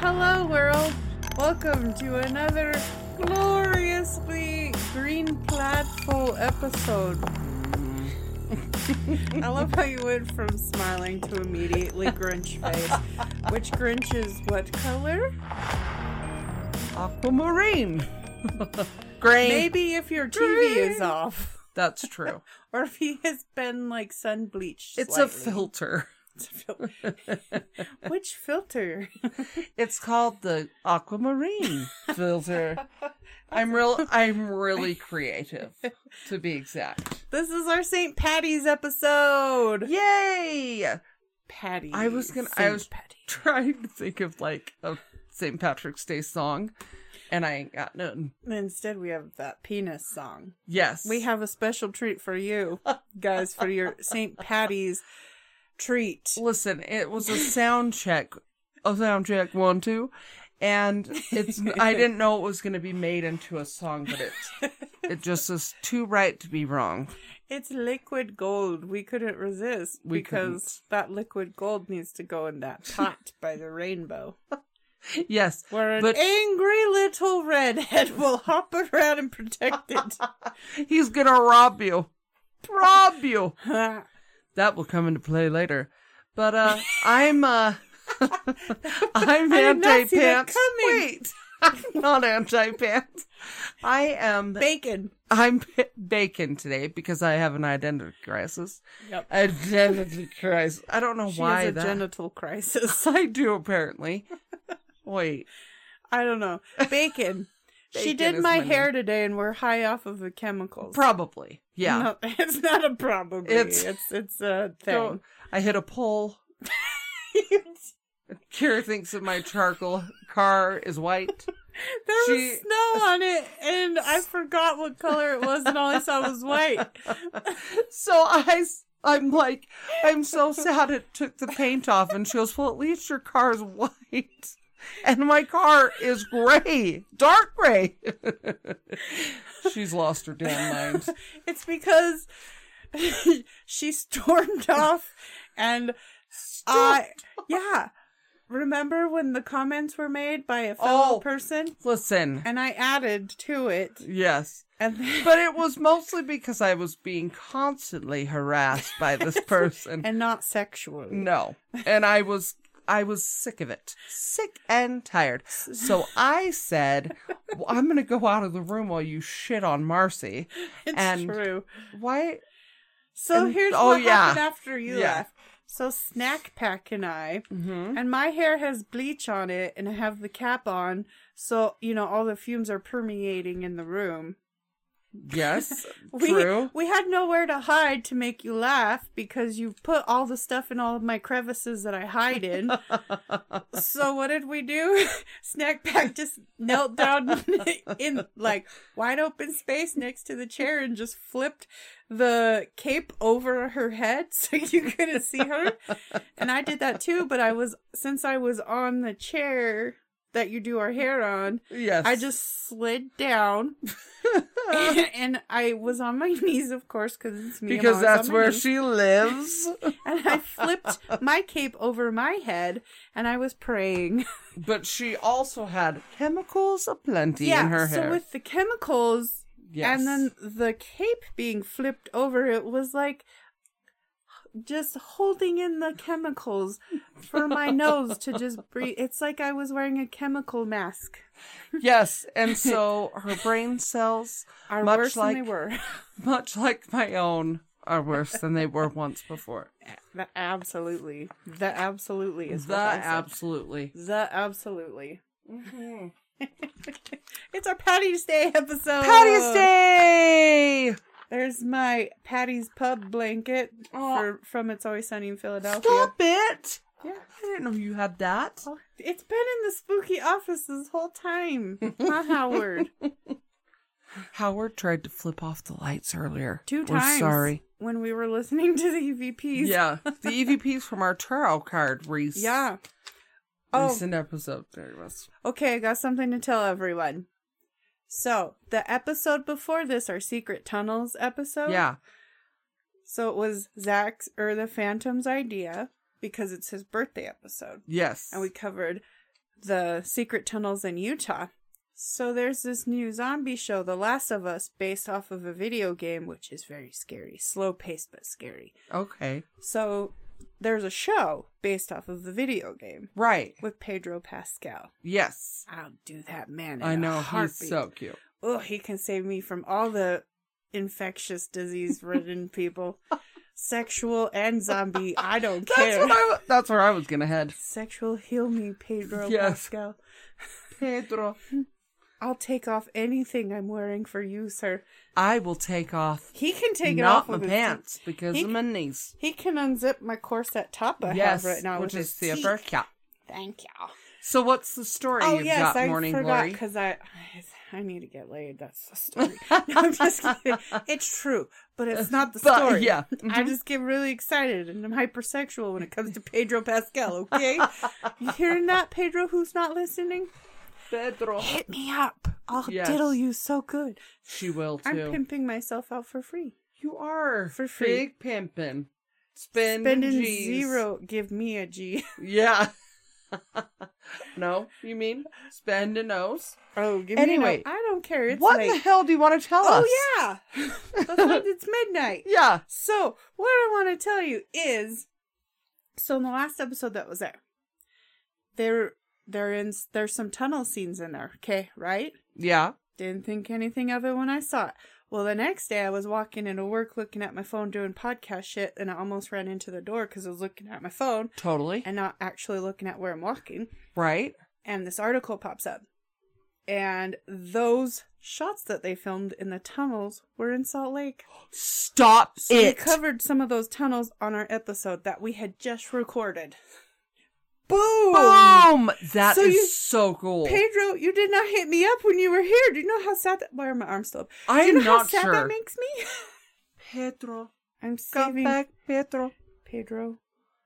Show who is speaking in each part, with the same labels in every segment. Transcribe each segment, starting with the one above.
Speaker 1: Hello, world. Welcome to another gloriously green platful episode. I love how you went from smiling to immediately Grinch face. Which Grinch is what color?
Speaker 2: Aquamarine. Gray.
Speaker 1: Maybe if your TV is off,
Speaker 2: That's true.
Speaker 1: or if he has been like sun bleached.
Speaker 2: It's a
Speaker 1: slightly.
Speaker 2: filter.
Speaker 1: It's a fil- Which filter?
Speaker 2: It's called the aquamarine filter. I'm real I'm really creative to be exact.
Speaker 1: This is our St. Patty's episode.
Speaker 2: Yay!
Speaker 1: Patty.
Speaker 2: I was gonna- I
Speaker 1: Saint
Speaker 2: was-
Speaker 1: Patty.
Speaker 2: Trying to think of like a St. Patrick's Day song and I ain't got none.
Speaker 1: Instead, we have that penis song.
Speaker 2: Yes.
Speaker 1: We have a special treat for you guys for your St. Patty's treat.
Speaker 2: Listen, it was a sound check, a sound check one two, and it's. I didn't know it was going to be made into a song, but it it just is too right to be wrong.
Speaker 1: It's liquid gold. We couldn't resist
Speaker 2: We
Speaker 1: because that liquid gold needs to go in that pot by the rainbow.
Speaker 2: Yes,
Speaker 1: Where an
Speaker 2: But-
Speaker 1: angry little redhead will hop around and protect it.
Speaker 2: he's gonna rob you, rob you.
Speaker 1: Ha.
Speaker 2: That will come into play later, but uh, I'm uh, I'm
Speaker 1: I did
Speaker 2: anti
Speaker 1: not see that
Speaker 2: pants.
Speaker 1: coming.
Speaker 2: Wait, I'm not anti pants. I am.
Speaker 1: Bacon.
Speaker 2: I'm bacon today because I have an identity crisis.
Speaker 1: Yep.
Speaker 2: Identity crisis. I don't know
Speaker 1: She
Speaker 2: why
Speaker 1: has a
Speaker 2: that.
Speaker 1: genital crisis.
Speaker 2: I do apparently. Wait,
Speaker 1: I don't know. Bacon. she
Speaker 2: Bacon
Speaker 1: did
Speaker 2: is
Speaker 1: my
Speaker 2: my
Speaker 1: hair today and we're high off of the chemicals.
Speaker 2: probably. Yeah.
Speaker 1: No, it's not a probably. It's
Speaker 2: It's-
Speaker 1: it's, a thing.
Speaker 2: Don't- I hit a pole. Kira thinks that my charcoal car is white.
Speaker 1: there was
Speaker 2: She-
Speaker 1: snow on it, and I forgot what color it was, and all I saw was white.
Speaker 2: So I, am like, I'm so sad it took the paint off. And she goes, Well, at least your car is white. And my car is gray, dark gray. She's lost her damn mind.
Speaker 1: It's because she stormed off, and I yeah. Remember when the comments were made by a fellow
Speaker 2: Oh.
Speaker 1: person,
Speaker 2: Listen,
Speaker 1: and I added to it,
Speaker 2: yes.
Speaker 1: and then,
Speaker 2: But it was mostly because I was being constantly harassed by this person.
Speaker 1: and not sexually.
Speaker 2: No. And I was I was sick of it. Sick and tired. So I said, well, I'm going to go out of the room while you shit on Marcy.
Speaker 1: It's
Speaker 2: And-
Speaker 1: true.
Speaker 2: Why?
Speaker 1: So
Speaker 2: And-
Speaker 1: here's
Speaker 2: oh,
Speaker 1: what
Speaker 2: yeah.
Speaker 1: happened after you
Speaker 2: Yeah.
Speaker 1: left. So Snack Pack and I,
Speaker 2: Mhm.
Speaker 1: and my hair has bleach on it, and I have the cap on, so you know all the fumes are permeating in the room.
Speaker 2: Yes.
Speaker 1: We
Speaker 2: true.
Speaker 1: we had nowhere to hide to make you laugh because you put all the stuff in all of my crevices that I hide in. so what did we do? Snack Pack just knelt down in like wide open space next to the chair and just flipped the cape over her head so you couldn't see her. And I did that too, but I was since I was on the chair that you do our hair on,
Speaker 2: Yes.
Speaker 1: I just slid down, and I was on my knees, of course, because it's me. I'm
Speaker 2: because
Speaker 1: always on
Speaker 2: that's
Speaker 1: my
Speaker 2: where
Speaker 1: knees.
Speaker 2: she lives.
Speaker 1: And I flipped my cape over my head, and I was praying.
Speaker 2: but she also had chemicals aplenty in her hair.
Speaker 1: so with the chemicals,
Speaker 2: yes.
Speaker 1: and then the cape being flipped over, it was like just holding in the chemicals for my nose to just breathe. It's like I was wearing a chemical mask.
Speaker 2: yes, and so her brain cells
Speaker 1: Are
Speaker 2: Much
Speaker 1: worse
Speaker 2: like-
Speaker 1: than they were.
Speaker 2: much like my own, are worse than they were once before.
Speaker 1: That absolutely. That absolutely is
Speaker 2: The
Speaker 1: what I said.
Speaker 2: absolutely.
Speaker 1: The absolutely.
Speaker 2: Mm-hmm.
Speaker 1: It's our Patty's Day episode.
Speaker 2: Patty's Day!
Speaker 1: There's my Patty's Pub blanket
Speaker 2: Oh.
Speaker 1: for, from It's Always Sunny in Philadelphia.
Speaker 2: Stop it!
Speaker 1: Yeah.
Speaker 2: I didn't know you had that.
Speaker 1: It's been in the spooky office this whole time. Not Howard.
Speaker 2: Howard tried to flip off the lights earlier.
Speaker 1: Two
Speaker 2: We're
Speaker 1: times.
Speaker 2: sorry.
Speaker 1: When we were listening to the E EVPs.
Speaker 2: Yeah. The EVPs from our tarot card Reese.
Speaker 1: Yeah. Oh,
Speaker 2: Recent episode. There it was.
Speaker 1: Okay, I got something to tell everyone. So, the episode before this, our Secret Tunnels episode.
Speaker 2: Yeah.
Speaker 1: So it was Zach's or the Phantom's idea because it's his birthday episode.
Speaker 2: Yes.
Speaker 1: And we covered the secret tunnels in Utah. So there's this new zombie show, The Last of Us, based off of a video game, which is very scary, slow paced but scary.
Speaker 2: Okay.
Speaker 1: So there's a show based off of the video game
Speaker 2: Right.
Speaker 1: with Pedro Pascal.
Speaker 2: Yes.
Speaker 1: I'll do that man. In
Speaker 2: I know.
Speaker 1: A heartbeat.
Speaker 2: He's so cute.
Speaker 1: Oh, he can save me from all the infectious disease ridden people, sexual and zombie. I don't
Speaker 2: That's,
Speaker 1: care.
Speaker 2: what I, wa- that's where I was going to head.
Speaker 1: Sexual, heal me, Pedro
Speaker 2: Yes.
Speaker 1: Pascal.
Speaker 2: Pedro.
Speaker 1: I'll take off anything I'm wearing for you, sir.
Speaker 2: I will take off
Speaker 1: He can take it
Speaker 2: not
Speaker 1: off
Speaker 2: my
Speaker 1: with his
Speaker 2: pants because
Speaker 1: He-
Speaker 2: of my knees.
Speaker 1: He can unzip my corset top I
Speaker 2: yes,
Speaker 1: have right now,
Speaker 2: which
Speaker 1: with
Speaker 2: is
Speaker 1: his
Speaker 2: super
Speaker 1: teeth.
Speaker 2: cute.
Speaker 1: Thank you.
Speaker 2: So what's the story
Speaker 1: Oh
Speaker 2: you've
Speaker 1: yes,
Speaker 2: got,
Speaker 1: I
Speaker 2: Morning
Speaker 1: forgot
Speaker 2: Glory?
Speaker 1: because I I need to get laid. That's the story. No, I'm just kidding. It's true, but it's not the
Speaker 2: But,
Speaker 1: story.
Speaker 2: yeah.
Speaker 1: I just get really excited and I'm hypersexual when it comes to Pedro Pascal. Okay, you hearing that, Pedro? Who's not listening?
Speaker 2: Pedro.
Speaker 1: Hit me up. I'll
Speaker 2: Yes.
Speaker 1: diddle you so good.
Speaker 2: She will too.
Speaker 1: I'm pimping myself out for free.
Speaker 2: you are
Speaker 1: For free.
Speaker 2: Big pimpin. Spin
Speaker 1: Spending
Speaker 2: G's.
Speaker 1: zero, give me a G.
Speaker 2: Yeah. no, you mean spend a nose?
Speaker 1: Oh, give
Speaker 2: Anyway,
Speaker 1: me no. I don't care. It's
Speaker 2: what
Speaker 1: late.
Speaker 2: the hell do you want to tell us?
Speaker 1: Oh yeah, That's why it's midnight.
Speaker 2: Yeah.
Speaker 1: So, what I want to tell you is so in the last episode that was there, there there in there's some tunnel scenes in there, okay, right?
Speaker 2: Yeah.
Speaker 1: Didn't think anything of it when I saw it. Well, the next day I was walking into work looking at my phone doing podcast shit and I almost ran into the door cuz I was looking at my phone
Speaker 2: Totally.
Speaker 1: and not actually looking at where I'm walking
Speaker 2: Right?
Speaker 1: and this article pops up. And those shots that they filmed in the tunnels were in Salt Lake.
Speaker 2: Stop
Speaker 1: So we
Speaker 2: it.
Speaker 1: covered some of those tunnels on our episode that we had just recorded.
Speaker 2: Boom. That
Speaker 1: So
Speaker 2: is
Speaker 1: you-
Speaker 2: so cool.
Speaker 1: Pedro, you did not hit me up when you were here. Do you know how sad that? Why are my arms still up? Do
Speaker 2: I
Speaker 1: you
Speaker 2: am
Speaker 1: know how
Speaker 2: not
Speaker 1: sad
Speaker 2: sure.
Speaker 1: that makes me?
Speaker 2: Pedro.
Speaker 1: I'm
Speaker 2: Come
Speaker 1: saving
Speaker 2: back, Pedro.
Speaker 1: Pedro.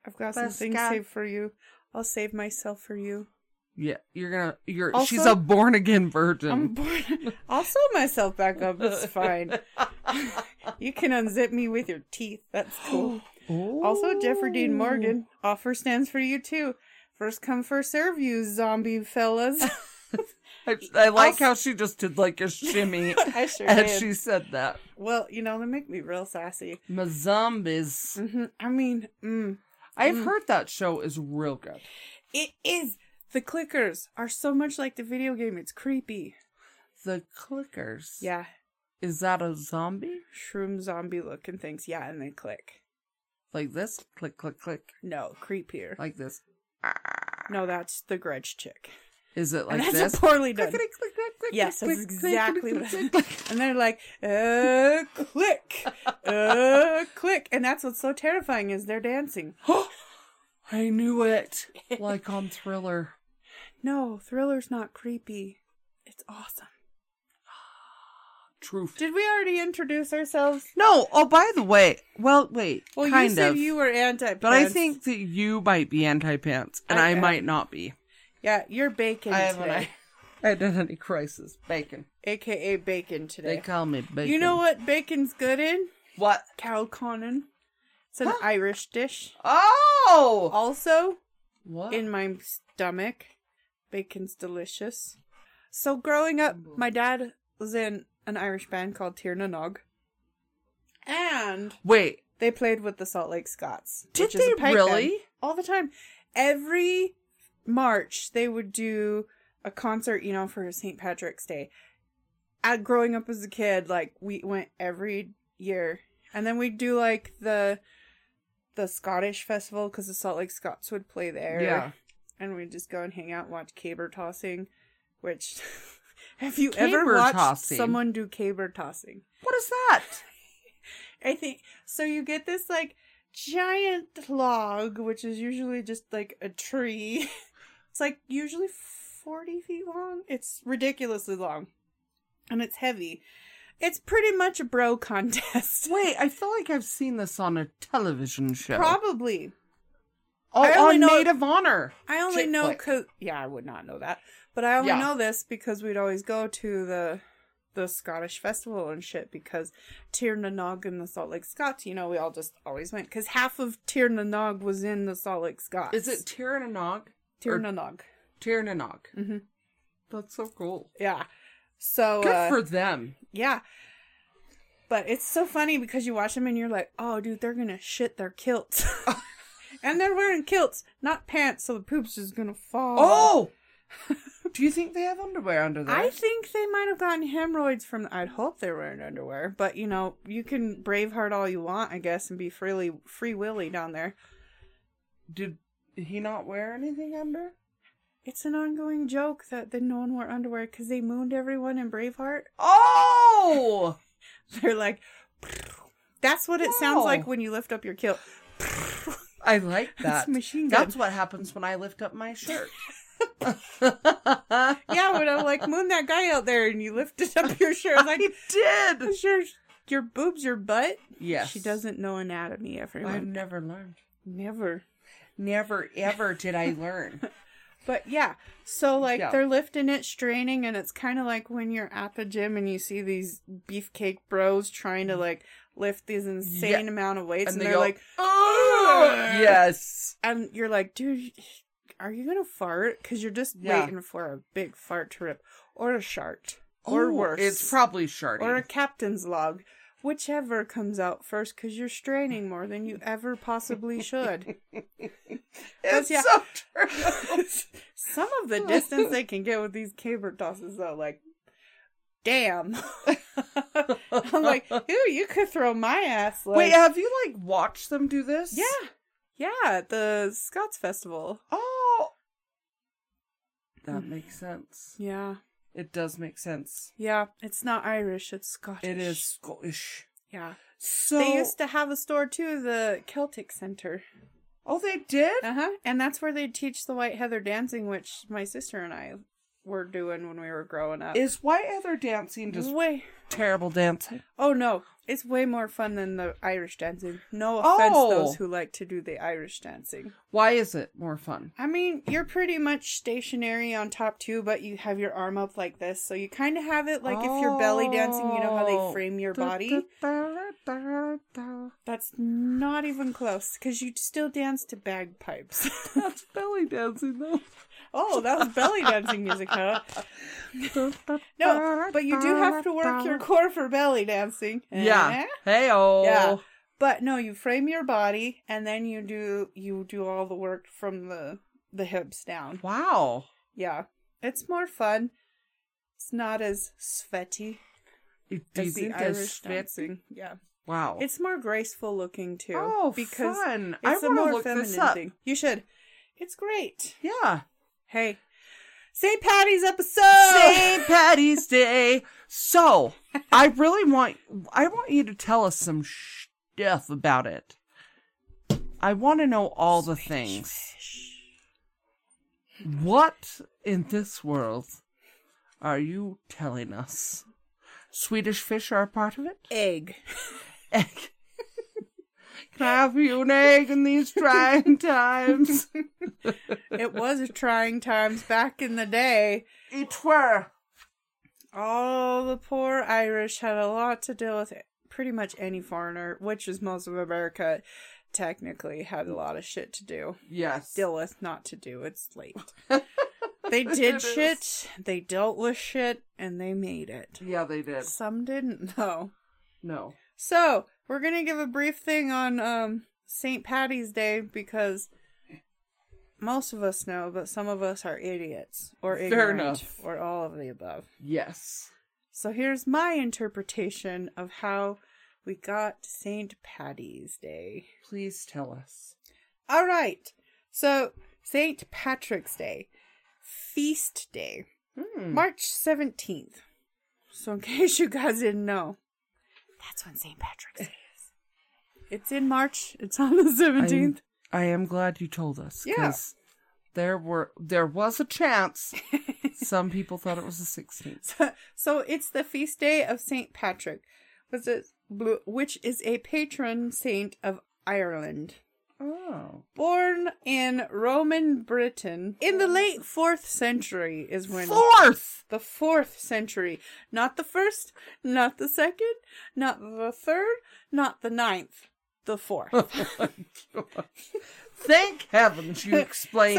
Speaker 1: I've got something
Speaker 2: Pascal.
Speaker 1: saved for you. I'll save myself for you.
Speaker 2: Yeah, you're gonna. You're.
Speaker 1: Also-
Speaker 2: she's a born again virgin.
Speaker 1: I'm bored. I'll sew myself back up. It's fine. you can unzip me with your teeth. That's cool. Also, Jeffrey Dean Morgan offer stands for you too. First come, first serve, you zombie fellas.
Speaker 2: I, I like
Speaker 1: Also-
Speaker 2: how she just did like a shimmy
Speaker 1: I sure
Speaker 2: as
Speaker 1: did.
Speaker 2: she said that.
Speaker 1: Well, you know, they make me real sassy.
Speaker 2: My zombies.
Speaker 1: hmm I mean, mm,
Speaker 2: I've heard that show is real good.
Speaker 1: it is. The clickers are so much like the video game, it's creepy.
Speaker 2: The clickers.
Speaker 1: Yeah,
Speaker 2: Is that a zombie?
Speaker 1: shroom zombie looking things. Yeah, and they click.
Speaker 2: Like this? Click, click, click.
Speaker 1: No, creepier.
Speaker 2: Like this.
Speaker 1: No, that's the grudge chick.
Speaker 2: Is it like
Speaker 1: and that's
Speaker 2: this?
Speaker 1: a poorly done.
Speaker 2: Clickety, click, click, click,
Speaker 1: Yes,
Speaker 2: click,
Speaker 1: that's
Speaker 2: click,
Speaker 1: exactly
Speaker 2: click,
Speaker 1: what
Speaker 2: click, click.
Speaker 1: And they're like, uh, click, uh, click. And that's what's so terrifying is they're dancing.
Speaker 2: Oh, I knew it. Like on Thriller.
Speaker 1: No, Thriller's not creepy. It's awesome.
Speaker 2: Truth.
Speaker 1: Did we already introduce ourselves?
Speaker 2: No. Oh, by the way. Well, wait.
Speaker 1: Well,
Speaker 2: kind
Speaker 1: you said
Speaker 2: of.
Speaker 1: you were anti
Speaker 2: but I think that you might be anti-pants, and
Speaker 1: I
Speaker 2: I,
Speaker 1: am.
Speaker 2: might not be.
Speaker 1: Yeah, you're bacon today.
Speaker 2: identity crisis. Bacon.
Speaker 1: AKA bacon today.
Speaker 2: They call me bacon.
Speaker 1: You know what bacon's good in?
Speaker 2: What?
Speaker 1: Cow conan. It's an
Speaker 2: Huh?
Speaker 1: Irish dish.
Speaker 2: Oh.
Speaker 1: Also,
Speaker 2: What?
Speaker 1: in my stomach, bacon's delicious. So growing up, my dad was in an Irish band called Tiernanog. And
Speaker 2: wait.
Speaker 1: They played with the Salt Lake Scots.
Speaker 2: Did
Speaker 1: which is a
Speaker 2: they
Speaker 1: pipe
Speaker 2: really?
Speaker 1: band, All the time. Every March, they would do a concert, you know, for St. Patrick's Day. I, growing up as a kid, like, we went every year. And then we'd do, like, the the Scottish festival because the Salt Lake Scots would play there.
Speaker 2: Yeah.
Speaker 1: And we'd just go and hang out and watch caber tossing, which. Have you ever
Speaker 2: Caber
Speaker 1: watched
Speaker 2: tossing?
Speaker 1: someone do caber tossing?
Speaker 2: What is that?
Speaker 1: I think so. You get this like giant log, which is usually just like a tree. It's like usually 40 feet long. It's ridiculously long and it's heavy. It's pretty much a bro contest.
Speaker 2: Wait, I feel like I've seen this on a television show.
Speaker 1: Probably.
Speaker 2: oh,
Speaker 1: I only
Speaker 2: on
Speaker 1: know-
Speaker 2: Maid of Honor.
Speaker 1: I only
Speaker 2: Chick
Speaker 1: know
Speaker 2: flick.
Speaker 1: because yeah, I would not know that, but I only
Speaker 2: Yeah.
Speaker 1: know this because we'd always go to the the Scottish festival and shit because Tiernanog and the Salt Lake Scots. You know, we all just always went because half of Tiernanog was in the Salt Lake Scots.
Speaker 2: Is it Tiernanog?
Speaker 1: Tiernanog?
Speaker 2: Tiernanog.
Speaker 1: Mhm.
Speaker 2: That's so cool.
Speaker 1: Yeah. So
Speaker 2: Mm-hmm. Good
Speaker 1: uh,
Speaker 2: for them.
Speaker 1: yeah. But it's so funny because you watch them and you're like, oh, dude, they're gonna shit their kilts, and they're wearing kilts, not pants, so the poop's just gonna fall.
Speaker 2: Oh! Do you think they have underwear under there?
Speaker 1: I think they might have gotten hemorrhoids from. I'd hope they were wearing underwear, but you know, you can braveheart all you want, I guess, and be freely free willy down there.
Speaker 2: Did he not wear anything under?
Speaker 1: It's an ongoing joke that then no one wore underwear because they mooned everyone in Braveheart.
Speaker 2: Oh!
Speaker 1: They're like, that's what it sounds
Speaker 2: Wow.
Speaker 1: like when you lift up your kilt.
Speaker 2: I like that.
Speaker 1: That's machine gun.
Speaker 2: That's what happens when I lift up my shirt.
Speaker 1: yeah, when I'm like, moon that guy out there, and you lifted up your shirt, like,
Speaker 2: I did.
Speaker 1: is your your boobs, your butt.
Speaker 2: Yes.
Speaker 1: She doesn't know anatomy. Everyone
Speaker 2: I've never learned.
Speaker 1: never.
Speaker 2: Never ever did I learn.
Speaker 1: But yeah, so like
Speaker 2: Yeah.
Speaker 1: they're lifting it, straining, and it's kind of like when you're at the gym and you see these beefcake bros trying to like lift these insane
Speaker 2: Mm-hmm. Yeah.
Speaker 1: amount of weights, and,
Speaker 2: And they
Speaker 1: they're
Speaker 2: go,
Speaker 1: like,
Speaker 2: "Ugh." yes.
Speaker 1: and you're like, dude, are you gonna fart? Because you're just
Speaker 2: Yeah.
Speaker 1: waiting for a big fart to rip, or a shart, or
Speaker 2: Ooh,
Speaker 1: worse,
Speaker 2: It's probably shardy.
Speaker 1: or a captain's log, whichever comes out first, because you're straining more than you ever possibly should.
Speaker 2: it's
Speaker 1: yeah.
Speaker 2: so true.
Speaker 1: Some of the distance they can get with these caber tosses, though, like, damn. I'm like, ooh, you could throw my ass. Like,
Speaker 2: wait, have you like watched them do this?
Speaker 1: yeah, yeah, at the Scots Festival.
Speaker 2: Oh, that makes sense.
Speaker 1: Yeah,
Speaker 2: It does make sense.
Speaker 1: yeah, it's not Irish, it's Scottish.
Speaker 2: It is Scottish.
Speaker 1: Yeah.
Speaker 2: So
Speaker 1: they used to have a store too, the Celtic Center.
Speaker 2: Oh, they did.
Speaker 1: Uh huh. And that's where they teach the White Heather dancing, which my sister and I were doing when we were growing up.
Speaker 2: Is white heather dancing just
Speaker 1: way.
Speaker 2: terrible dancing?
Speaker 1: Oh no, it's way more fun than the Irish dancing. No offense,
Speaker 2: Oh.
Speaker 1: those who like to do the Irish dancing.
Speaker 2: Why is it more fun?
Speaker 1: I mean, you're pretty much stationary on top too, but you have your arm up like this, so you kind of have it like if you're belly dancing. You know how
Speaker 2: Oh.
Speaker 1: they frame your body. That's not even close because you still dance to bagpipes.
Speaker 2: That's belly dancing though.
Speaker 1: Oh, that was belly dancing music, huh? No, but you do have to work your core for belly dancing.
Speaker 2: Yeah.
Speaker 1: Eh?
Speaker 2: Hey oh.
Speaker 1: Yeah. But no, you frame your body and then you do you do all the work from the the hips down.
Speaker 2: Wow.
Speaker 1: Yeah. It's more fun. It's not as sweaty
Speaker 2: It
Speaker 1: as the
Speaker 2: isn't
Speaker 1: Irish
Speaker 2: as fit-
Speaker 1: dancing. Yeah.
Speaker 2: Wow.
Speaker 1: It's more graceful looking too.
Speaker 2: oh,
Speaker 1: because
Speaker 2: fun. I
Speaker 1: it's a
Speaker 2: want to
Speaker 1: more
Speaker 2: look
Speaker 1: feminine
Speaker 2: this up.
Speaker 1: thing. You should. It's great.
Speaker 2: Yeah.
Speaker 1: Hey. St. Patty's episode.
Speaker 2: St. Patty's Day. So I really want I want you to tell us some stuff about it. I want to know all the things. What in this world are you telling us? Swedish fish are a part of it.
Speaker 1: Egg.
Speaker 2: Egg. Can I have you an egg in these trying times?
Speaker 1: it was trying times back in the day.
Speaker 2: it were.
Speaker 1: All the poor Irish had a lot to deal with. Pretty much any foreigner, which is most of America, technically had a lot of shit to do.
Speaker 2: Yes.
Speaker 1: Deal with, not to do. It's late. they did
Speaker 2: It is.
Speaker 1: shit, they dealt with shit, and they made it.
Speaker 2: Yeah, they did.
Speaker 1: Some didn't, though.
Speaker 2: No.
Speaker 1: So, we're going to give a brief thing on um, St. Patty's Day because most of us know, but some of us are idiots or
Speaker 2: Fair
Speaker 1: ignorant
Speaker 2: enough.
Speaker 1: or all of the above.
Speaker 2: Yes.
Speaker 1: So, here's my interpretation of how we got St. Patty's Day.
Speaker 2: Please tell us.
Speaker 1: All right. So, St. Patrick's Day, feast day, March 17th. So, in case you guys didn't know, that's when St. Patrick's Day is. It's in March, it's on the 17th.
Speaker 2: I am glad you told us.
Speaker 1: Yeah.
Speaker 2: 'cause There were there was a chance. Some people thought it was the sixteenth.
Speaker 1: So, so it's the feast day of Saint Patrick, was it blue, which is a patron saint of Ireland.
Speaker 2: Oh.
Speaker 1: Born in Roman Britain in the late fourth century is when
Speaker 2: Fourth.
Speaker 1: the fourth century, not the first, not the second, not the third, not the ninth, the fourth.
Speaker 2: Oh Thank heavens you explained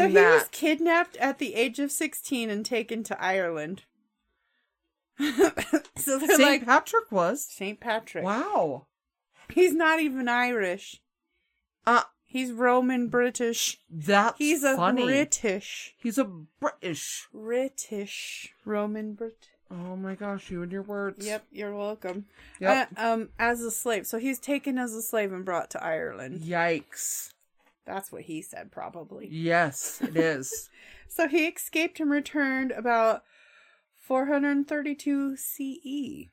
Speaker 1: so he
Speaker 2: that.
Speaker 1: was kidnapped at the age of 16 and taken to Ireland. so they're
Speaker 2: St.
Speaker 1: like,
Speaker 2: Patrick was.
Speaker 1: St. Patrick.
Speaker 2: Wow.
Speaker 1: He's not even Irish.
Speaker 2: Uh,
Speaker 1: He's Roman British.
Speaker 2: that's
Speaker 1: He's a
Speaker 2: funny.
Speaker 1: British.
Speaker 2: He's a British.
Speaker 1: British. Roman British.
Speaker 2: Oh my gosh, you and your words.
Speaker 1: Yep, you're welcome.
Speaker 2: Yep.
Speaker 1: Uh, um, as a slave. So he's taken as a slave and brought to Ireland.
Speaker 2: Yikes.
Speaker 1: That's what he said, probably.
Speaker 2: Yes, it is.
Speaker 1: So he escaped and returned about 432 CE. E.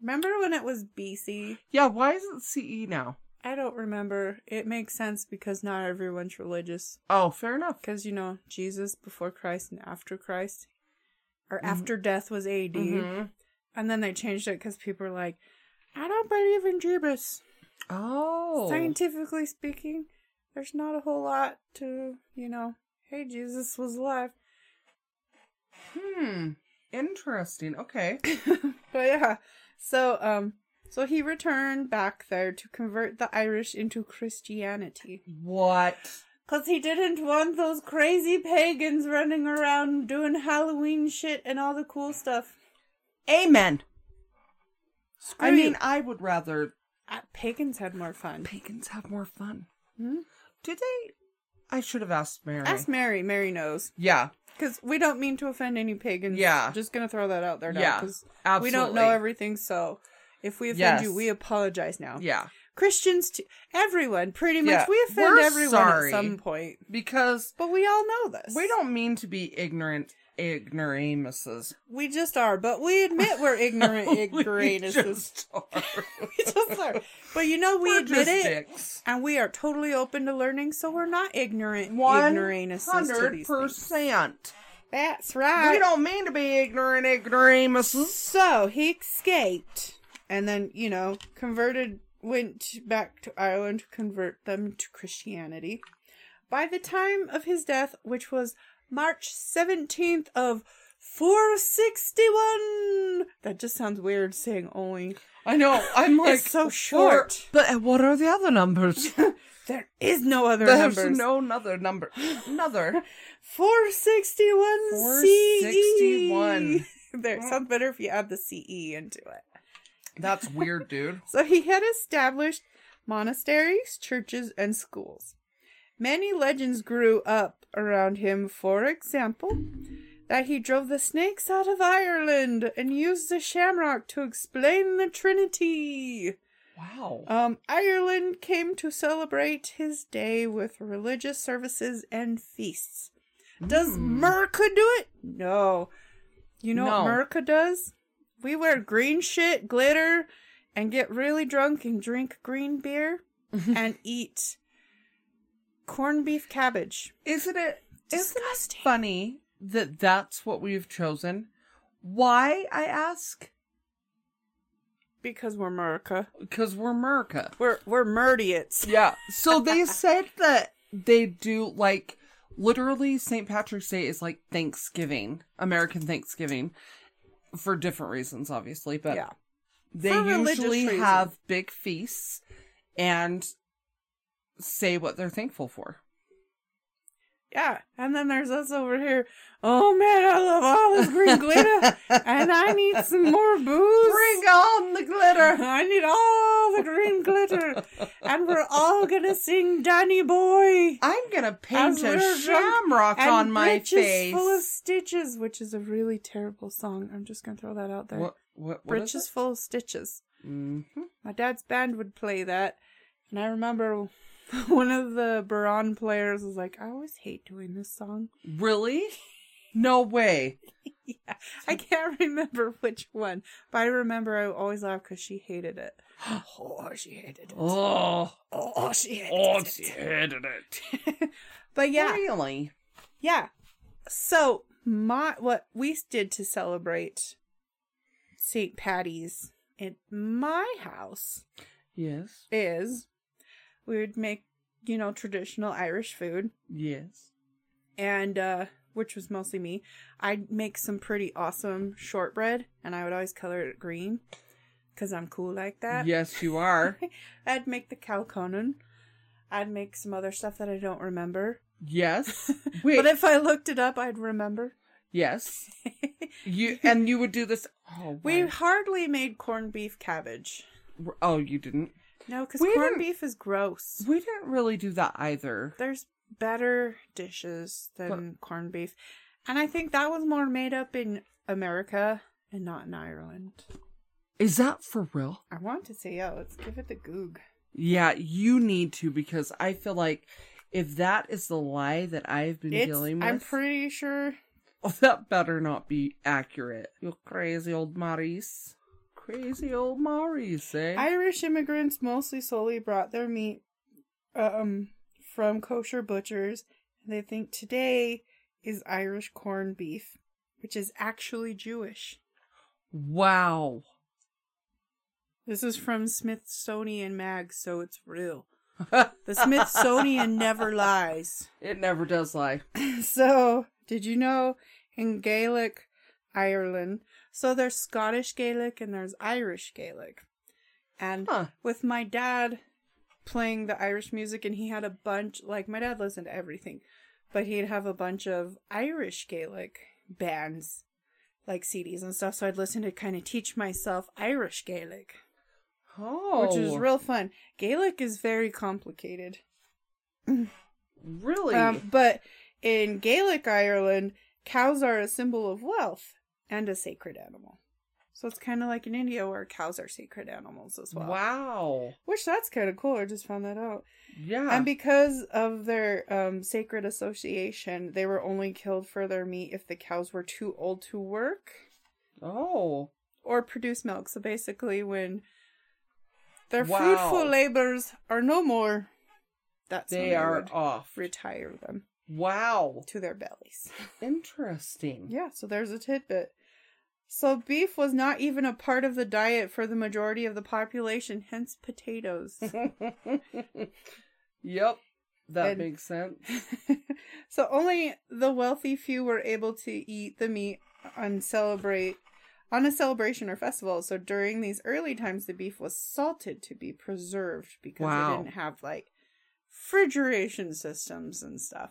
Speaker 1: Remember when it was BC?
Speaker 2: yeah, why is it CE now?
Speaker 1: I don't remember. It makes sense because not everyone's religious.
Speaker 2: Oh, fair enough.
Speaker 1: Because, you know, Jesus before Christ and after Christ, or after death was AD.
Speaker 2: Mhm.
Speaker 1: And then they changed it because people were like, I don't believe in Jesus.
Speaker 2: Oh.
Speaker 1: Scientifically speaking, there's not a whole lot to, you know, hey, Jesus was alive.
Speaker 2: Hmm. Interesting. Okay.
Speaker 1: But Oh, yeah, so um, so he returned back there to convert the Irish into Christianity,
Speaker 2: what?
Speaker 1: cause he didn't want those crazy pagans running around doing Halloween shit and all the cool stuff.
Speaker 2: Amen.
Speaker 1: Screw
Speaker 2: I
Speaker 1: you.
Speaker 2: mean, I would rather
Speaker 1: Uh, pagans had more fun.
Speaker 2: pagans have more fun.
Speaker 1: Hmm?
Speaker 2: Did they? I should have asked Mary.
Speaker 1: Ask Mary. Mary knows,
Speaker 2: yeah.
Speaker 1: cause we don't mean to offend any pagans.
Speaker 2: Yeah.
Speaker 1: just gonna throw that out there. Now,
Speaker 2: Yeah,
Speaker 1: 'cause
Speaker 2: Absolutely.
Speaker 1: we don't know everything, so if we offend
Speaker 2: Yes.
Speaker 1: you, we apologize now.
Speaker 2: Yeah.
Speaker 1: Christians, t- everyone, pretty much,
Speaker 2: Yeah,
Speaker 1: we offend
Speaker 2: we're
Speaker 1: everyone
Speaker 2: sorry.
Speaker 1: at some point.
Speaker 2: Because
Speaker 1: But we all know this.
Speaker 2: we don't mean to be ignorant ignoramuses.
Speaker 1: We just are, but we admit we're ignorant ignoramuses.
Speaker 2: We
Speaker 1: We
Speaker 2: just are.
Speaker 1: just are. But you know, we
Speaker 2: We're
Speaker 1: admit
Speaker 2: just
Speaker 1: it,
Speaker 2: dicks.
Speaker 1: and we are totally open to learning, so we're not ignorant ignoramuses to these things.
Speaker 2: 100%.
Speaker 1: That's
Speaker 2: We
Speaker 1: right.
Speaker 2: don't mean to be ignorant ignoramuses.
Speaker 1: So he escaped, and then you know, converted, went back to Ireland to convert them to Christianity. By the time of his death, which was March seventeenth of. 461! That just sounds weird saying only.
Speaker 2: I know. I'm like
Speaker 1: It's so
Speaker 2: four-
Speaker 1: short.
Speaker 2: but uh, what are the other numbers?
Speaker 1: There is no other
Speaker 2: There's
Speaker 1: numbers.
Speaker 2: no another number. Another.
Speaker 1: 461
Speaker 2: 461.
Speaker 1: CE. E. There, it sounds better if you add the CE into it.
Speaker 2: That's weird, dude.
Speaker 1: So he had established monasteries, churches, and schools. Many legends grew up around him, for example, that he drove the snakes out of Ireland and used the shamrock to explain the Trinity.
Speaker 2: Wow.
Speaker 1: Um, Ireland came to celebrate his day with religious services and feasts. Does America do it? No. You know
Speaker 2: Hmm. No.
Speaker 1: what America does? We wear green shit, glitter, and get really drunk and drink green beer and eat corned beef cabbage.
Speaker 2: Isn't it isn't it
Speaker 1: Disgusting.
Speaker 2: funny that that's what we've chosen? Why I ask?
Speaker 1: Because we're America.
Speaker 2: Because we're America.
Speaker 1: We're we're Murdiots.
Speaker 2: Yeah. So they said that they do like literally St. Patrick's Day is like Thanksgiving, American Thanksgiving, for different reasons, obviously. But
Speaker 1: Yeah.
Speaker 2: they
Speaker 1: For religious
Speaker 2: usually
Speaker 1: reasons.
Speaker 2: have big feasts and say what they're thankful for.
Speaker 1: Yeah, and then there's us over here. Oh man, I love all this green glitter, and I need some more booze.
Speaker 2: Bring on the glitter.
Speaker 1: I need all the green glitter, and we're all gonna sing "Danny Boy"
Speaker 2: I'm gonna
Speaker 1: As
Speaker 2: paint a
Speaker 1: we're drunk
Speaker 2: shamrock
Speaker 1: and
Speaker 2: on my
Speaker 1: "Britches
Speaker 2: face.
Speaker 1: full of stitches," which is a really terrible song. I'm just gonna throw that out there.
Speaker 2: What? What? what is
Speaker 1: "Britches full of stitches."
Speaker 2: it? Mhm.
Speaker 1: My dad's band would play that, and I remember one of the baron players was like, "I always hate doing this song."
Speaker 2: Really? No way.
Speaker 1: Yeah, I can't remember which one, but I remember I always laugh because she hated it. Oh, she hated it.
Speaker 2: Oh,
Speaker 1: Oh, she hated
Speaker 2: oh,
Speaker 1: it.
Speaker 2: she hated it.
Speaker 1: But yeah,
Speaker 2: Really?
Speaker 1: yeah. So my what we did to celebrate St. Patty's at my house
Speaker 2: Yes.
Speaker 1: is we would make you know traditional Irish food
Speaker 2: Yes.
Speaker 1: and uh which was mostly me. I'd make some pretty awesome shortbread and I would always color it green because I'm cool like that.
Speaker 2: Yes, you are.
Speaker 1: I'd make the cow conan. I'd make some other stuff that I don't remember.
Speaker 2: Yes. Wait.
Speaker 1: But if I looked it up, I'd remember.
Speaker 2: yes. You and you would do this. Oh,
Speaker 1: We
Speaker 2: why-
Speaker 1: hardly made corned beef cabbage.
Speaker 2: Oh, you didn't.
Speaker 1: No, because
Speaker 2: We
Speaker 1: corned
Speaker 2: didn't-
Speaker 1: beef is gross.
Speaker 2: We didn't really do that either.
Speaker 1: There's better dishes than corned beef. And I think that was more made up in America and not in Ireland.
Speaker 2: Is that for real?
Speaker 1: I want to say, oh, let's give it the goog.
Speaker 2: Yeah, you need to because I feel like if that is the lie that I've been
Speaker 1: It's,
Speaker 2: dealing with,
Speaker 1: I'm pretty sure
Speaker 2: oh, that better not be accurate. You crazy old Maurice. Crazy old Maurice, eh?
Speaker 1: Irish immigrants mostly solely brought their meat um, from kosher butchers. They think today is Irish corned beef, which is actually Jewish.
Speaker 2: Wow.
Speaker 1: This is from Smithsonian Mag, so it's real. The Smithsonian never lies.
Speaker 2: It never does lie.
Speaker 1: So, did you know in Gaelic Ireland? So there's Scottish Gaelic and there's Irish Gaelic. And
Speaker 2: Huh.
Speaker 1: with my dad playing the Irish music, and he had a bunch, like, my dad listened to everything, but he'd have a bunch of Irish Gaelic bands, like CDs and stuff. So I'd listen to kind of teach myself Irish Gaelic,
Speaker 2: Oh.
Speaker 1: which is real fun. Gaelic is very complicated.
Speaker 2: Really?
Speaker 1: Um, but in Gaelic Ireland, cows are a symbol of wealth and a sacred animal. So it's kind of like in India where cows are sacred animals as well.
Speaker 2: wow.
Speaker 1: Which that's kind of cool. I just found that out.
Speaker 2: Yeah.
Speaker 1: And because of their um, sacred association, they were only killed for their meat if the cows were too old to work
Speaker 2: oh.
Speaker 1: or produce milk. So basically, when their
Speaker 2: Wow.
Speaker 1: fruitful labors are no more, that's when
Speaker 2: They are
Speaker 1: would
Speaker 2: off.
Speaker 1: retire them
Speaker 2: Wow.
Speaker 1: to their bellies.
Speaker 2: Interesting.
Speaker 1: Yeah, so there's a tidbit. So beef was not even a part of the diet for the majority of the population, hence potatoes.
Speaker 2: yep. That
Speaker 1: And-
Speaker 2: makes sense.
Speaker 1: so only the wealthy few were able to eat the meat and celebrate on a celebration or festival. So during these early times the beef was salted to be preserved because
Speaker 2: Wow.
Speaker 1: they didn't have like refrigeration systems and stuff.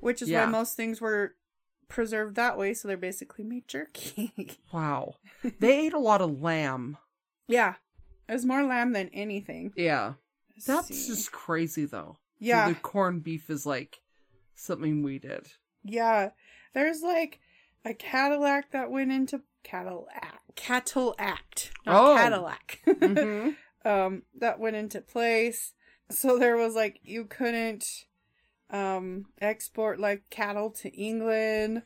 Speaker 1: Which is
Speaker 2: Yeah.
Speaker 1: why most things were preserved that way, so they're basically made jerky.
Speaker 2: Wow. They ate a lot of lamb.
Speaker 1: Yeah. It was more lamb than anything.
Speaker 2: Yeah.
Speaker 1: Let's
Speaker 2: That's
Speaker 1: see.
Speaker 2: just crazy though. So
Speaker 1: Yeah.
Speaker 2: the corned beef is like something we did.
Speaker 1: Yeah. There's like a Cadillac that went into Cadillac. Cattle Act. Not
Speaker 2: Oh.
Speaker 1: Cadillac.
Speaker 2: Mhm.
Speaker 1: um that went into place. So there was like you couldn't um export like cattle to England.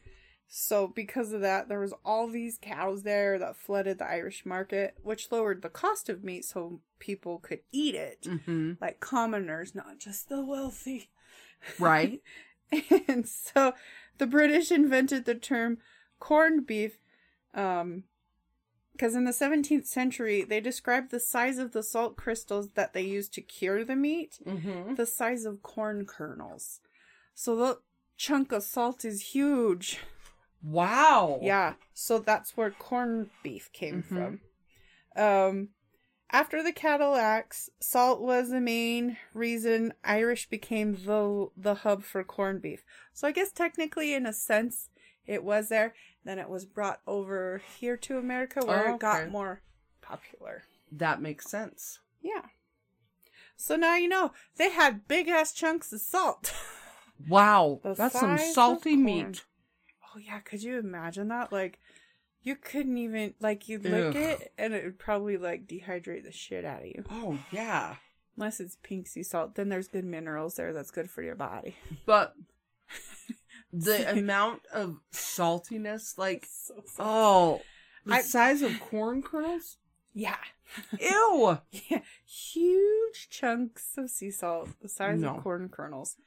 Speaker 1: So because of that there was all these cows there that flooded the Irish market, which lowered the cost of meat so people could eat it.
Speaker 2: Mhm.
Speaker 1: Like commoners, not just the wealthy.
Speaker 2: Right?
Speaker 1: And so the British invented the term corned beef um because in the 17th century they described the size of the salt crystals that they used to cure the meat
Speaker 2: mhm.
Speaker 1: the size of corn kernels. So the chunk of salt is huge.
Speaker 2: Wow.
Speaker 1: Yeah, so that's where corned beef came
Speaker 2: Mhm.
Speaker 1: from. Um, after the Cadillacs, salt was the main reason Irish became the the hub for corned beef. So I guess technically, in a sense, it was there. Then it was brought over here to America, where
Speaker 2: Oh,
Speaker 1: it got
Speaker 2: okay.
Speaker 1: more popular.
Speaker 2: That makes sense.
Speaker 1: Yeah. So now you know they had big ass chunks of salt.
Speaker 2: Wow.
Speaker 1: The
Speaker 2: That's some
Speaker 1: size of
Speaker 2: salty
Speaker 1: corn.
Speaker 2: meat.
Speaker 1: Oh yeah, could you imagine that? Like, you couldn't even like you'd lick
Speaker 2: Ugh.
Speaker 1: it, and it would probably like dehydrate the shit out of you.
Speaker 2: Oh yeah.
Speaker 1: Unless it's pink sea salt, then there's good minerals there that's good for your body.
Speaker 2: But the amount of saltiness like
Speaker 1: So, so-
Speaker 2: oh the
Speaker 1: I-
Speaker 2: size of corn kernels?
Speaker 1: yeah,
Speaker 2: Ew.
Speaker 1: yeah, huge chunks of sea salt the size
Speaker 2: No.
Speaker 1: of corn kernels.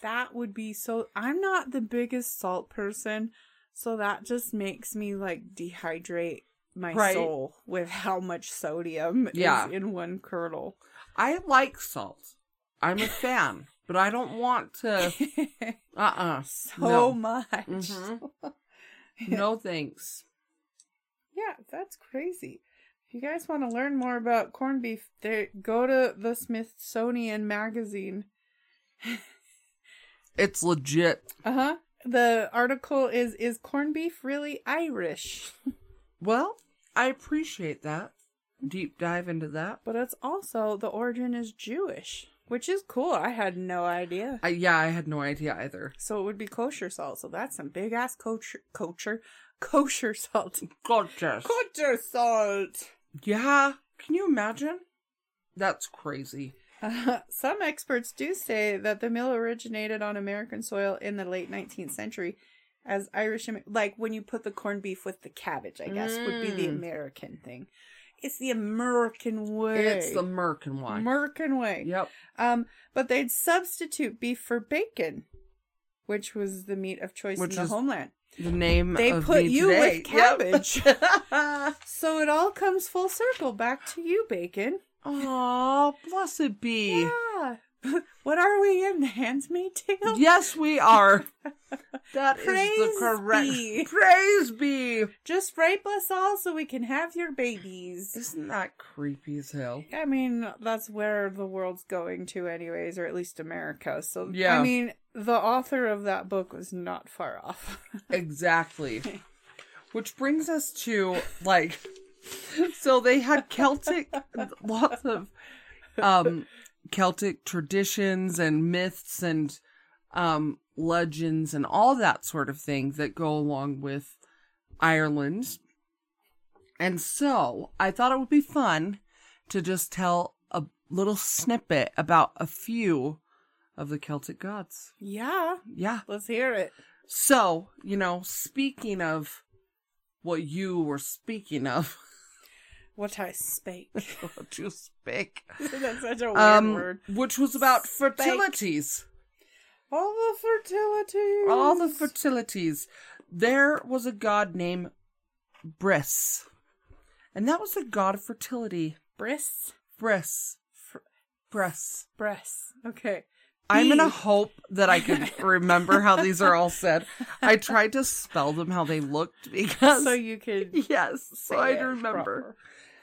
Speaker 1: That would be so. I'm not the biggest salt person, so that just makes me like dehydrate my
Speaker 2: Right.
Speaker 1: soul with how much sodium
Speaker 2: Yeah.
Speaker 1: is in one kernel.
Speaker 2: I like salt. I'm a fan, but I don't want to uh uh
Speaker 1: so
Speaker 2: No.
Speaker 1: much.
Speaker 2: Mhm. Mm-hmm. No thanks.
Speaker 1: Yeah, that's crazy. If you guys want to learn more about corned beef, there, go to the Smithsonian Magazine.
Speaker 2: It's legit.
Speaker 1: Uh huh. The article is Is corned beef really Irish?
Speaker 2: Well, I appreciate that. Deep dive into that.
Speaker 1: But it's also the origin is Jewish, which is cool. I had no idea.
Speaker 2: I, yeah, I had no idea either.
Speaker 1: So it would be kosher salt. So that's some big ass kosher, kosher, kosher salt.
Speaker 2: Gorgeous.
Speaker 1: Kosher salt.
Speaker 2: Yeah. Can you imagine? That's crazy.
Speaker 1: Uh, some experts do say that the meal originated on American soil in the late 19th century as Irish, Amer- like when you put the corned beef with the cabbage, I guess, would be the
Speaker 2: Mm.
Speaker 1: American thing. It's the American way.
Speaker 2: It's the Merkin wine.
Speaker 1: American way.
Speaker 2: yep.
Speaker 1: Um, but they'd substitute beef for bacon, which was the meat of choice
Speaker 2: Which
Speaker 1: in the
Speaker 2: is-
Speaker 1: homeland.
Speaker 2: The name
Speaker 1: They
Speaker 2: of
Speaker 1: put
Speaker 2: me
Speaker 1: you with
Speaker 2: today. Yep.
Speaker 1: cabbage. So it all comes full circle back to you, bacon.
Speaker 2: Aw, blessed be.
Speaker 1: Yeah. what are we in the handmaid tale?
Speaker 2: Yes, we are. That is
Speaker 1: Praise
Speaker 2: the correct.
Speaker 1: be.
Speaker 2: Praise be.
Speaker 1: Just rape us all so we can have your babies.
Speaker 2: Isn't that creepy as hell?
Speaker 1: I mean, that's where the world's going to, anyways, or at least America. So,
Speaker 2: Yeah.
Speaker 1: I mean, the author of that book was not far off.
Speaker 2: Exactly. Which brings us to like so they had Celtic lots of um Celtic traditions and myths and um legends and all that sort of thing that go along with Ireland. And so, I thought it would be fun to just tell a little snippet about a few of the Celtic gods.
Speaker 1: yeah.
Speaker 2: Yeah.
Speaker 1: Let's hear it.
Speaker 2: So, you know, speaking of what you were speaking of,
Speaker 1: What I spake.
Speaker 2: what you speak,
Speaker 1: That's such a weird
Speaker 2: um,
Speaker 1: word.
Speaker 2: which was about
Speaker 1: Spake.
Speaker 2: fertilities.
Speaker 1: All the fertility.
Speaker 2: All the fertilities. There was a god named Bris, and that was the god of fertility.
Speaker 1: breasts.
Speaker 2: Bris.
Speaker 1: Fr-
Speaker 2: Bris.
Speaker 1: breasts. Okay.
Speaker 2: I'm gonna
Speaker 1: Bees.
Speaker 2: hope that I could remember how these are all said. I tried to spell them how they looked because
Speaker 1: So you could.
Speaker 2: yes, so
Speaker 1: say
Speaker 2: I'd
Speaker 1: it
Speaker 2: remember.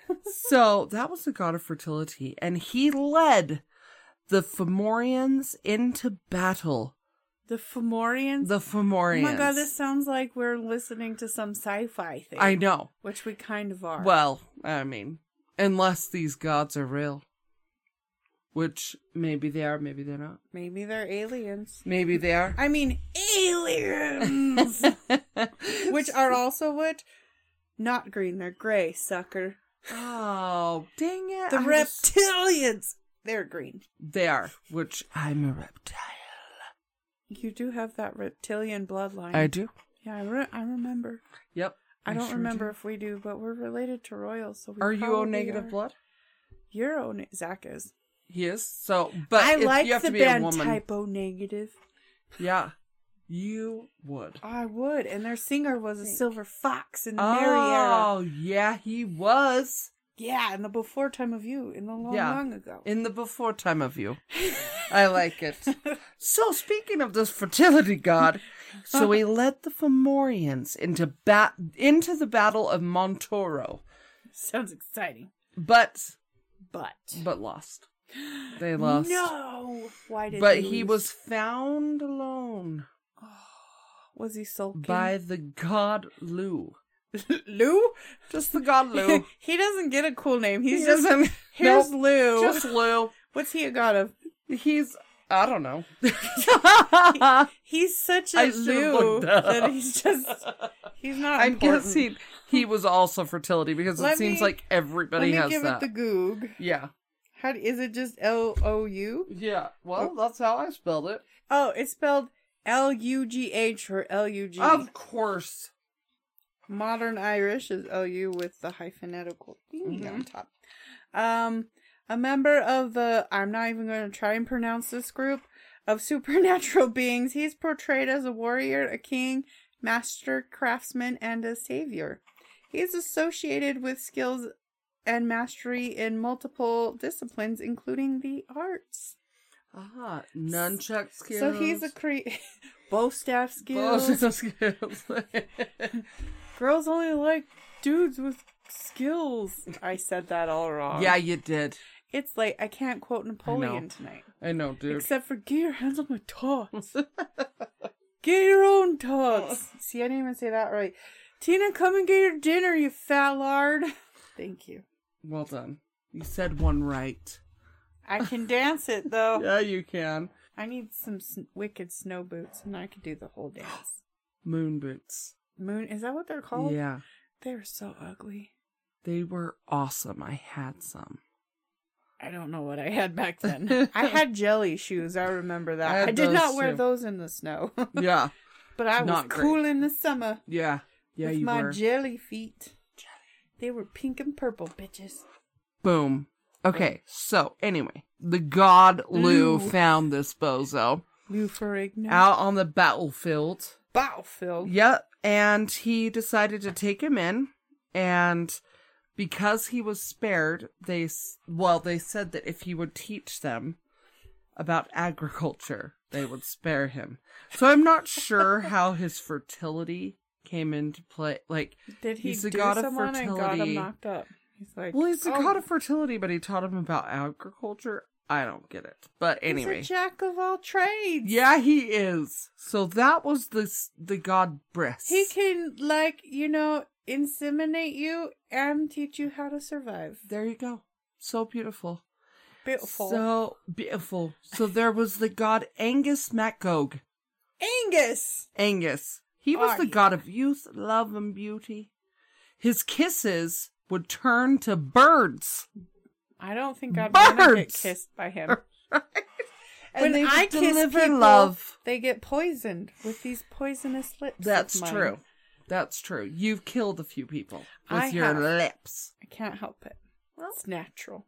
Speaker 1: proper.
Speaker 2: so that was the god of fertility, and he led the Fomorians into battle.
Speaker 1: The Fomorians.
Speaker 2: The Fomorians.
Speaker 1: Oh my god, this sounds like we're listening to some sci-fi thing.
Speaker 2: I know.
Speaker 1: Which we kind of are.
Speaker 2: Well, I mean, unless these gods are real, which maybe they are, maybe they're not.
Speaker 1: maybe they're aliens.
Speaker 2: Maybe they are.
Speaker 1: I mean, aliens, which are also what? Not green. They're gray, sucker.
Speaker 2: oh, dang it!
Speaker 1: The
Speaker 2: I was-
Speaker 1: reptilians. They're green.
Speaker 2: They are. Which I'm a reptile.
Speaker 1: You do have that reptilian bloodline.
Speaker 2: I do.
Speaker 1: yeah, I, re- I remember.
Speaker 2: Yep.
Speaker 1: I, don't
Speaker 2: sure
Speaker 1: remember
Speaker 2: do.
Speaker 1: if we do, but we're related to royals, so we
Speaker 2: Are you O
Speaker 1: probably
Speaker 2: negative
Speaker 1: are.
Speaker 2: blood?
Speaker 1: You're O ne- Zach is.
Speaker 2: He is. So, but
Speaker 1: I
Speaker 2: if
Speaker 1: like
Speaker 2: you have
Speaker 1: the
Speaker 2: to be
Speaker 1: band
Speaker 2: a woman.
Speaker 1: type O negative.
Speaker 2: Yeah. You would.
Speaker 1: I would, and their singer was a silver fox in the
Speaker 2: Ah.
Speaker 1: Mary era.
Speaker 2: Oh, yeah, he was
Speaker 1: Yeah, in the before time of you, in the long,
Speaker 2: Yeah.
Speaker 1: long ago.
Speaker 2: in the before time of you. I like it. So, speaking of this fertility god, so he led the Fomorians into bat into the Battle of Montoro,
Speaker 1: Sounds exciting,
Speaker 2: but
Speaker 1: but
Speaker 2: but lost. They lost.
Speaker 1: no. Why did?
Speaker 2: but
Speaker 1: they
Speaker 2: he
Speaker 1: lose?
Speaker 2: was found alone
Speaker 1: was he sulking?
Speaker 2: by the god Lu.
Speaker 1: Lou.
Speaker 2: Just the god Lu.
Speaker 1: he doesn't get a cool name. He's
Speaker 2: He
Speaker 1: just
Speaker 2: doesn't-
Speaker 1: here's
Speaker 2: Nope.
Speaker 1: Lou.
Speaker 2: Just Lu.
Speaker 1: What's he a god of?
Speaker 2: He's I don't know.
Speaker 1: He's such a
Speaker 2: I should've
Speaker 1: Lou
Speaker 2: looked up.
Speaker 1: that he's just he's not.
Speaker 2: I'm
Speaker 1: important.
Speaker 2: guessing he was also fertility because it
Speaker 1: Let
Speaker 2: seems
Speaker 1: me-
Speaker 2: like
Speaker 1: Let
Speaker 2: everybody
Speaker 1: me
Speaker 2: has
Speaker 1: give
Speaker 2: that.
Speaker 1: it the goog.
Speaker 2: Yeah.
Speaker 1: How do, is it? Just L O U?
Speaker 2: Yeah. Well, that's how I spelled it.
Speaker 1: Oh, it's spelled L U G H or L U G.
Speaker 2: Of course.
Speaker 1: Modern Irish is L U with the hyphenetical thingy on top. Um, a member of the I'm not even going to try and pronounce this group of supernatural beings. He's portrayed as a warrior, a king, master craftsman, and a savior. He's associated with skills and mastery in multiple disciplines, including the arts.
Speaker 2: Ah, nunchuck skills.
Speaker 1: So he's a cre- bow staff skills.
Speaker 2: Bows and skills.
Speaker 1: Girls only like dudes with skills. I said that all wrong.
Speaker 2: Yeah, you did.
Speaker 1: It's like I can't quote Napoleon tonight.
Speaker 2: I know, dude.
Speaker 1: Except for get your hands on my tots. get your own tots. See, I didn't even say that right. Tina, come and get your dinner, you fallard. Thank you.
Speaker 2: Well done. You said one right.
Speaker 1: I can dance it though.
Speaker 2: Yeah, you can.
Speaker 1: I need some s- wicked snow boots, and I could do the whole dance.
Speaker 2: Moon boots.
Speaker 1: Moon, is that what they're called?
Speaker 2: Yeah.
Speaker 1: They're so ugly.
Speaker 2: They were awesome. I had some.
Speaker 1: I don't know what I had back then. I had jelly shoes. I remember that.
Speaker 2: I
Speaker 1: I,
Speaker 2: had
Speaker 1: did
Speaker 2: those,
Speaker 1: not wear
Speaker 2: too.
Speaker 1: those in the snow,
Speaker 2: Yeah.
Speaker 1: but I was
Speaker 2: Not great.
Speaker 1: cool in the summer
Speaker 2: Yeah. Yeah,
Speaker 1: with
Speaker 2: you
Speaker 1: my
Speaker 2: were.
Speaker 1: jelly feet. They were pink and purple, bitches.
Speaker 2: Boom. Okay, so anyway, the god Lou
Speaker 1: Lou.
Speaker 2: found this bozo
Speaker 1: Lou Ferrigno.
Speaker 2: out on the battlefield.
Speaker 1: Battlefield.
Speaker 2: Yep, and he decided to take him in, and because he was spared, they s- well they said that if he would teach them about agriculture, they would spare him. So I'm not sure how his fertility came into play. Like,
Speaker 1: Did he
Speaker 2: He's the
Speaker 1: do
Speaker 2: god of
Speaker 1: someone and got him
Speaker 2: fertility.
Speaker 1: knocked up? He's like,
Speaker 2: well, he's the
Speaker 1: "Oh,
Speaker 2: god of fertility, but he taught him about agriculture. I don't get it, but
Speaker 1: he's
Speaker 2: anyway,
Speaker 1: a jack of all trades.
Speaker 2: yeah, he is. So that was the s- the god Briss.
Speaker 1: He can, like, you know, inseminate you and teach you how to survive.
Speaker 2: there you go. So beautiful.
Speaker 1: Beautiful.
Speaker 2: So beautiful. So there was the god Angus MacGog.
Speaker 1: Angus!
Speaker 2: Angus. He was the
Speaker 1: Arya.
Speaker 2: god of youth, love, and beauty. His kisses would turn to birds.
Speaker 1: I don't think I'd want to get
Speaker 2: Birds!
Speaker 1: kissed by him.
Speaker 2: And
Speaker 1: when
Speaker 2: they would
Speaker 1: I kiss
Speaker 2: deliver
Speaker 1: people,
Speaker 2: love.
Speaker 1: they get poisoned with these poisonous lips. of
Speaker 2: That's
Speaker 1: mine.
Speaker 2: true. That's true. You've killed a few people with
Speaker 1: I
Speaker 2: your
Speaker 1: have.
Speaker 2: lips.
Speaker 1: I can't help it. it's natural.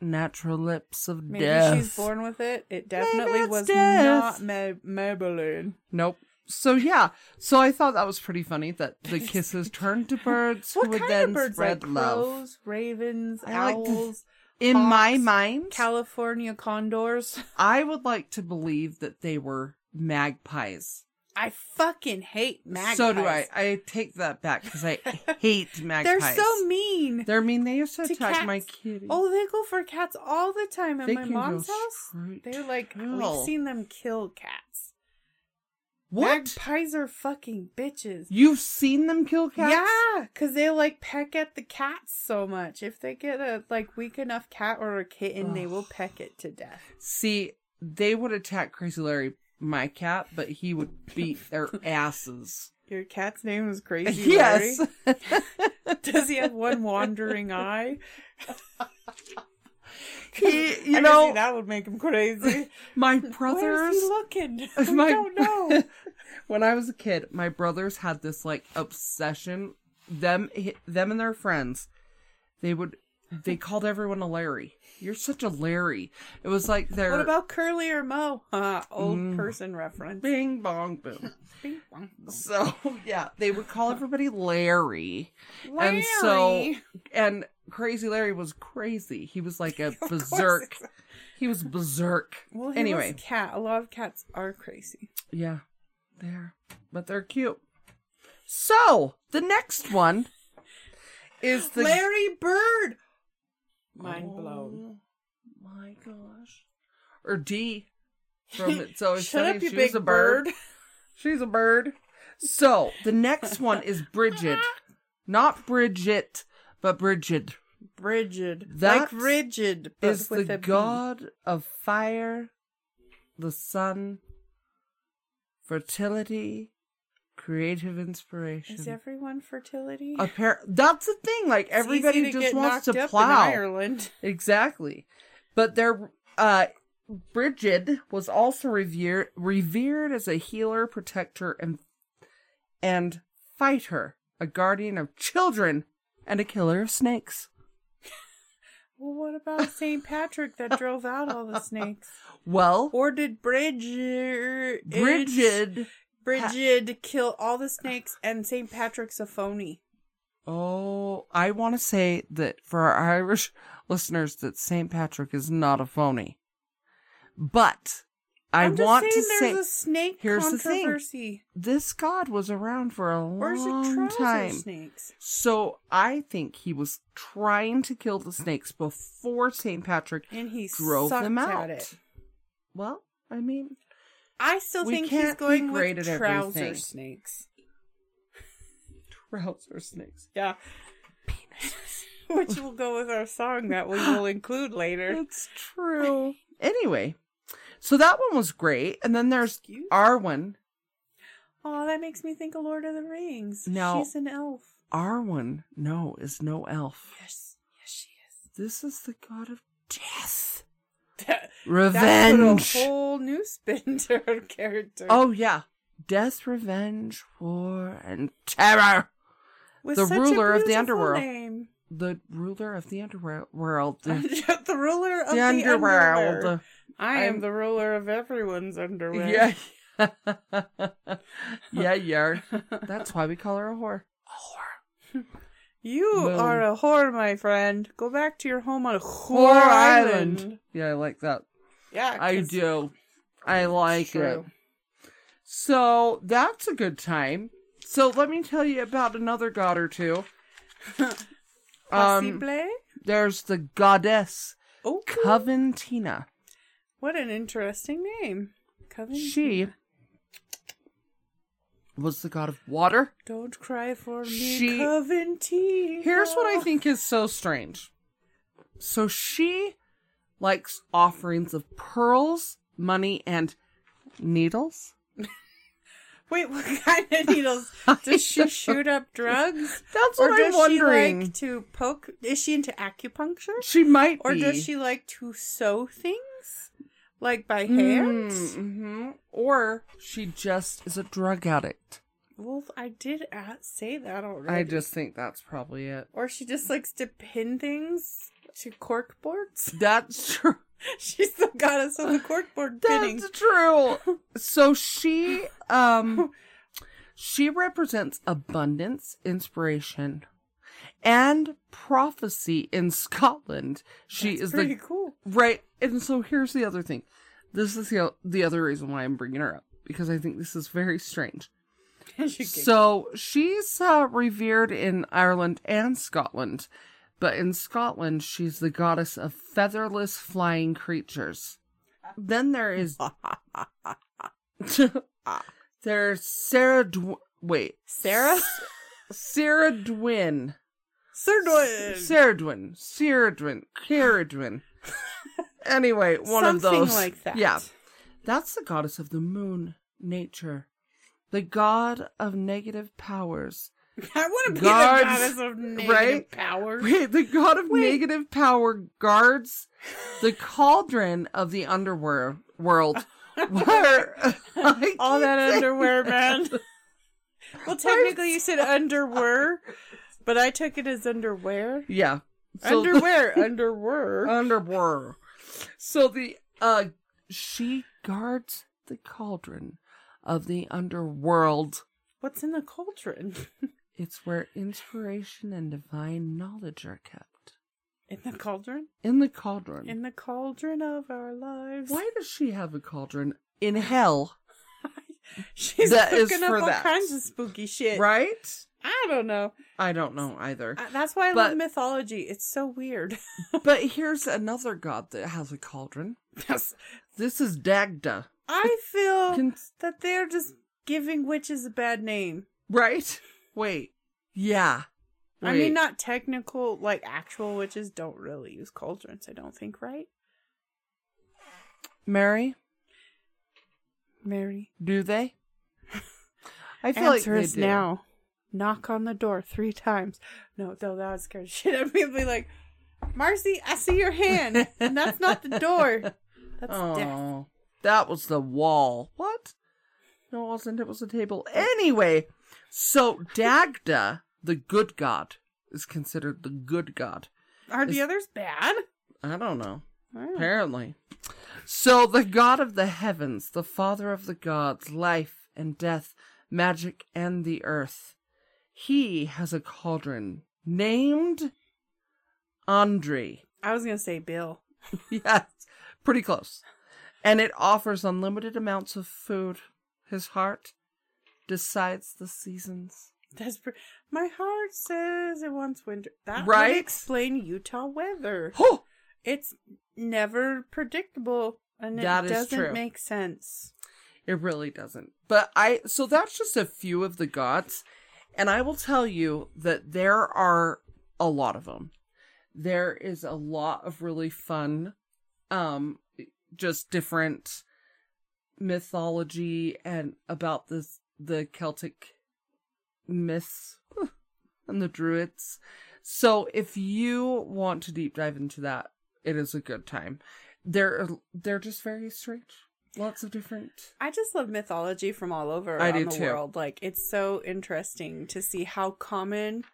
Speaker 2: Natural lips of
Speaker 1: Maybe
Speaker 2: death.
Speaker 1: she's born with it. It definitely
Speaker 2: that's
Speaker 1: was
Speaker 2: death.
Speaker 1: not Ma- Maybelline.
Speaker 2: Nope. So yeah, so I thought that was pretty funny that the kisses turned to birds who
Speaker 1: What
Speaker 2: would
Speaker 1: kind
Speaker 2: then
Speaker 1: of birds?
Speaker 2: spread
Speaker 1: Like
Speaker 2: love.
Speaker 1: crows, ravens,
Speaker 2: I like the-
Speaker 1: owls,
Speaker 2: In my
Speaker 1: hawks,
Speaker 2: mind,
Speaker 1: California condors.
Speaker 2: I would like to believe that they were magpies.
Speaker 1: I fucking hate magpies.
Speaker 2: So do I. I take that back because I hate magpies.
Speaker 1: They're so mean.
Speaker 2: They're mean. They used to,
Speaker 1: To
Speaker 2: attack my
Speaker 1: cats.
Speaker 2: kitty.
Speaker 1: Oh, they go for cats all the time at
Speaker 2: They
Speaker 1: my
Speaker 2: can go
Speaker 1: mom's house.
Speaker 2: straight
Speaker 1: They're
Speaker 2: to
Speaker 1: like,
Speaker 2: hell.
Speaker 1: we've seen them kill cats.
Speaker 2: what?
Speaker 1: Magpies are fucking bitches.
Speaker 2: You've seen them kill cats?
Speaker 1: Yeah, because they like peck at the cats so much. If they get a like weak enough cat or a kitten, they will peck it to death.
Speaker 2: See, they would attack Crazy Larry, my cat, but he would beat their asses.
Speaker 1: Your cat's name is Crazy
Speaker 2: yes.
Speaker 1: Larry. Does he have one wandering eye?
Speaker 2: He-
Speaker 1: I
Speaker 2: you
Speaker 1: can see
Speaker 2: know,
Speaker 1: that would make him crazy.
Speaker 2: my
Speaker 1: Where
Speaker 2: brothers.
Speaker 1: is he looking? We
Speaker 2: my-
Speaker 1: don't know.
Speaker 2: when I was a kid, my brothers had this like obsession. Them, hi- them, and their friends, they would, they called everyone a Larry. You're such a Larry. It was like their
Speaker 1: What about Curly or Mo? Uh, old
Speaker 2: Mm.
Speaker 1: person reference.
Speaker 2: Bing Bong Boom.
Speaker 1: Bing, bong, bong.
Speaker 2: so yeah, they would call everybody Larry, and so
Speaker 1: Larry.
Speaker 2: and Crazy Larry was crazy. He was like a
Speaker 1: Of course
Speaker 2: berserk.
Speaker 1: it's-
Speaker 2: He was berserk.
Speaker 1: Well, he
Speaker 2: anyway,
Speaker 1: was a cat. A lot of cats are crazy.
Speaker 2: Yeah, they're but they're cute. So the next one is the
Speaker 1: Larry Bird. Mind blown.
Speaker 2: Oh, my gosh, or D from It's Always
Speaker 1: Shut
Speaker 2: Sunny.
Speaker 1: up, you
Speaker 2: She
Speaker 1: big
Speaker 2: was a
Speaker 1: bird.
Speaker 2: bird. She's a bird. So the next one is Bridget, not Bridget, but Bridget
Speaker 1: Rigid.
Speaker 2: That
Speaker 1: like rigid, but
Speaker 2: is
Speaker 1: with
Speaker 2: the
Speaker 1: a B.
Speaker 2: god of fire, the sun, fertility, creative inspiration.
Speaker 1: Is everyone fertility?
Speaker 2: Appar- that's the thing. Like
Speaker 1: It's easy
Speaker 2: Uh, everybody
Speaker 1: to
Speaker 2: just
Speaker 1: get
Speaker 2: wants
Speaker 1: knocked
Speaker 2: to
Speaker 1: up
Speaker 2: plow.
Speaker 1: In Ireland.
Speaker 2: Exactly, but their uh, Bridget was also revered revered as a healer, protector, and and fighter, a guardian of children, and a killer of snakes.
Speaker 1: Well, what about St. Patrick that drove out all the snakes?
Speaker 2: Well,
Speaker 1: Or did Bridget
Speaker 2: Bridget.
Speaker 1: Bridget kill all the snakes and St. Patrick's a phony?
Speaker 2: Oh, I want to say that for our Irish listeners, that St. Patrick is not a phony, but I
Speaker 1: I'm just
Speaker 2: want to
Speaker 1: saying
Speaker 2: say
Speaker 1: there's a snake
Speaker 2: here's the thing.
Speaker 1: controversy.
Speaker 2: this god was around for a
Speaker 1: Or is it
Speaker 2: long
Speaker 1: trouser
Speaker 2: time.
Speaker 1: snakes?
Speaker 2: So I think he was trying to kill the snakes before St. Patrick.
Speaker 1: And he
Speaker 2: Drove
Speaker 1: sucked
Speaker 2: them out.
Speaker 1: at it.
Speaker 2: Well, I mean,
Speaker 1: I still
Speaker 2: We
Speaker 1: think
Speaker 2: can't
Speaker 1: he's
Speaker 2: be
Speaker 1: going
Speaker 2: great
Speaker 1: with
Speaker 2: at
Speaker 1: trouser
Speaker 2: everything.
Speaker 1: snakes.
Speaker 2: trouser snakes.
Speaker 1: Yeah. Which will go with our song that we will include later.
Speaker 2: It's true. anyway, so that one was great, and then there's
Speaker 1: Excuse?
Speaker 2: Arwen.
Speaker 1: Oh, that makes me think of Lord of the Rings.
Speaker 2: No.
Speaker 1: She's an elf.
Speaker 2: Arwen, no, is no elf.
Speaker 1: Yes. Yes, she is.
Speaker 2: This is the god of death,
Speaker 1: That, that put
Speaker 2: revenge.
Speaker 1: a whole new spin to her character.
Speaker 2: Oh yeah, death, revenge, war, and terror.
Speaker 1: With
Speaker 2: the
Speaker 1: such a
Speaker 2: ruler of the
Speaker 1: beautiful
Speaker 2: underworld.
Speaker 1: name.
Speaker 2: The ruler of the underworld. The,
Speaker 1: the ruler of
Speaker 2: the underworld.
Speaker 1: underworld. I am
Speaker 2: I'm-
Speaker 1: the ruler of everyone's underwear.
Speaker 2: Yeah. yeah, yeah. That's why we call her a whore. A
Speaker 1: You
Speaker 2: Boom.
Speaker 1: are a whore, my friend. Go back to your home on
Speaker 2: whore.
Speaker 1: Whore Island.
Speaker 2: Yeah, I like that.
Speaker 1: Yeah,
Speaker 2: I
Speaker 1: 'cause-
Speaker 2: do. I like it.
Speaker 1: True.
Speaker 2: So that's a good time. So let me tell you about another god or two. um,
Speaker 1: Possible?
Speaker 2: there's the goddess
Speaker 1: oh,
Speaker 2: Coventina.
Speaker 1: what an interesting name. Coven.
Speaker 2: She was the god of water.
Speaker 1: Don't cry for me,
Speaker 2: She-
Speaker 1: Coventina.
Speaker 2: Here's what I think is so strange. So she likes offerings of pearls, money, and needles.
Speaker 1: Wait, what kind of needles? Does she shoot up drugs?
Speaker 2: That's
Speaker 1: or
Speaker 2: what
Speaker 1: does
Speaker 2: I'm wondering.
Speaker 1: she like to poke? Is she into acupuncture?
Speaker 2: She might
Speaker 1: Or
Speaker 2: be.
Speaker 1: does she like to sew things? Like by hand?
Speaker 2: Mm-hmm. Or she just is a drug addict.
Speaker 1: Well, I did a- say that already.
Speaker 2: I just think that's probably it.
Speaker 1: Or she just likes to pin things to cork boards.
Speaker 2: That's true.
Speaker 1: She's the goddess of the corkboard pinning.
Speaker 2: That's true. So she um she represents abundance, inspiration, and prophecy in Scotland. She
Speaker 1: That's
Speaker 2: is
Speaker 1: pretty
Speaker 2: the
Speaker 1: cool.
Speaker 2: right. And so here's the other thing. This is the the other reason why I'm bringing her up because I think this is very strange.
Speaker 1: She can-
Speaker 2: So she's uh, revered in Ireland and Scotland, but in Scotland, she's the goddess of featherless flying creatures. Then there is. There's Sarah. Dw- wait.
Speaker 1: Sarah?
Speaker 2: Sarah Dwin.
Speaker 1: Sir Doyle.
Speaker 2: Sarah Dwin. Sarah Dwin. Sarah Dwin. Anyway, one
Speaker 1: Something
Speaker 2: of those.
Speaker 1: like that.
Speaker 2: Yeah. That's the goddess of the moon, nature, the god of negative powers.
Speaker 1: I want to be
Speaker 2: Guards,
Speaker 1: the goddess of negative
Speaker 2: right?
Speaker 1: power.
Speaker 2: Wait, the god of
Speaker 1: Wait.
Speaker 2: negative power guards the cauldron of the underworld world. Where I
Speaker 1: All
Speaker 2: keep
Speaker 1: that
Speaker 2: saying-
Speaker 1: underwear, man. well, technically, you said underwear, but I took it as underwear.
Speaker 2: Yeah. So Uh, the-
Speaker 1: underwear, underwear.
Speaker 2: underwear. So the uh she guards the cauldron of the underworld.
Speaker 1: What's in the cauldron?
Speaker 2: It's where inspiration and divine knowledge are kept.
Speaker 1: In the cauldron?
Speaker 2: In the cauldron.
Speaker 1: In the cauldron of our lives.
Speaker 2: Why does she have a cauldron in hell?
Speaker 1: She's
Speaker 2: That is
Speaker 1: cooking
Speaker 2: for
Speaker 1: up all
Speaker 2: that.
Speaker 1: kinds of spooky shit.
Speaker 2: Right?
Speaker 1: I don't know.
Speaker 2: I don't know either.
Speaker 1: I- That's why I
Speaker 2: But-
Speaker 1: love mythology. It's so weird.
Speaker 2: But here's another god that has a cauldron.
Speaker 1: That's-
Speaker 2: This is Dagda.
Speaker 1: I feel
Speaker 2: Can-
Speaker 1: that they're just giving witches a bad name.
Speaker 2: Right? Wait. Yeah.
Speaker 1: I mean,
Speaker 2: Wait.
Speaker 1: not technical, like actual witches don't really use cauldrons, I don't think, right?
Speaker 2: Mary,
Speaker 1: Mary,
Speaker 2: do they? I feel
Speaker 1: answer
Speaker 2: like they
Speaker 1: us
Speaker 2: do.
Speaker 1: now. Knock on the door three times. No, though that would scare the shit out of me. I'd be like, Marcy, I see your hand, and that's not the door. That's death.
Speaker 2: Oh, that was the wall. What? No, it wasn't. It was a table. Anyway, so Dagda, the good god, is considered the good god.
Speaker 1: Are the others bad?
Speaker 2: I don't know.
Speaker 1: Oh.
Speaker 2: Apparently. Hmm. So the god of the heavens, the father of the gods, life and death, magic and the earth. He has a cauldron named Andre.
Speaker 1: I was gonna say Bill.
Speaker 2: Yes, pretty close. and it offers unlimited amounts of food. His heart decides the seasons.
Speaker 1: That's pr- my heart says it wants winter. That
Speaker 2: Right?
Speaker 1: would explain Utah weather.
Speaker 2: Oh,
Speaker 1: It's never predictable, and it
Speaker 2: That is
Speaker 1: doesn't
Speaker 2: true.
Speaker 1: make sense.
Speaker 2: It really doesn't. But I so that's just a few of the gods, and I will tell you that there are a lot of them. There is a lot of really fun um just different mythology and about this the Celtic myths and the druids. So if you want to deep dive into that, it is a good time. They're they're just very strange. Lots of different
Speaker 1: I just love mythology from all over
Speaker 2: I
Speaker 1: around
Speaker 2: do
Speaker 1: the
Speaker 2: too.
Speaker 1: world. Like it's so interesting to see how common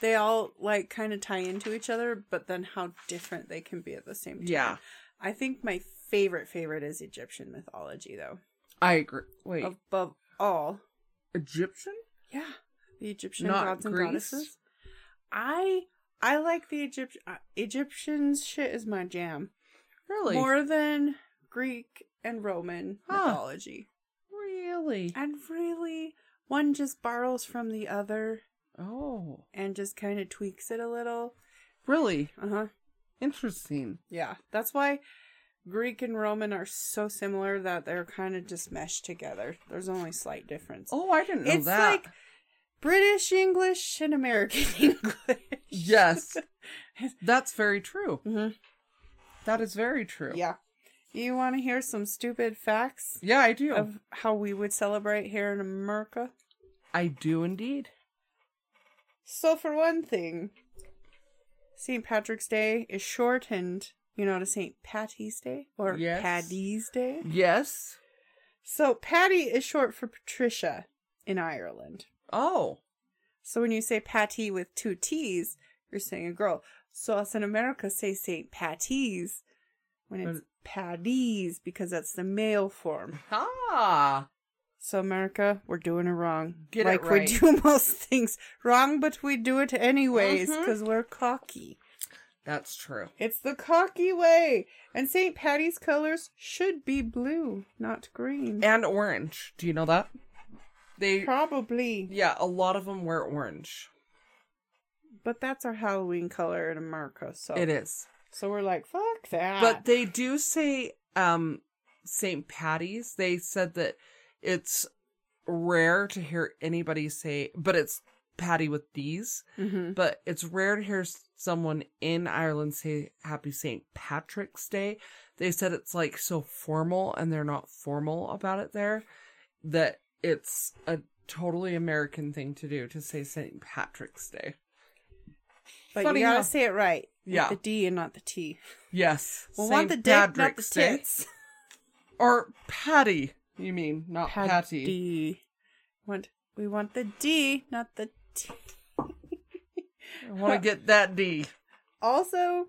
Speaker 1: they all like kind of tie into each other, but then how different they can be at the same time.
Speaker 2: Yeah,
Speaker 1: I think my favorite favorite is Egyptian mythology though.
Speaker 2: I agree. Wait,
Speaker 1: Above all,
Speaker 2: Egyptian?
Speaker 1: yeah, the Egyptian
Speaker 2: Not
Speaker 1: gods and
Speaker 2: Greece?
Speaker 1: goddesses. I I like the Egypt uh, Egyptians shit is my jam
Speaker 2: Really?
Speaker 1: more than Greek and Roman
Speaker 2: Huh.
Speaker 1: mythology.
Speaker 2: really?
Speaker 1: And really, one just borrows from the other
Speaker 2: Oh,
Speaker 1: and just kind of tweaks it a little.
Speaker 2: really
Speaker 1: Uh huh.
Speaker 2: interesting.
Speaker 1: Yeah. That's why Greek and Roman are so similar that they're kind of just meshed together. There's only slight difference.
Speaker 2: Oh, I didn't know
Speaker 1: it's
Speaker 2: that.
Speaker 1: like British English and American English.
Speaker 2: yes, that's very true.
Speaker 1: Mhm.
Speaker 2: That is very true.
Speaker 1: Yeah. You want to hear some stupid facts
Speaker 2: yeah, I do.
Speaker 1: of how we would celebrate here in America?
Speaker 2: I do indeed.
Speaker 1: So, for one thing, St. Patrick's Day is shortened, you know, to St. Patty's Day or
Speaker 2: Yes.
Speaker 1: Paddy's Day.
Speaker 2: Yes.
Speaker 1: So, Patty is short for Patricia in Ireland.
Speaker 2: Oh,
Speaker 1: So, when you say Patty with two T's, you're saying a girl. So, us in America say St. Patty's when it's
Speaker 2: But-
Speaker 1: Paddy's because that's the male form.
Speaker 2: ah,
Speaker 1: So, America, we're doing it wrong.
Speaker 2: Get it
Speaker 1: like
Speaker 2: right.
Speaker 1: we do most things wrong, but we do it anyways
Speaker 2: Mhm.
Speaker 1: because we're cocky.
Speaker 2: that's true.
Speaker 1: It's the cocky way. And St. Patty's colors should be blue, not green.
Speaker 2: And orange. Do you know that? They
Speaker 1: Probably.
Speaker 2: yeah, a lot of them wear orange.
Speaker 1: But that's our Halloween color in America. So
Speaker 2: It is.
Speaker 1: So we're like, fuck that.
Speaker 2: But they do say um St. Patty's. They said that it's rare to hear anybody say, but it's Patty with these.
Speaker 1: Mhm.
Speaker 2: But it's rare to hear someone in Ireland say Happy St. Patrick's Day. They said it's like so formal and they're not formal about it there that it's a totally American thing to do to say St. Patrick's Day.
Speaker 1: But
Speaker 2: funny
Speaker 1: you gotta
Speaker 2: how-
Speaker 1: say it right. with
Speaker 2: Yeah.
Speaker 1: the D and not the T.
Speaker 2: Yes.
Speaker 1: We
Speaker 2: St.
Speaker 1: want the dick, not the
Speaker 2: Patrick's Day.
Speaker 1: tits.
Speaker 2: Or Patty, you mean, not Patty.
Speaker 1: Patty. Want, we want the D, not the T.
Speaker 2: I want to get that D.
Speaker 1: Also,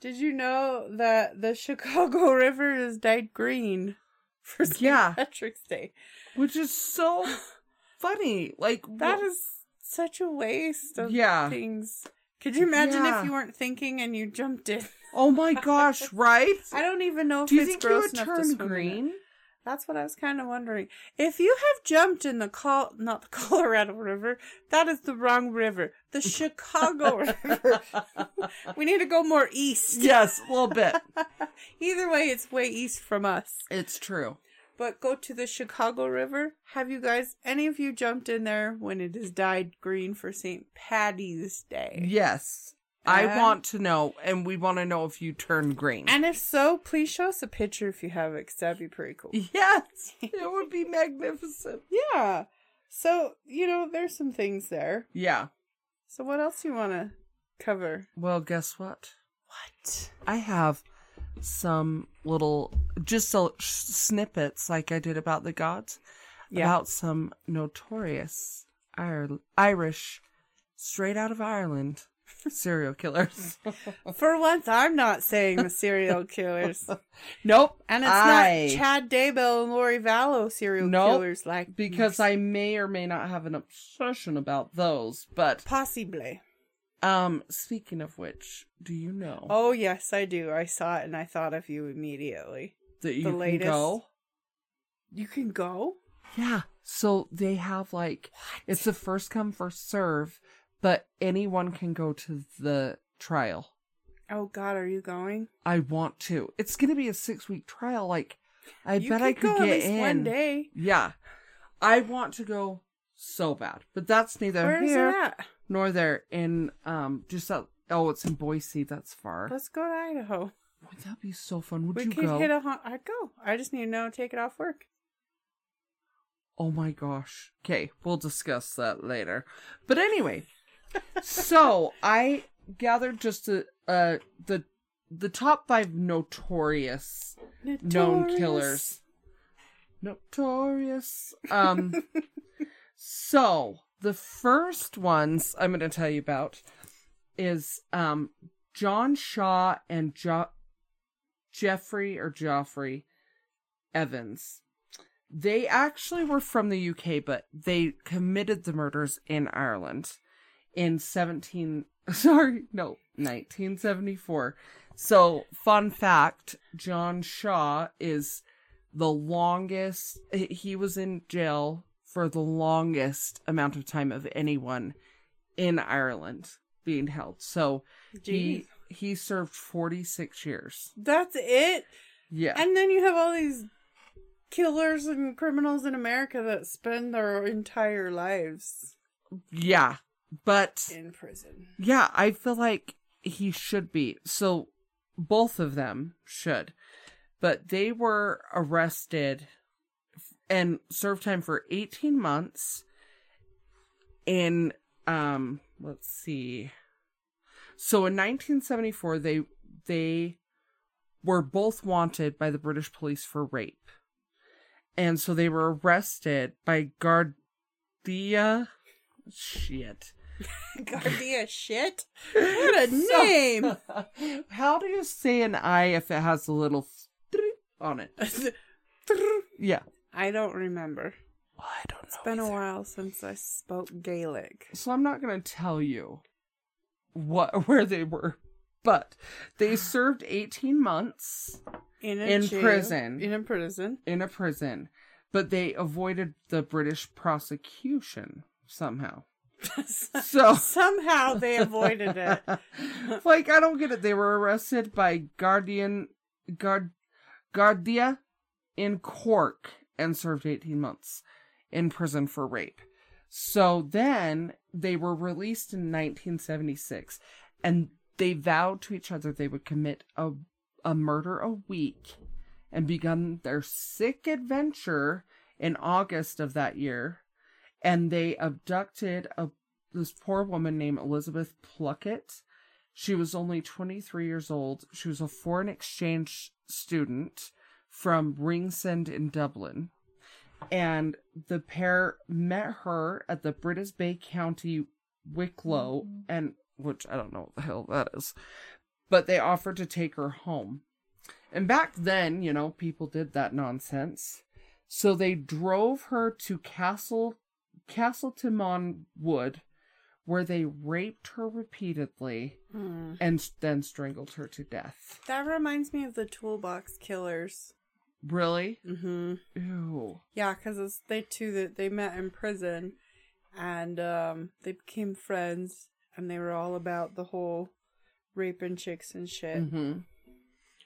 Speaker 1: did you know that the Chicago River is dyed green for St.
Speaker 2: Yeah.
Speaker 1: Patrick's Day?
Speaker 2: Which is so funny. Like,
Speaker 1: That
Speaker 2: wha-
Speaker 1: is such a waste of
Speaker 2: Yeah.
Speaker 1: things. Could you imagine
Speaker 2: Yeah.
Speaker 1: if you weren't thinking and you jumped in?
Speaker 2: Oh my gosh, right?
Speaker 1: I don't even know if
Speaker 2: Do you
Speaker 1: it's
Speaker 2: think you
Speaker 1: gross
Speaker 2: would
Speaker 1: enough to
Speaker 2: turn
Speaker 1: swim in it.
Speaker 2: green?
Speaker 1: That's what I was kind of wondering. If you have jumped in the col not the Colorado River, that is the wrong river. The Chicago River. We need to go more east.
Speaker 2: yes, a little bit.
Speaker 1: Either way, it's way east from us.
Speaker 2: It's true.
Speaker 1: But go to the Chicago River. Have you guys, any of you jumped in there when it is dyed green for St. Patty's Day?
Speaker 2: Yes. I
Speaker 1: And-
Speaker 2: want to know, and we want to know if you turn green.
Speaker 1: And if so, please show us a picture if you have it, 'cause that'd be pretty cool.
Speaker 2: yes, it would be magnificent.
Speaker 1: Yeah. So, you know, there's some things there.
Speaker 2: Yeah.
Speaker 1: So, what else you want to cover?
Speaker 2: Well, guess what?
Speaker 1: What?
Speaker 2: I have some little just so sh- snippets like I did about the gods
Speaker 1: Yeah.
Speaker 2: about some notorious Ir- Irish straight out of Ireland serial killers.
Speaker 1: For once, I'm not saying the serial killers.
Speaker 2: nope.
Speaker 1: And it's
Speaker 2: I-
Speaker 1: not Chad Daybell and Lori Vallow serial
Speaker 2: Nope,
Speaker 1: killers like
Speaker 2: because I may or may not have an obsession about those, but
Speaker 1: Possibly.
Speaker 2: um speaking of which, do you know
Speaker 1: Oh, yes, I do. I saw it and I thought of you immediately.
Speaker 2: that you can
Speaker 1: latest.
Speaker 2: go.
Speaker 1: You can go.
Speaker 2: Yeah. So they have like it's a first come first serve, but anyone can go to the trial.
Speaker 1: Oh God, are you going?
Speaker 2: I want to. It's going to be a 6-week trial like I
Speaker 1: you
Speaker 2: bet I could
Speaker 1: go
Speaker 2: get
Speaker 1: at least
Speaker 2: in.
Speaker 1: one day.
Speaker 2: Yeah. I want to go so bad. But that's neither
Speaker 1: Where is it
Speaker 2: here
Speaker 1: at?
Speaker 2: nor there in um just out oh it's in Boise, that's far.
Speaker 1: Let's go to Idaho.
Speaker 2: Would that be so fun? Would
Speaker 1: we
Speaker 2: you
Speaker 1: could
Speaker 2: go?
Speaker 1: hit a. haunt. I'd go. I just need to know. Take it off work.
Speaker 2: Oh my gosh. Okay, we'll discuss that later. But anyway, so I gathered just a, uh the the top five notorious known killers. Notorious. Um so the first ones I'm gonna tell you about is um John Shaw and jo- Jeffrey or Joffrey Evans. They actually were from the UK, but they committed the murders in Ireland in 17 sorry, no, 1974. So, fun fact, John Shaw is the longest he was in jail for the longest amount of time of anyone in Ireland being held. So,
Speaker 1: Jeez.
Speaker 2: he he served 46 years.
Speaker 1: That's it.
Speaker 2: Yeah.
Speaker 1: And then you have all these killers and criminals in America that spend their entire lives
Speaker 2: yeah. But
Speaker 1: in prison.
Speaker 2: yeah, I feel like he should be. So both of them should. But they were arrested and served time for 18 months in um let's see. So in 1974 they they were both wanted by the British police for rape. And so they were arrested by Guardia shit.
Speaker 1: Guardia shit. What a
Speaker 2: So-
Speaker 1: name.
Speaker 2: How do you say an I if it has a little on it? Yeah.
Speaker 1: I don't remember.
Speaker 2: I don't know.
Speaker 1: It's been a while since I spoke Gaelic.
Speaker 2: So I'm not going to tell you what where they were, but they served 18 months
Speaker 1: In, a
Speaker 2: In
Speaker 1: jail-
Speaker 2: prison.
Speaker 1: In a prison.
Speaker 2: in a prison, but they avoided the British prosecution somehow. So
Speaker 1: Somehow they avoided it.
Speaker 2: like I don't get it. They were arrested by Guardian Guard Guardia in Cork and served 18 months in prison for rape. So then they were released in 1976 and they vowed to each other they would commit a a murder a week and begun their sick adventure in August of that year and they abducted a this poor woman named Elizabeth Pluckett she was only 23 years old. She was a foreign exchange student from Ringsend in Dublin. And the pair met her at the British Bay County Wicklow, and which I don't know what the hell that is, but they offered to take her home. And back then, you know, people did that nonsense. So they drove her to Castle Castletimon Wood, where they raped her repeatedly
Speaker 1: Hmm.
Speaker 2: and s- then strangled her to death.
Speaker 1: That reminds me of the toolbox killers.
Speaker 2: Really?
Speaker 1: Mm-hmm.
Speaker 2: Ew.
Speaker 1: Yeah, because they two that they met in prison, and um, they became friends, and they were all about the whole raping chicks and shit.
Speaker 2: Mm-hmm.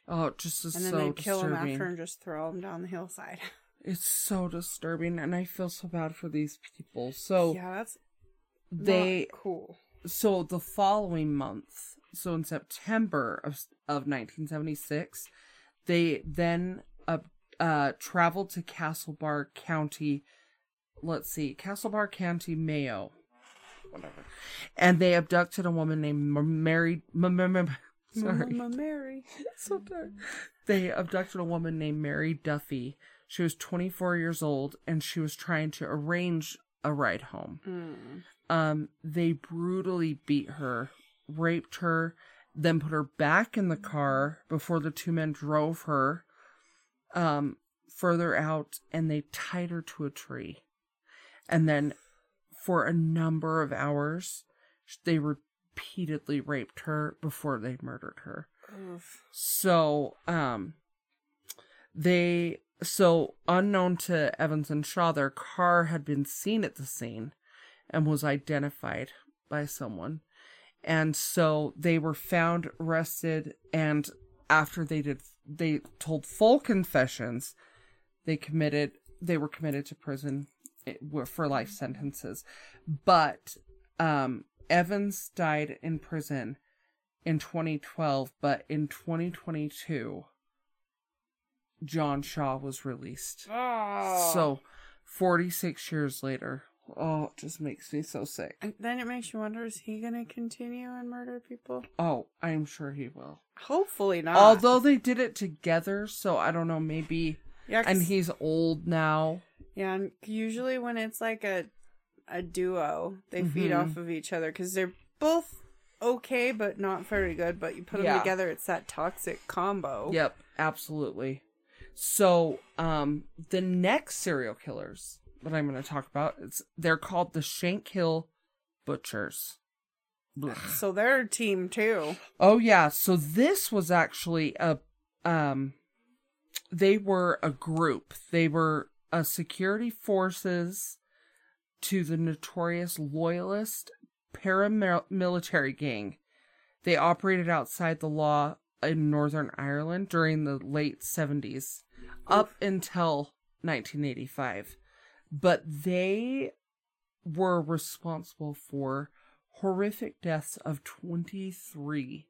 Speaker 2: Oh, it just is
Speaker 1: And then
Speaker 2: so
Speaker 1: they kill them
Speaker 2: disturbing.
Speaker 1: after and just throw them down the hillside.
Speaker 2: It's so disturbing, and I feel so bad for these people. So
Speaker 1: yeah, that's
Speaker 2: they,
Speaker 1: not cool.
Speaker 2: so the following month, so in September of s- of 1976, they then uh, uh traveled to Castlebar County. Let's see, Castlebar County, Mayo. Whatever. And they abducted a woman named M- Mary. M- M- M- sorry.
Speaker 1: Mama Mary.
Speaker 2: so dark. They abducted a woman named Mary Duffy. She was 24 years old and she was trying to arrange a ride home.
Speaker 1: Mm.
Speaker 2: Um, they brutally beat her, raped her, then put her back in the car before the two men drove her um, further out and they tied her to a tree. And then for a number of hours, they repeatedly raped her before they murdered her.
Speaker 1: Oof.
Speaker 2: So, um, They so unknown to Evans and Shaw, their car had been seen at the scene and was identified by someone. And so they were found, arrested, and after they did they told full confessions, they committed they were committed to prison it- were- for life sentences. But um Evans died in prison in 2012, but in 2022 John Shaw was released.
Speaker 1: Oh.
Speaker 2: So, 46 years later. Oh, it just makes me so sick.
Speaker 1: And then it makes you wonder: Is he gonna continue and murder people?
Speaker 2: Oh, I'm sure he will.
Speaker 1: Hopefully not.
Speaker 2: Although they did it together, so I don't know, maybe.
Speaker 1: yeah, 'cause-
Speaker 2: And he's old now.
Speaker 1: yeah. And usually when it's like a a duo, they feed
Speaker 2: Mhm.
Speaker 1: off of each other because they're both okay, but not very good. But you put them
Speaker 2: Yeah.
Speaker 1: together, it's that toxic combo.
Speaker 2: Yep, absolutely. So, um, the next serial killers that I'm going to talk about, it's, they're called the Shank Hill Butchers. Blech.
Speaker 1: So they're a team too.
Speaker 2: Oh yeah, so this was actually a um they were a group. They were a security forces to the notorious loyalist paramilitary gang. They operated outside the law in Northern Ireland during the late 70s up until 1985. But they were responsible for horrific deaths of 23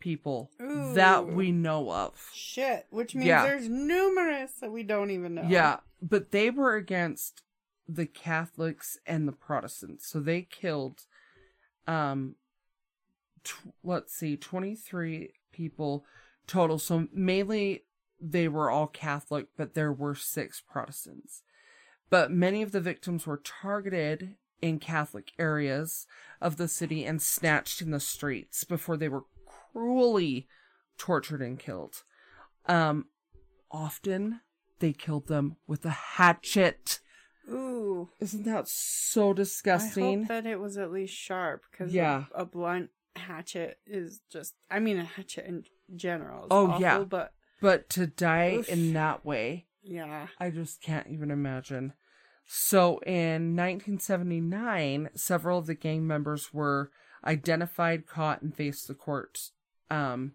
Speaker 2: people that
Speaker 1: Ooh.
Speaker 2: we know of.
Speaker 1: Shit, which means
Speaker 2: Yeah.
Speaker 1: there's numerous that we don't even know.
Speaker 2: Yeah, but they were against the Catholics and the Protestants. So they killed um tw- let's see 23 people total. So mainly they were all Catholic, but there were 6 Protestants. But many of the victims were targeted in Catholic areas of the city and snatched in the streets before they were cruelly tortured and killed. Um often they killed them with a hatchet.
Speaker 1: Ooh.
Speaker 2: Isn't that so disgusting?
Speaker 1: I hope that it was at least sharp because
Speaker 2: Yeah.
Speaker 1: a, a blunt hatchet is just. I mean, a hatchet in general. Is
Speaker 2: Oh,
Speaker 1: awful,
Speaker 2: yeah.
Speaker 1: but
Speaker 2: but to die
Speaker 1: Oof.
Speaker 2: in that way,
Speaker 1: yeah.
Speaker 2: I just can't even imagine. So in 1979, several of the gang members were identified, caught, and faced the court. Um,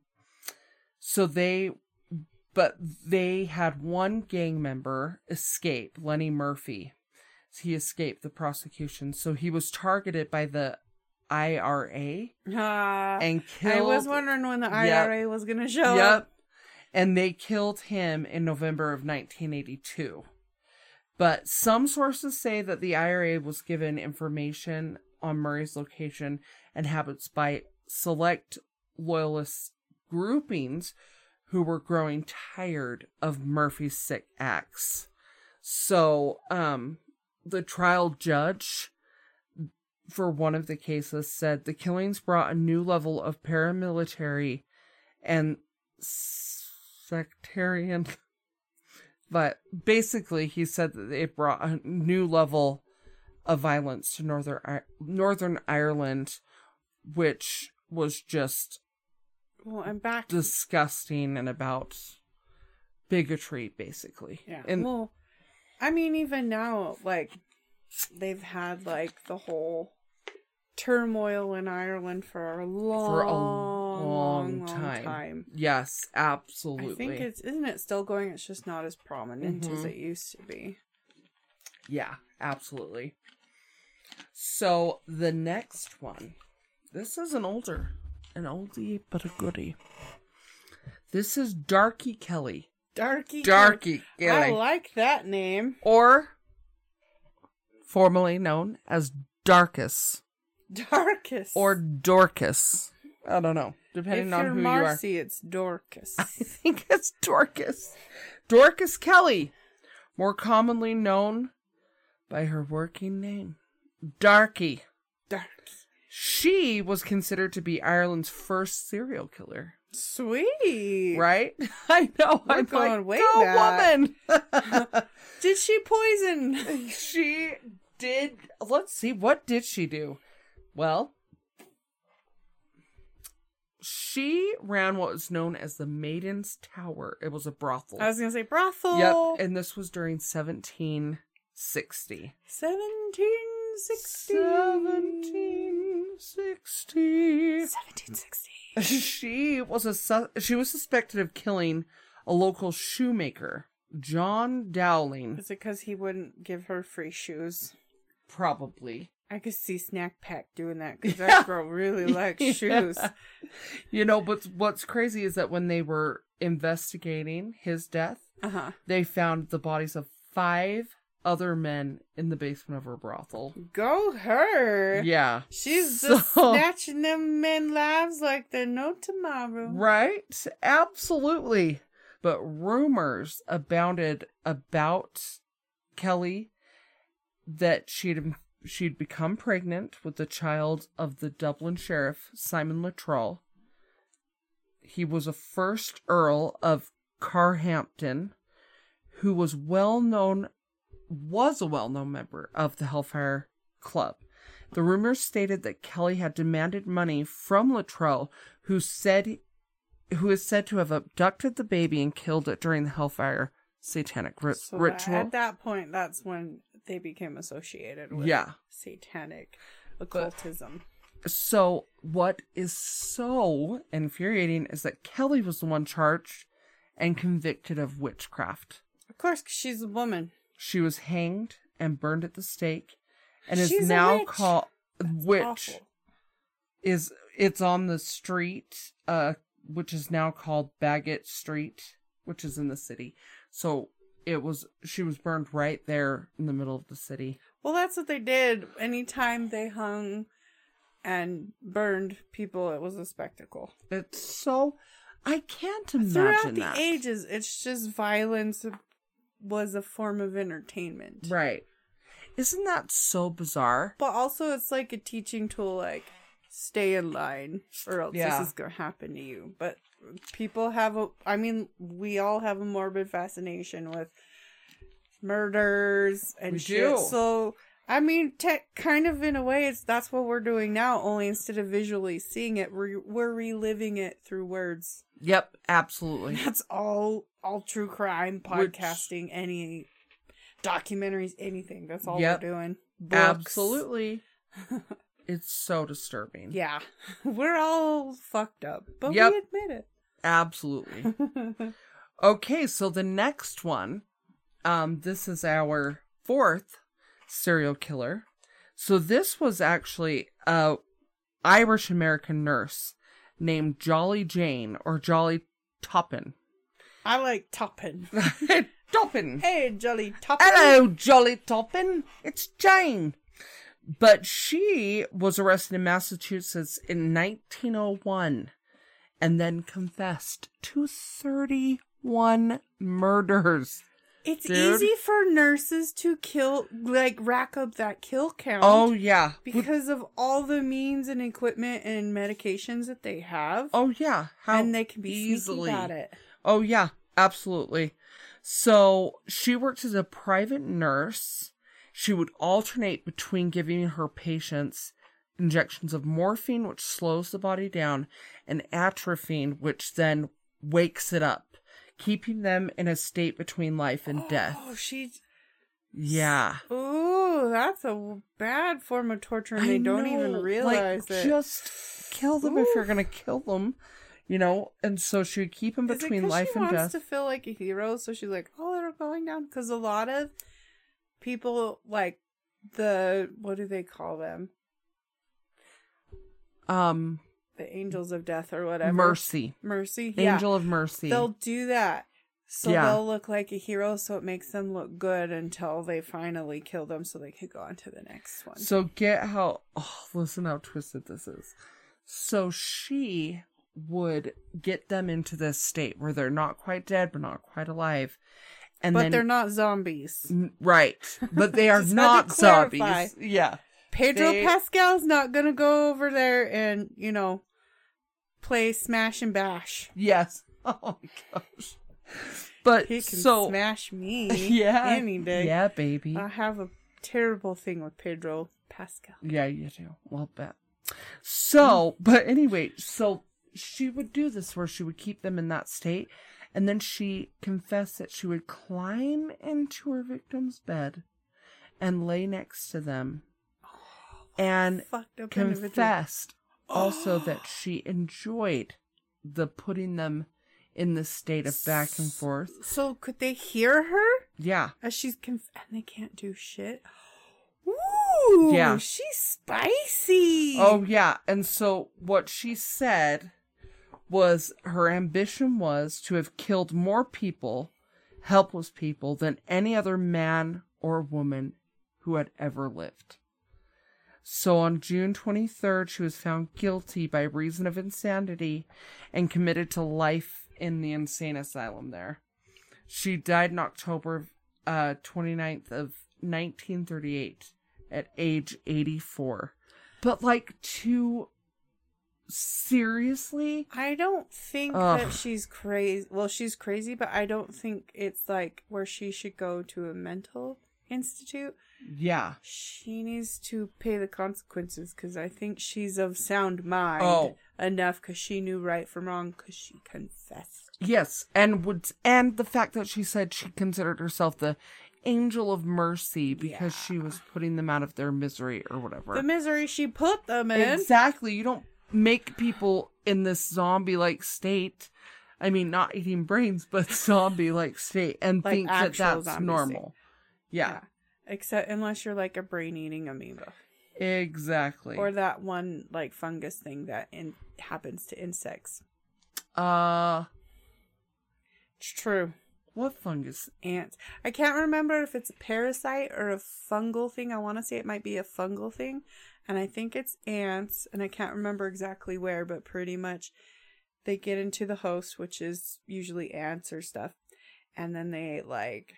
Speaker 2: so they, but they had one gang member escape, Lenny Murphy. He escaped the prosecution, so he was targeted by the IRA
Speaker 1: Ah,
Speaker 2: and killed.
Speaker 1: I was wondering when the
Speaker 2: Yep.
Speaker 1: IRA was gonna show
Speaker 2: Yep.
Speaker 1: up.
Speaker 2: And they killed him in November of 1982. But some sources say that the IRA was given information on Murray's location and habits by select loyalist groupings who were growing tired of Murphy's sick acts. So, um, the trial judge for one of the cases said the killings brought a new level of paramilitary and sectarian. But basically, he said that it brought a new level of violence to Northern Ir- Northern Ireland, which was just
Speaker 1: Well, I'm back.
Speaker 2: disgusting and about bigotry, basically.
Speaker 1: yeah.
Speaker 2: And
Speaker 1: well, I mean, even now, like they've had like the whole turmoil in Ireland for a long,
Speaker 2: for a
Speaker 1: long,
Speaker 2: long, time.
Speaker 1: time. time.
Speaker 2: Yes, absolutely.
Speaker 1: I think it's isn't it still going? It's just not as prominent as
Speaker 2: Mhm.
Speaker 1: it used to be.
Speaker 2: Yeah, absolutely. So the next one. This is an older. An oldie but a goodie. This is Darky Kelly.
Speaker 1: Darky.
Speaker 2: Darky
Speaker 1: I
Speaker 2: Kelly.
Speaker 1: like that name.
Speaker 2: or formerly known as Darkus
Speaker 1: Darkest.
Speaker 2: or Dorcas. I don't know. Depending
Speaker 1: if
Speaker 2: on
Speaker 1: you're
Speaker 2: who you are.
Speaker 1: Marcy, it's Dorcas.
Speaker 2: I think it's Dorcas. Dorcas Kelly, more commonly known by her working name, Darky.
Speaker 1: Darky.
Speaker 2: She was considered to be Ireland's first serial killer,
Speaker 1: Sweet.
Speaker 2: right? I know.
Speaker 1: We're
Speaker 2: I'm
Speaker 1: going way
Speaker 2: like, go woman.
Speaker 1: Did she poison?
Speaker 2: she did. Let's see. What did she do? Well, she ran what was known as the Maiden's Tower. It was a brothel.
Speaker 1: I was gonna say brothel.
Speaker 2: yep, and this was during 1760.
Speaker 1: Seventeen sixty.
Speaker 2: 1760.
Speaker 1: Seventeen sixty.
Speaker 2: she was a sus- she was suspected of killing a local shoemaker, John Dowling,
Speaker 1: Is it because he wouldn't give her free shoes?
Speaker 2: probably.
Speaker 1: I could see Snack Pack doing that because
Speaker 2: Yeah.
Speaker 1: that girl really likes shoes.
Speaker 2: You know, but what's crazy is that when they were investigating his death,
Speaker 1: Uh huh.
Speaker 2: they found the bodies of five other men in the basement of her brothel.
Speaker 1: Go her.
Speaker 2: Yeah.
Speaker 1: She's
Speaker 2: So-
Speaker 1: just snatching them men lives like they're no tomorrow.
Speaker 2: Right? Absolutely. But rumors abounded about Kelly that she'd she'd become pregnant with the child of the Dublin sheriff Simon Latrell. He was a first earl of Carhampton who was well known was a well-known member of the Hellfire Club. The rumors stated that Kelly had demanded money from Latrell, who said who is said to have abducted the baby and killed it during the Hellfire satanic ri-
Speaker 1: So
Speaker 2: ritual.
Speaker 1: At that point, that's when they became associated with
Speaker 2: Yeah.
Speaker 1: satanic occultism.
Speaker 2: So, what is so infuriating is that Kelly was the one charged and convicted of witchcraft.
Speaker 1: Of course, 'cause she's a woman.
Speaker 2: She was hanged and burned at the stake, and is
Speaker 1: She's a
Speaker 2: now
Speaker 1: witch.
Speaker 2: called witch.
Speaker 1: Awful.
Speaker 2: Is it's on the street, uh, which is now called Baggett Street, which is in the city. So it was she was burned right there in the middle of the city.
Speaker 1: Well, that's what they did. Anytime they hung and burned people, it was a spectacle.
Speaker 2: It's so I can't imagine
Speaker 1: Throughout the
Speaker 2: that.
Speaker 1: ages, it's just violence was a form of entertainment.
Speaker 2: Right. Isn't that so bizarre?
Speaker 1: But also, it's like a teaching tool, like stay in line, or else
Speaker 2: Yeah.
Speaker 1: this is gonna happen to you. But people have a, I mean, we all have a morbid fascination with murders and
Speaker 2: We
Speaker 1: shit.
Speaker 2: do.
Speaker 1: So, I mean, te- kind of in a way, it's that's what we're doing now. Only instead of visually seeing it, we're we're reliving it through words.
Speaker 2: Yep, absolutely.
Speaker 1: That's all. All true crime,
Speaker 2: Which-
Speaker 1: podcasting, any documentaries, anything. That's all
Speaker 2: Yep.
Speaker 1: we're doing. Books.
Speaker 2: Absolutely. it's so disturbing.
Speaker 1: Yeah. We're all fucked up, but
Speaker 2: Yep.
Speaker 1: we admit
Speaker 2: Absolutely.
Speaker 1: it.
Speaker 2: Okay, so the next one, um, this is our fourth serial killer. So this was actually a Irish American nurse named Jolly Jane or Jolly Toppin.
Speaker 1: I like Toppin.
Speaker 2: Toppin.
Speaker 1: Hey, Jolly Toppin.
Speaker 2: Hello, Jolly Toppin. It's Jane. But she was arrested in Massachusetts in 1901 and then confessed to 31 murders.
Speaker 1: It's
Speaker 2: dude.
Speaker 1: easy for nurses to kill, like, rack up that kill count.
Speaker 2: Oh, yeah.
Speaker 1: Because of all the means and equipment and medications that they have.
Speaker 2: Oh, yeah. How
Speaker 1: and they can be easily. sneaky about it.
Speaker 2: Oh, yeah, absolutely. So she worked as a private nurse. She would alternate between giving her patients injections of morphine, which slows the body down, and atropine, which then wakes it up, keeping them in a state between life and
Speaker 1: Oh,
Speaker 2: death.
Speaker 1: she.
Speaker 2: Yeah.
Speaker 1: Ooh, that's a bad form of torture, and they don't even
Speaker 2: know,
Speaker 1: realize
Speaker 2: like,
Speaker 1: it.
Speaker 2: Just kill them if you're going to kill them, you know? And so she would keep them
Speaker 1: Is it
Speaker 2: between
Speaker 1: 'cause
Speaker 2: life
Speaker 1: she
Speaker 2: and
Speaker 1: wants
Speaker 2: death.
Speaker 1: to feel like a hero, so she's like, "Oh, they're going down." Because a lot of people, like the what do they call them,
Speaker 2: um,
Speaker 1: the angels of death or whatever,
Speaker 2: mercy.
Speaker 1: mercy,
Speaker 2: Angel of mercy.
Speaker 1: Yeah, they'll do that, so
Speaker 2: Yeah.
Speaker 1: they'll look like a hero, so it makes them look good until they finally kill them, so they could go on to the next one.
Speaker 2: So get how oh listen how twisted this is. So she would get them into this state where they're not quite dead but not quite alive. And
Speaker 1: but
Speaker 2: then Mm.
Speaker 1: they're not zombies.
Speaker 2: N- right. But they are
Speaker 1: Just had to
Speaker 2: not
Speaker 1: clarify.
Speaker 2: zombies. Yeah.
Speaker 1: Pedro
Speaker 2: They-
Speaker 1: Pascal's not gonna go over there and you know play smash and bash.
Speaker 2: Yes. Oh my gosh. But
Speaker 1: He can
Speaker 2: so
Speaker 1: smash me.
Speaker 2: yeah.
Speaker 1: any day.
Speaker 2: Yeah, baby.
Speaker 1: I have a terrible thing with Pedro Pascal.
Speaker 2: Yeah, you do. Well, bet. So, but anyway, so she would do this where she would keep them in that state and then she confessed that she would climb into her victim's bed and lay next to them and
Speaker 1: Fucked up individual.
Speaker 2: confessed also that she enjoyed the putting them in this state of back and forth.
Speaker 1: So could they hear her
Speaker 2: Yeah.
Speaker 1: as she's conf- and they can't do shit? Ooh,
Speaker 2: Yeah.
Speaker 1: she's spicy.
Speaker 2: Oh, yeah. And so what she said was her ambition was to have killed more people, helpless people, than any other man or woman who had ever lived. So on June 23rd, she was found guilty by reason of insanity and committed to life in the insane asylum there. She died in October of, uh, 29th of 1938 at age 84. But like to seriously?
Speaker 1: I don't think
Speaker 2: Ugh.
Speaker 1: that she's crazy. Well, she's crazy, but I don't think it's like where she should go to a mental institute.
Speaker 2: Yeah.
Speaker 1: She needs to pay the consequences because I think she's of sound mind
Speaker 2: Oh.
Speaker 1: enough because she knew right from wrong because she confessed.
Speaker 2: Yes, and would and the fact that she said she considered herself the angel of mercy because she was putting them out of their misery or whatever.
Speaker 1: The misery she put them in.
Speaker 2: Exactly. You don't make people in this zombie like state. I mean, not eating brains, but zombie like state and
Speaker 1: Like
Speaker 2: think that
Speaker 1: actual
Speaker 2: that's
Speaker 1: zombie
Speaker 2: normal. Yeah,
Speaker 1: Except unless you're like a brain eating amoeba
Speaker 2: exactly.
Speaker 1: or that one like fungus thing that in- happens to insects.
Speaker 2: uh,
Speaker 1: It's true.
Speaker 2: what fungus?
Speaker 1: ants. I can't remember if it's a parasite or a fungal thing. I want to say it might be a fungal thing, and I think it's ants, and I can't remember exactly where, but pretty much they get into the host, which is usually ants or stuff, and then they like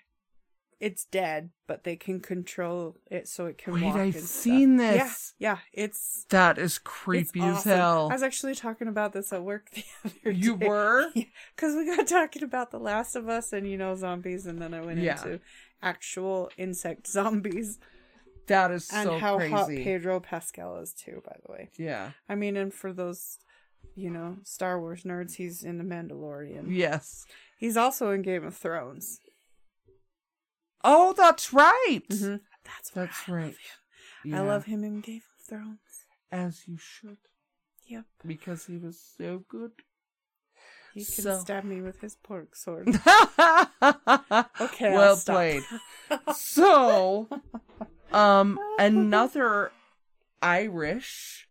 Speaker 1: it's dead, but they can control it so it can
Speaker 2: Wait,
Speaker 1: walk. and
Speaker 2: I've
Speaker 1: stuff.
Speaker 2: seen this.
Speaker 1: Yeah, yeah, it's
Speaker 2: That is
Speaker 1: it's
Speaker 2: creepy as
Speaker 1: awesome.
Speaker 2: hell.
Speaker 1: I was actually talking about this at work the other day.
Speaker 2: you were?
Speaker 1: Because we got talking about The Last of Us and, you know, zombies, and then I went
Speaker 2: Yeah.
Speaker 1: into actual insect zombies
Speaker 2: That is
Speaker 1: and
Speaker 2: so
Speaker 1: how
Speaker 2: crazy.
Speaker 1: hot Pedro Pascal is, too, by the way.
Speaker 2: yeah.
Speaker 1: I mean, and for those, you know, Star Wars nerds, he's in The Mandalorian.
Speaker 2: Yes.
Speaker 1: He's also in Game of Thrones.
Speaker 2: Oh, that's right.
Speaker 1: Mhm. That's why
Speaker 2: Mm-hmm. That's right.
Speaker 1: I love him in Game of Thrones.
Speaker 2: As you should,
Speaker 1: Yep.
Speaker 2: because he was so good.
Speaker 1: He can
Speaker 2: So-
Speaker 1: stab me with his pork sword. Okay, I'll
Speaker 2: well
Speaker 1: stop.
Speaker 2: played. so, um, another Irish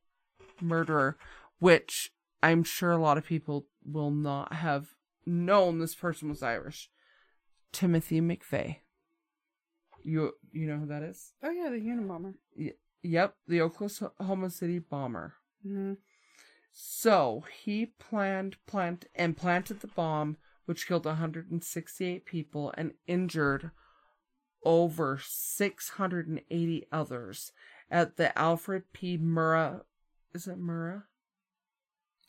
Speaker 2: murderer, which I'm sure a lot of people will not have known this person was Irish, Timothy McVeigh. You you know who that is?
Speaker 1: Oh, yeah, the Unabomber.
Speaker 2: Yep, the Oklahoma City bomber.
Speaker 1: Mhm.
Speaker 2: So he planned, plant, and planted the bomb, which killed 168 people and injured over 680 others at the Alfred P. Murrah. Is it Murrah?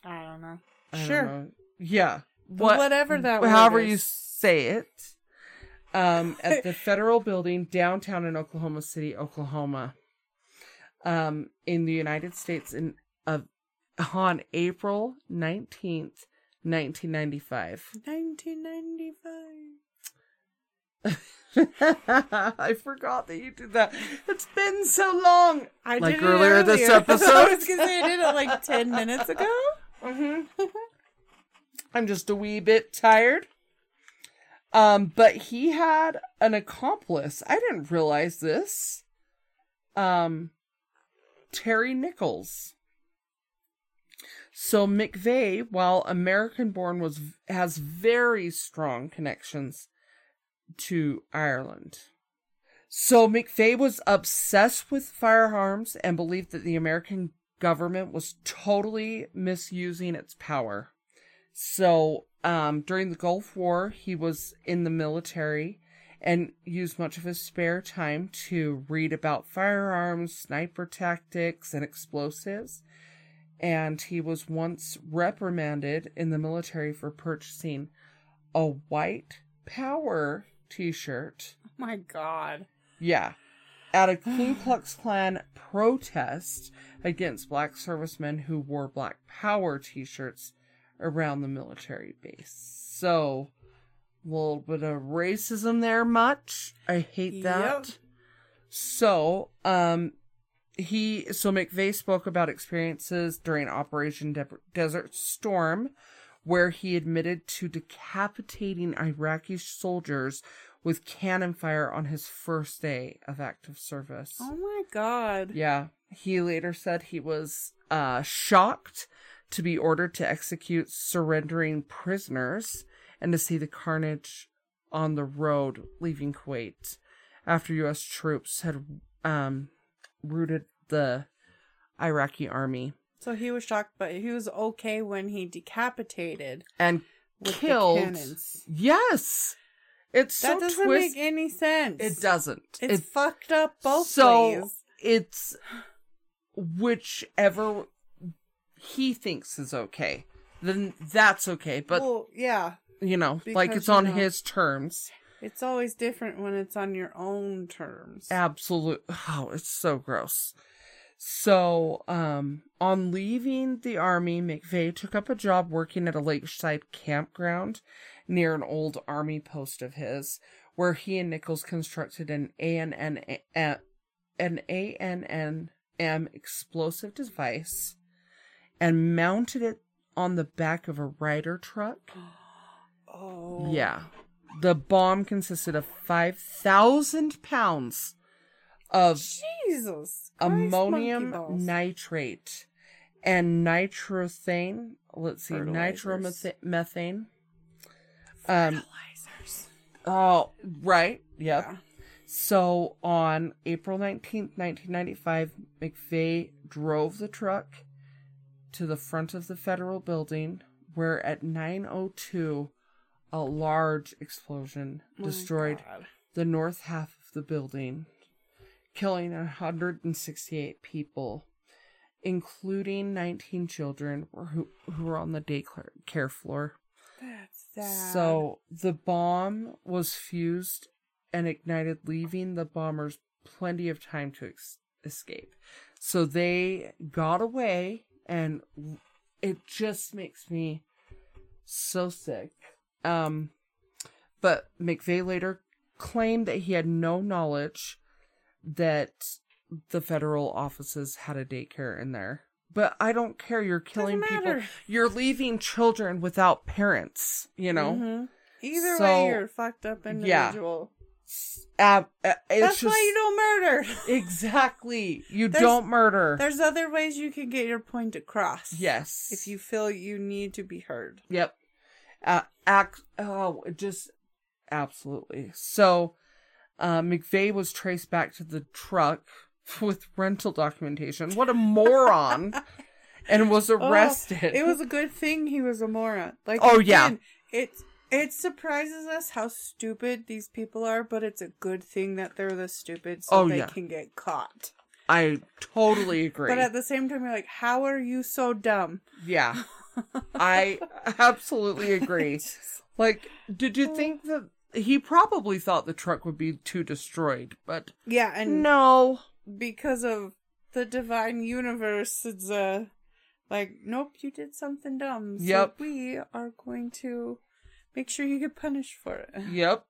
Speaker 1: I don't know.
Speaker 2: I don't
Speaker 1: sure.
Speaker 2: know. Yeah.
Speaker 1: whatever that word
Speaker 2: However you
Speaker 1: is.
Speaker 2: say it. Um, at the federal building downtown in Oklahoma City, Oklahoma. Um, in the United States in of on April nineteenth, nineteen ninety five.
Speaker 1: 1995.
Speaker 2: I forgot that you did that. It's been so long.
Speaker 1: I
Speaker 2: Like
Speaker 1: did it
Speaker 2: earlier this episode?
Speaker 1: I was gonna say I did it like ten minutes ago.
Speaker 2: I'm just a wee bit tired. Um, but he had an accomplice. I didn't realize this. Um, Terry Nichols. So McVeigh, while American-born, was has very strong connections to Ireland. So McVeigh was obsessed with firearms and believed that the American government was totally misusing its power. So, um, during the Gulf War, he was in the military and used much of his spare time to read about firearms, sniper tactics, and explosives. And he was once reprimanded in the military for purchasing a white power t shirt.
Speaker 1: Oh my god.
Speaker 2: Yeah. At a Ku Klux Klan protest against black servicemen who wore black power t shirts around the military base. So, a little bit of racism there, much. I hate
Speaker 1: Yep.
Speaker 2: that. So, um, he so McVeigh spoke about experiences during Operation De- Desert Storm, where he admitted to decapitating Iraqi soldiers with cannon fire on his first day of active service.
Speaker 1: Oh my god.
Speaker 2: Yeah. He later said he was uh, shocked to be ordered to execute surrendering prisoners and to see the carnage on the road leaving Kuwait after U.S. troops had um, routed the Iraqi army
Speaker 1: So he was shocked, but he was okay when he decapitated
Speaker 2: and
Speaker 1: with
Speaker 2: killed.
Speaker 1: the cannons.
Speaker 2: Yes. It's
Speaker 1: That
Speaker 2: so
Speaker 1: doesn't
Speaker 2: twist-
Speaker 1: make any sense.
Speaker 2: It doesn't.
Speaker 1: It's
Speaker 2: It
Speaker 1: fucked up both
Speaker 2: so
Speaker 1: ways.
Speaker 2: it's whichever he thinks is okay then that's okay but
Speaker 1: well, yeah,
Speaker 2: you know like
Speaker 1: because,
Speaker 2: it's on
Speaker 1: you know-
Speaker 2: his terms
Speaker 1: it's always different when it's on your own terms.
Speaker 2: absolute oh it's so gross so um on leaving the army mcveigh took up a job working at a lakeside campground near an old army post of his where he and nichols constructed an ANN, an ANNM explosive device and mounted it on the back of a rider truck.
Speaker 1: Oh,
Speaker 2: Yeah. The bomb consisted of 5,000 pounds of
Speaker 1: Jesus. Christ,
Speaker 2: ammonium
Speaker 1: monkey balls.
Speaker 2: nitrate and nitrothane. Let's see,
Speaker 1: Fertilizers.
Speaker 2: nitromethane. Um,
Speaker 1: Fertilizers.
Speaker 2: oh, right. Yep.
Speaker 1: Yeah.
Speaker 2: So on April 19th, 1995, McVeigh drove the truck to the front of the federal building where at 9:02 a large explosion
Speaker 1: My
Speaker 2: destroyed
Speaker 1: God.
Speaker 2: the north half of the building, killing 168 people, including 19 children who who were on the day clear- care floor.
Speaker 1: That's sad.
Speaker 2: So the bomb was fused and ignited, leaving the bombers plenty of time to ex- escape. So they got away, and it just makes me so sick. Um, but McVeigh later claimed that he had no knowledge that the federal offices had a daycare in there. But I don't care. You're killing people.
Speaker 1: matter.
Speaker 2: You're leaving children without parents. You know.
Speaker 1: Mhm. either
Speaker 2: So-
Speaker 1: way, you're a fucked up
Speaker 2: Yeah.
Speaker 1: individual.
Speaker 2: Uh, uh, it's
Speaker 1: That's
Speaker 2: just
Speaker 1: why you don't murder.
Speaker 2: exactly. You
Speaker 1: There's-
Speaker 2: don't murder.
Speaker 1: There's other ways you can get your point across.
Speaker 2: Yes.
Speaker 1: If you feel you need to be heard.
Speaker 2: Yep. Uh, act. Oh, it just absolutely. So, uh, McVeigh was traced back to the truck with rental documentation. What a moron! and was arrested.
Speaker 1: Oh, It was a good thing he was a moron. Like
Speaker 2: Oh, yeah.
Speaker 1: again, It's it surprises us how stupid these people are, but it's a good thing that they're this stupid so
Speaker 2: Oh,
Speaker 1: they
Speaker 2: yeah.
Speaker 1: can get caught.
Speaker 2: I totally agree.
Speaker 1: But at the same time you're like, How are you so dumb?
Speaker 2: yeah, I absolutely agree. Like, did you think that he probably thought the truck would be too destroyed? But
Speaker 1: Yeah, and
Speaker 2: no.
Speaker 1: because of the divine universe, it's uh like, nope, you did something dumb. So
Speaker 2: Yep.
Speaker 1: we are going to make sure you get punished for it.
Speaker 2: Yep.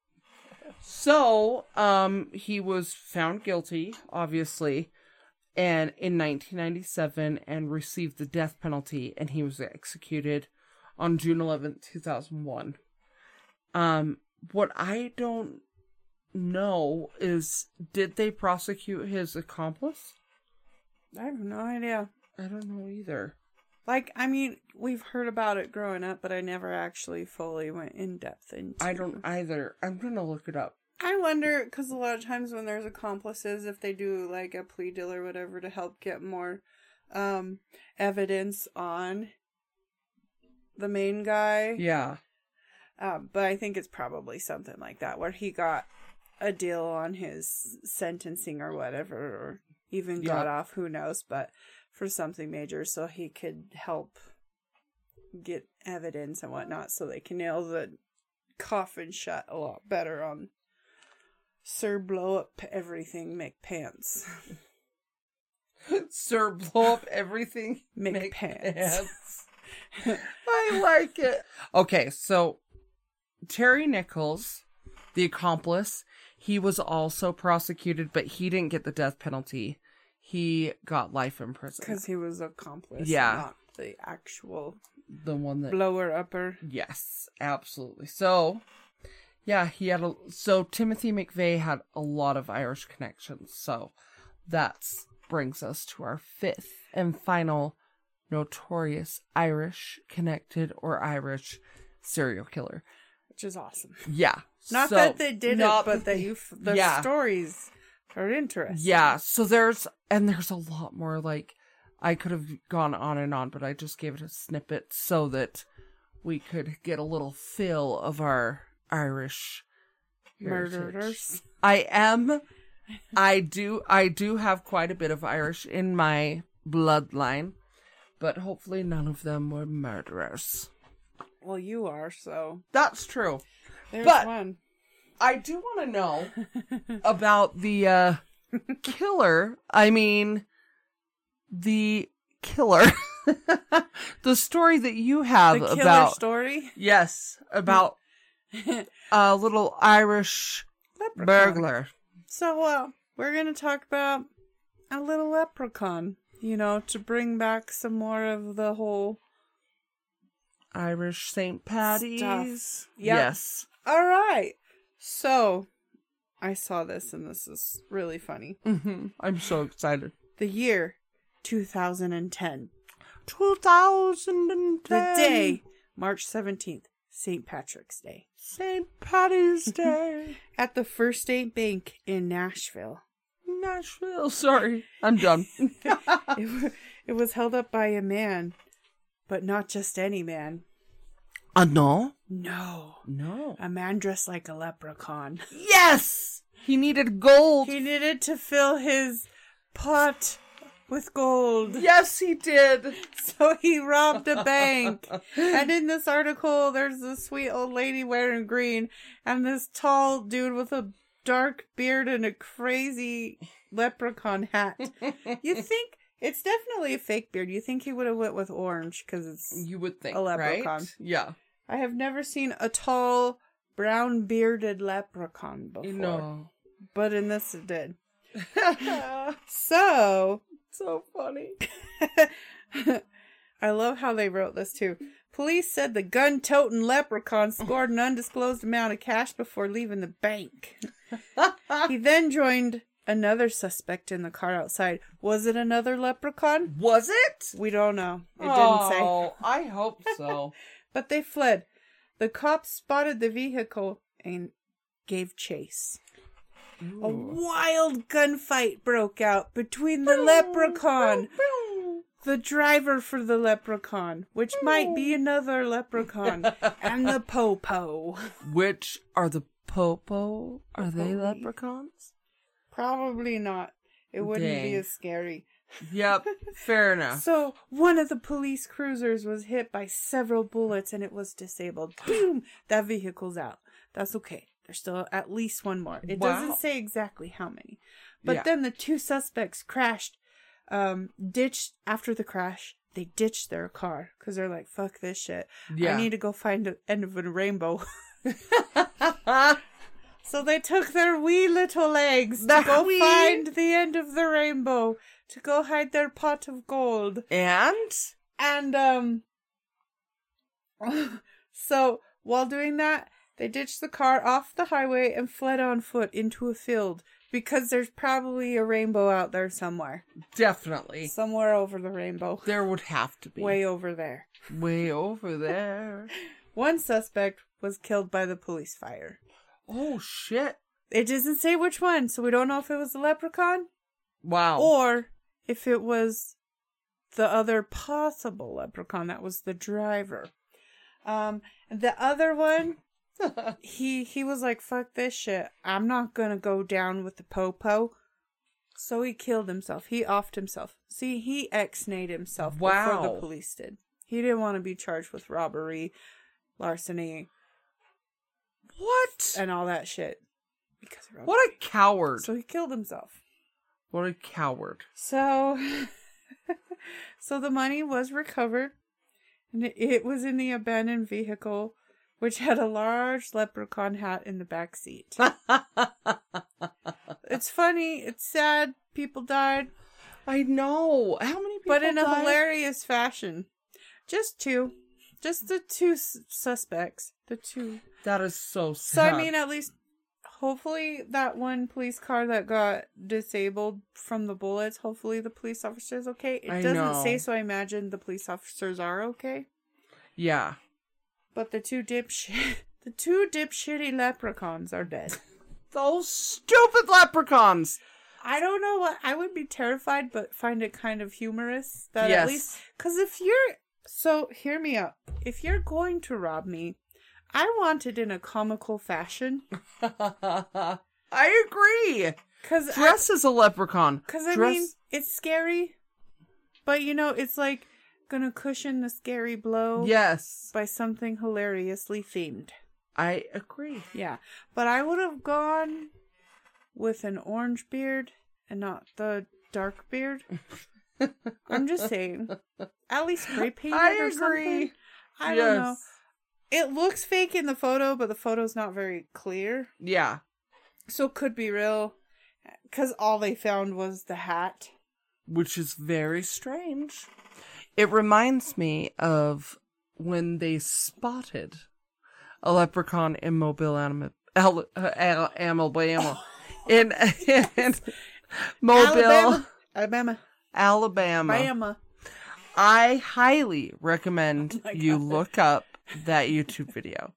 Speaker 2: So, um, he was found guilty, obviously, and in 1997, and received the death penalty, and he was executed on June 11th, 2001. Um, what I don't know is, did they prosecute his accomplice?
Speaker 1: I have no idea.
Speaker 2: I don't know either.
Speaker 1: Like, I mean, we've heard about it growing up, but I never actually fully went in depth into.
Speaker 2: I don't either. I'm gonna look it up.
Speaker 1: I wonder because a lot of times when there's accomplices, if they do like a plea deal or whatever to help get more um evidence on the main guy.
Speaker 2: Yeah.
Speaker 1: Um, but I think it's probably something like that where he got a deal on his sentencing or whatever, or even got
Speaker 2: Yeah.
Speaker 1: off, who knows, but for something major so he could help get evidence and whatnot so they can nail the coffin shut a lot better on Sir Blow Up Everything McPants.
Speaker 2: Sir, blow up everything.
Speaker 1: McPants.
Speaker 2: McPants. I like it. Okay, so Terry Nichols, the accomplice, he was also prosecuted, but he didn't get the death penalty. He got life in prison.
Speaker 1: Because he was accomplice,
Speaker 2: Yeah.
Speaker 1: not the actual
Speaker 2: The one that
Speaker 1: blower upper.
Speaker 2: Yes, absolutely. So, yeah, he had a so Timothy McVeigh had a lot of Irish connections. So, that brings us to our fifth and final notorious Irish connected or Irish serial killer.
Speaker 1: which is awesome.
Speaker 2: Yeah.
Speaker 1: Not
Speaker 2: so-
Speaker 1: that they did it,
Speaker 2: not
Speaker 1: but that
Speaker 2: they-
Speaker 1: you f- their
Speaker 2: Yeah.
Speaker 1: stories are interesting.
Speaker 2: Yeah, so there's and there's a lot more like I could have gone on and on, but I just gave it a snippet so that we could get a little feel of our Irish heritage.
Speaker 1: murderers.
Speaker 2: I am I do I do have quite a bit of Irish in my bloodline, but hopefully none of them were murderers.
Speaker 1: Well, you are so.
Speaker 2: That's true.
Speaker 1: There's
Speaker 2: But-
Speaker 1: one.
Speaker 2: I do want to know about the uh, killer. I mean, the killer. the story that you
Speaker 1: The
Speaker 2: have
Speaker 1: killer
Speaker 2: about
Speaker 1: story.
Speaker 2: yes, about a little Irish
Speaker 1: Leprechaun.
Speaker 2: burglar.
Speaker 1: So, uh, we're gonna talk about a little leprechaun. You know, to bring back some more of the whole.
Speaker 2: Irish St. Patty's.
Speaker 1: Yep.
Speaker 2: Yes.
Speaker 1: All right. So, I saw this, and this is really funny.
Speaker 2: hmm I'm so excited.
Speaker 1: The year, 2010.
Speaker 2: 2010.
Speaker 1: The day, March 17th, St. Patrick's Day.
Speaker 2: St. Patty's Day.
Speaker 1: At the First State Bank in Nashville.
Speaker 2: Nashville. Sorry. I'm done.
Speaker 1: It, wa- it was held up by a man, but not just any man.
Speaker 2: Uh, no.
Speaker 1: No.
Speaker 2: No.
Speaker 1: A man dressed like a leprechaun.
Speaker 2: Yes! He needed gold.
Speaker 1: He needed to fill his pot with gold.
Speaker 2: yes, he did.
Speaker 1: So he robbed a bank. and in this article, there's this sweet old lady wearing green and this tall dude with a dark beard and a crazy leprechaun hat. you think it's definitely a fake beard. You think he would have went with orange because it's.
Speaker 2: You would think,
Speaker 1: A leprechaun.
Speaker 2: right? Yeah.
Speaker 1: I have never seen a tall, brown bearded leprechaun before.
Speaker 2: No.
Speaker 1: But in this, it did.
Speaker 2: so
Speaker 1: So
Speaker 2: funny.
Speaker 1: I love how they wrote this too. Police said the gun toting leprechaun scored an undisclosed amount of cash before leaving the bank. he then joined another suspect in the car outside. Was it another leprechaun?
Speaker 2: Was it?
Speaker 1: We don't know. It didn't say.
Speaker 2: Oh, I hope so.
Speaker 1: But they fled. The cops spotted the vehicle and gave chase. A wild gunfight broke out between the leprechaun the driver for the leprechaun, which might be another leprechaun, and the popo.
Speaker 2: Which are the Popo? Are they leprechauns?
Speaker 1: Probably not. It wouldn't be
Speaker 2: Dang.
Speaker 1: as scary.
Speaker 2: Yep, fair enough.
Speaker 1: So, one of the police cruisers was hit by several bullets and it was disabled. Boom! That vehicle's out. That's okay. There's still at least one more. It
Speaker 2: Wow.
Speaker 1: doesn't say exactly how many. But
Speaker 2: Yeah.
Speaker 1: then the two suspects crashed, um, ditched after the crash. They ditched their car because they're like, fuck this shit.
Speaker 2: Yeah.
Speaker 1: I need to go find the end of a rainbow. So they took their wee little legs
Speaker 2: The
Speaker 1: to go
Speaker 2: wee-
Speaker 1: find the end of the rainbow, to go hide their pot of gold.
Speaker 2: and
Speaker 1: And um so while doing that, they ditched the car off the highway and fled on foot into a field because there's probably a rainbow out there somewhere.
Speaker 2: definitely
Speaker 1: Somewhere over the rainbow.
Speaker 2: there would have to be
Speaker 1: Way over there.
Speaker 2: way over there.
Speaker 1: One suspect was killed by the police fire.
Speaker 2: Oh shit!
Speaker 1: It doesn't say which one, so we don't know if it was the leprechaun
Speaker 2: Wow.
Speaker 1: or if it was the other possible leprechaun that was the driver um the other one he he was like fuck this shit i'm not gonna go down with the popo so he killed himself he offed himself see he exnayed himself before
Speaker 2: Wow.
Speaker 1: the police did he didn't want to be charged with robbery larceny
Speaker 2: what?
Speaker 1: and all that shit because of
Speaker 2: What a coward!
Speaker 1: so he killed himself
Speaker 2: What a coward!
Speaker 1: So, so the money was recovered, and it- it was in the abandoned vehicle, which had a large leprechaun hat in the back seat. it's funny. It's sad. People died,
Speaker 2: I know. How many people?
Speaker 1: but in a
Speaker 2: died?
Speaker 1: hilarious fashion. Just two, just the two s- suspects. The two.
Speaker 2: That is so
Speaker 1: So
Speaker 2: sad.
Speaker 1: I mean, uh, at least hopefully that one police car that got disabled from the bullets. Hopefully the police officer is okay. It
Speaker 2: I
Speaker 1: doesn't
Speaker 2: know.
Speaker 1: say, so I imagine the police officers are okay.
Speaker 2: yeah.
Speaker 1: But the two dipshit, the two dipshitty leprechauns are dead.
Speaker 2: Those stupid leprechauns.
Speaker 1: I don't know what I would be terrified, but find it kind of humorous that
Speaker 2: Yes.
Speaker 1: at least because if you're so hear me out. If you're going to rob me, I want it in a comical fashion.
Speaker 2: I agree.
Speaker 1: Because
Speaker 2: Dress as a leprechaun.
Speaker 1: Because I
Speaker 2: Dress-
Speaker 1: mean, it's scary, but you know, it's like gonna cushion the scary blow
Speaker 2: Yes,
Speaker 1: by something hilariously themed.
Speaker 2: I agree.
Speaker 1: Yeah, but I would have gone with an orange beard and not the dark beard. I'm just saying, at least spray painted
Speaker 2: I
Speaker 1: or
Speaker 2: agree.
Speaker 1: something. I
Speaker 2: yes.
Speaker 1: don't know. It looks fake in the photo, but the photo's not very clear,
Speaker 2: Yeah.
Speaker 1: so it could be real. Because all they found was the hat.
Speaker 2: which is very strange. It reminds me of when they spotted a leprechaun in Mobile Alabama, Al- uh, Al- Alabama, in, in Mobile, Alabama.
Speaker 1: Alabama. Alabama. Bama.
Speaker 2: I highly recommend
Speaker 1: Oh my
Speaker 2: you
Speaker 1: God.
Speaker 2: look up that YouTube video.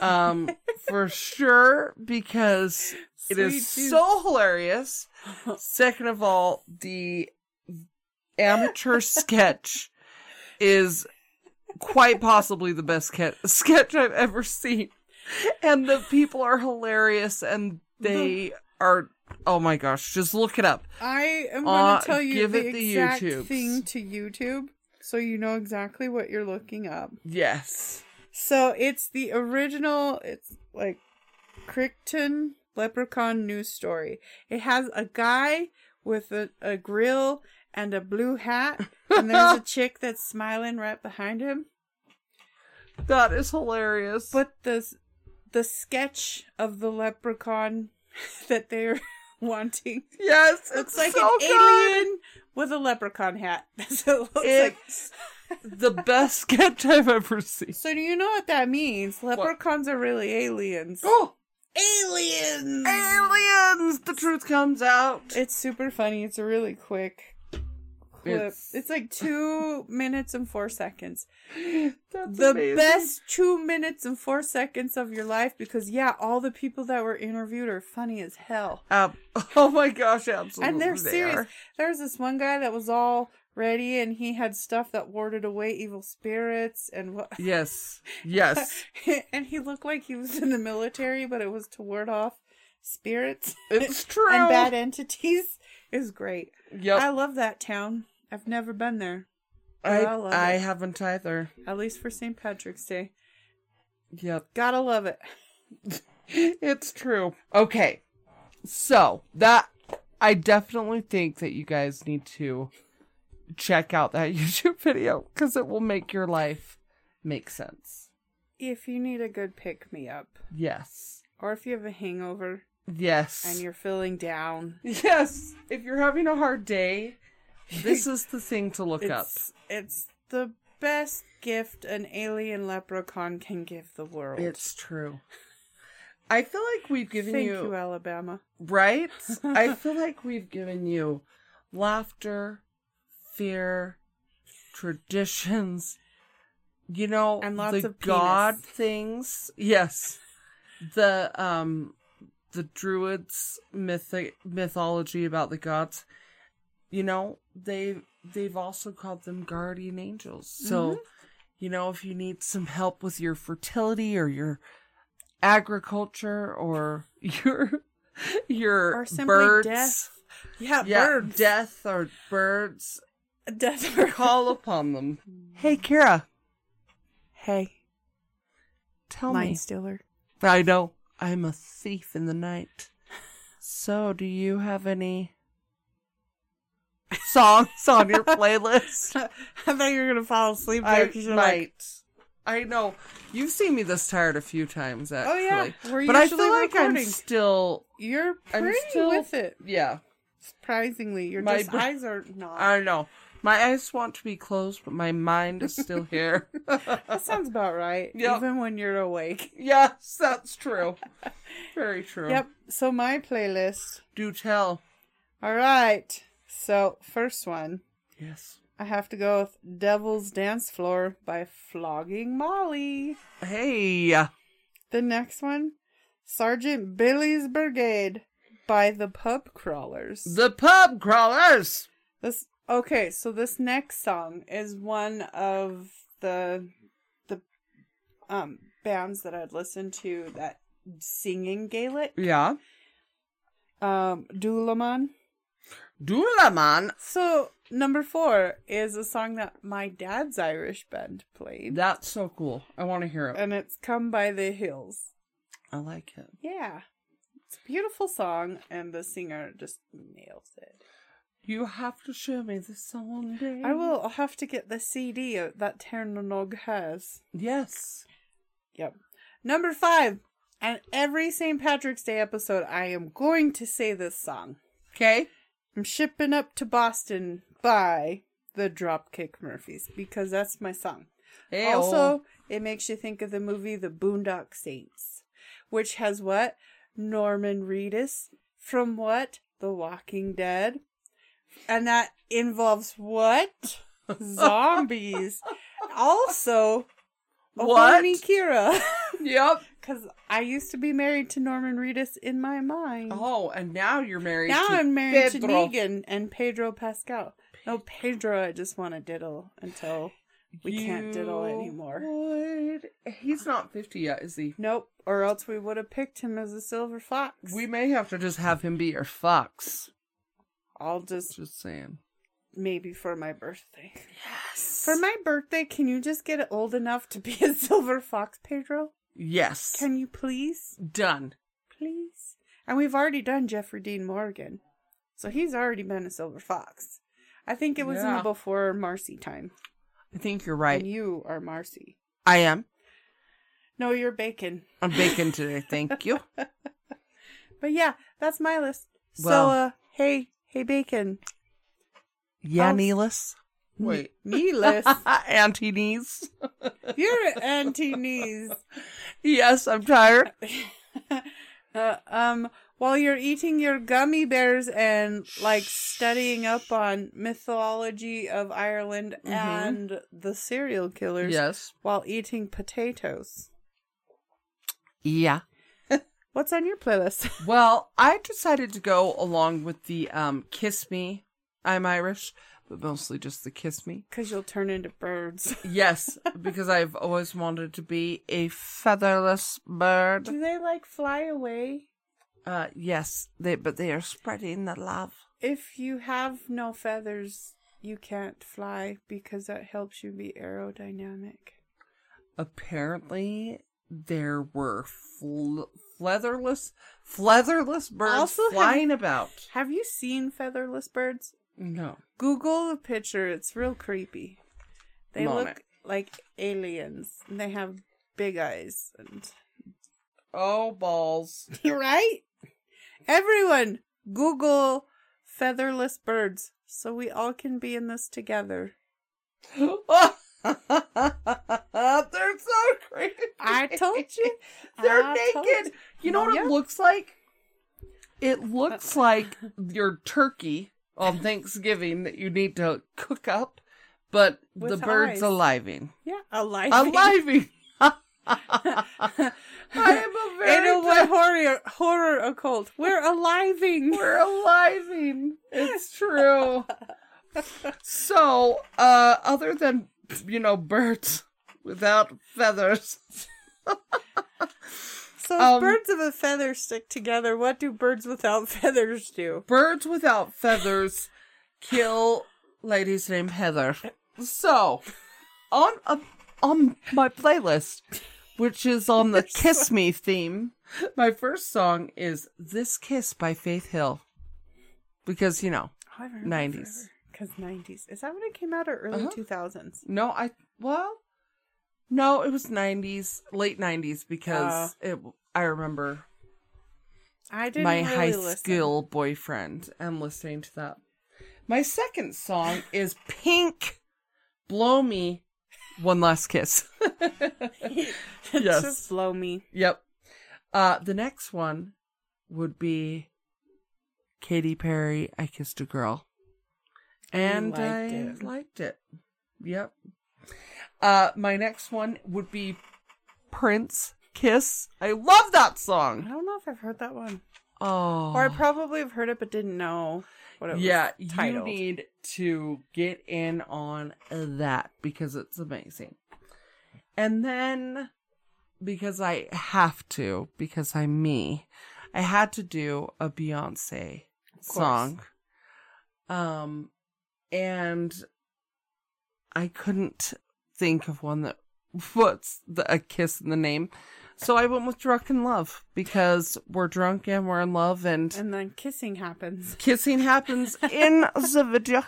Speaker 2: Um, for sure, because it is
Speaker 1: Sweet Jesus.
Speaker 2: so hilarious. Second of all, the amateur sketch is quite possibly the best ca- sketch I've ever seen. And the people are hilarious and they are oh my gosh, just look it up.
Speaker 1: I am
Speaker 2: Uh,
Speaker 1: going to tell you
Speaker 2: give
Speaker 1: the
Speaker 2: it the
Speaker 1: exact
Speaker 2: YouTubes.
Speaker 1: thing to YouTube so you know exactly what you're looking up.
Speaker 2: Yes.
Speaker 1: So it's the original, it's like Crichton Leprechaun news story. It has a guy with a, a grill and a blue hat, and there's a chick that's smiling right behind him.
Speaker 2: That is hilarious.
Speaker 1: But the the sketch of the leprechaun that they're wanting
Speaker 2: yes,
Speaker 1: It's
Speaker 2: it's,
Speaker 1: like
Speaker 2: so
Speaker 1: an
Speaker 2: good.
Speaker 1: alien with a leprechaun hat. That's what it looks like.
Speaker 2: It's the best sketch I've ever seen.
Speaker 1: So do you know what that means? Leprechauns are really aliens.
Speaker 2: Oh,
Speaker 1: aliens!
Speaker 2: aliens! The truth comes out.
Speaker 1: It's super funny. It's a really quick clip.
Speaker 2: It's-
Speaker 1: It's, like two minutes and four seconds.
Speaker 2: That's
Speaker 1: the
Speaker 2: amazing.
Speaker 1: best two minutes and four seconds of your life because, yeah, all the people that were interviewed are funny as hell.
Speaker 2: Um, oh my gosh, absolutely.
Speaker 1: and they're
Speaker 2: they
Speaker 1: serious.
Speaker 2: are.
Speaker 1: There's this one guy that was all ready and he had stuff that warded away evil spirits and what.
Speaker 2: Yes, yes.
Speaker 1: and he looked like he was in the military, but it was to ward off spirits
Speaker 2: It's true.
Speaker 1: and bad entities. Is great. I
Speaker 2: Yep.
Speaker 1: love that town. I've never been there,
Speaker 2: I,
Speaker 1: I love
Speaker 2: I
Speaker 1: it.
Speaker 2: haven't either.
Speaker 1: at least for St. Patrick's Day.
Speaker 2: Yep.
Speaker 1: Gotta love it.
Speaker 2: It's true. Okay. So, that I definitely think that you guys need to check out that YouTube video cuz it will make your life make sense.
Speaker 1: If you need a good pick me up,
Speaker 2: Yes.
Speaker 1: or if you have a hangover
Speaker 2: Yes.
Speaker 1: and you're feeling down,
Speaker 2: Yes, if you're having a hard day, this is the thing to look up.
Speaker 1: it's, it's the best gift an alien leprechaun can give the world.
Speaker 2: It's true. I feel like we've given
Speaker 1: Thank
Speaker 2: you,
Speaker 1: you, Alabama.
Speaker 2: right? I feel like we've given you laughter, fear, traditions, you know,
Speaker 1: And lots
Speaker 2: the
Speaker 1: of penis.
Speaker 2: god things. Yes. The um the druids mythic mythology about the gods. You know, they they've also called them guardian angels. So,
Speaker 1: Mm-hmm.
Speaker 2: you know, if you need some help with your fertility or your agriculture or your your
Speaker 1: Or simply
Speaker 2: birds,
Speaker 1: death. Yeah,
Speaker 2: yeah,
Speaker 1: birds.
Speaker 2: death or birds,
Speaker 1: Death or
Speaker 2: call upon them. Hey, Kira,
Speaker 1: Hey,
Speaker 2: tell
Speaker 1: Line
Speaker 2: me.
Speaker 1: Stealer.
Speaker 2: I know I'm a thief in the night. So, do you have any songs on your playlist.
Speaker 1: I thought you were gonna fall asleep there
Speaker 2: I
Speaker 1: because you're
Speaker 2: might.
Speaker 1: like,
Speaker 2: I know. You've seen me this tired a few times,
Speaker 1: oh
Speaker 2: actually.
Speaker 1: yeah, we're
Speaker 2: But I
Speaker 1: usually
Speaker 2: feel like I'm
Speaker 1: recording.
Speaker 2: still.
Speaker 1: You're
Speaker 2: I'm
Speaker 1: pretty
Speaker 2: still-
Speaker 1: with it.
Speaker 2: Yeah,
Speaker 1: Surprisingly, your
Speaker 2: My
Speaker 1: just
Speaker 2: br-
Speaker 1: eyes are not.
Speaker 2: I know. My eyes want to be closed, but my mind is still here.
Speaker 1: that sounds about right.
Speaker 2: Yep.
Speaker 1: Even when you're awake.
Speaker 2: yes, that's true. Very true.
Speaker 1: Yep. So my playlist.
Speaker 2: Do tell.
Speaker 1: All right. So first one,
Speaker 2: Yes.
Speaker 1: I have to go with "Devil's Dance Floor" by Flogging Molly.
Speaker 2: Hey.
Speaker 1: The next one, Sergeant Billy's Brigade by the Pub Crawlers.
Speaker 2: The pub crawlers.
Speaker 1: This okay, so this next song is one of the the um bands that I'd listened to that singing Gaelic.
Speaker 2: Yeah.
Speaker 1: Um Dulaman.
Speaker 2: Dulaman.
Speaker 1: So number four is a song that my dad's Irish band played.
Speaker 2: That's so cool. I want to hear it.
Speaker 1: And it's Come by the Hills.
Speaker 2: I like it.
Speaker 1: Yeah. It's a beautiful song and the singer just nails it.
Speaker 2: You have to show me this someday.
Speaker 1: I will I'll have to get the CD that Ternanog has.
Speaker 2: Yes.
Speaker 1: Yep. Number five. On every St. Patrick's Day episode, I am going to say this song.
Speaker 2: Okay.
Speaker 1: I'm shipping up to Boston by the Dropkick Murphys because that's my song. Also, it makes you think of the movie The Boondock Saints, which has what? Norman Reedus from what? The Walking Dead. And that involves what? Zombies. also, a
Speaker 2: What?
Speaker 1: horny Kira.
Speaker 2: Yep.
Speaker 1: Because I used to be married to Norman Reedus in my mind.
Speaker 2: Oh, and now you're married.
Speaker 1: Mm. now
Speaker 2: to
Speaker 1: I'm married
Speaker 2: Pedro.
Speaker 1: to Negan and Pedro Pascal. No, Pedro, I just want to diddle until we can't diddle
Speaker 2: You
Speaker 1: anymore.
Speaker 2: would- He's not fifty yet, is he?
Speaker 1: Nope, or else we would have picked him as a silver fox.
Speaker 2: We may have to just have him be your fox.
Speaker 1: I'll just
Speaker 2: Just saying.
Speaker 1: maybe for my birthday.
Speaker 2: Yes.
Speaker 1: For my birthday, can you just get old enough to be a silver fox, Pedro?
Speaker 2: yes.
Speaker 1: Can you please?
Speaker 2: Done.
Speaker 1: Please? And we've already done Jeffrey Dean Morgan. So he's already been a silver fox. I think it was in
Speaker 2: Yeah.
Speaker 1: the before Marcy time.
Speaker 2: I think you're
Speaker 1: And
Speaker 2: right.
Speaker 1: you are Marcy.
Speaker 2: I am.
Speaker 1: No, you're bacon.
Speaker 2: I'm bacon today. Thank you.
Speaker 1: But yeah, that's my list.
Speaker 2: Well-
Speaker 1: so, uh, hey, hey, bacon.
Speaker 2: Yeah,
Speaker 1: I'll-
Speaker 2: Neelis. Wait.
Speaker 1: Me list.
Speaker 2: Auntie Knees.
Speaker 1: You're anti knees.
Speaker 2: Yes, I'm tired.
Speaker 1: Uh, um, while you're eating your gummy bears and like studying up on mythology of Ireland
Speaker 2: Mm-hmm.
Speaker 1: and the serial killers,
Speaker 2: Yes.
Speaker 1: while eating potatoes.
Speaker 2: Yeah.
Speaker 1: What's on your playlist?
Speaker 2: Well, I decided to go along with the um, Kiss Me. I'm Irish, but mostly just the Kiss Me.
Speaker 1: Because you'll turn into birds.
Speaker 2: Yes, because I've always wanted to be a featherless bird.
Speaker 1: Do they like fly away?
Speaker 2: Uh, yes, they but they are spreading the love.
Speaker 1: If you have no feathers, you can't fly because that helps you be aerodynamic.
Speaker 2: Apparently, there were fl- featherless, featherless birds
Speaker 1: Also have-
Speaker 2: flying about.
Speaker 1: Have you seen featherless birds?
Speaker 2: No,
Speaker 1: Google the picture. It's real creepy. They
Speaker 2: Mom
Speaker 1: look
Speaker 2: it.
Speaker 1: like aliens, and they have big eyes. And
Speaker 2: oh balls!
Speaker 1: right, everyone, Google featherless birds, so we all can be in this together.
Speaker 2: They're so creepy.
Speaker 1: I told you.
Speaker 2: They're
Speaker 1: I told
Speaker 2: naked. You know what
Speaker 1: Ah, Oh, Yeah. Uh,
Speaker 2: it looks like? It looks like your turkey on Thanksgiving that you need to cook up, but the
Speaker 1: With
Speaker 2: bird's
Speaker 1: eyes.
Speaker 2: aliving.
Speaker 1: Yeah, alive.
Speaker 2: Aliving. I am a very
Speaker 1: Ada what horror horror occult. We're aliving.
Speaker 2: We're aliving. It's true. so, uh, other than you know birds without feathers,
Speaker 1: So if
Speaker 2: Um,
Speaker 1: birds of a feather stick together. What do birds without feathers do?
Speaker 2: birds without feathers kill ladies named Heather. So, on a, on my playlist, which is on the Kiss Me theme, my first song is "This Kiss" by Faith Hill, because you know
Speaker 1: I've heard that
Speaker 2: nineties.
Speaker 1: Oh, forever. because 90s. Is that when it came out or early
Speaker 2: Uh-huh.
Speaker 1: 2000s?
Speaker 2: No, I well, no, it was '90s, late '90s because it. I remember
Speaker 1: I didn't
Speaker 2: my
Speaker 1: really
Speaker 2: high
Speaker 1: listen.
Speaker 2: school boyfriend and listening to that. My second song is Pink, "Blow Me," one last kiss. Yes.
Speaker 1: Just blow me.
Speaker 2: yep. Uh, the next one would be Katy Perry, "I Kissed a Girl," and
Speaker 1: liked
Speaker 2: I
Speaker 1: it.
Speaker 2: liked it. Yep. Uh, my next one would be Prince, "Kiss." I love that
Speaker 1: I
Speaker 2: song.
Speaker 1: don't know if I've heard that one.
Speaker 2: Oh,
Speaker 1: Or I probably have heard it but didn't know what it was.
Speaker 2: yeah,
Speaker 1: titled.
Speaker 2: you need to get in on that because it's amazing. And then, because I have to, because I'm me, I had to do a Beyonce
Speaker 1: course.
Speaker 2: song. Um, and I couldn't think of one that puts the, a kiss in the name. So I went with Drunk in Love because we're drunk and we're in love and
Speaker 1: And then kissing happens.
Speaker 2: kissing happens in the video.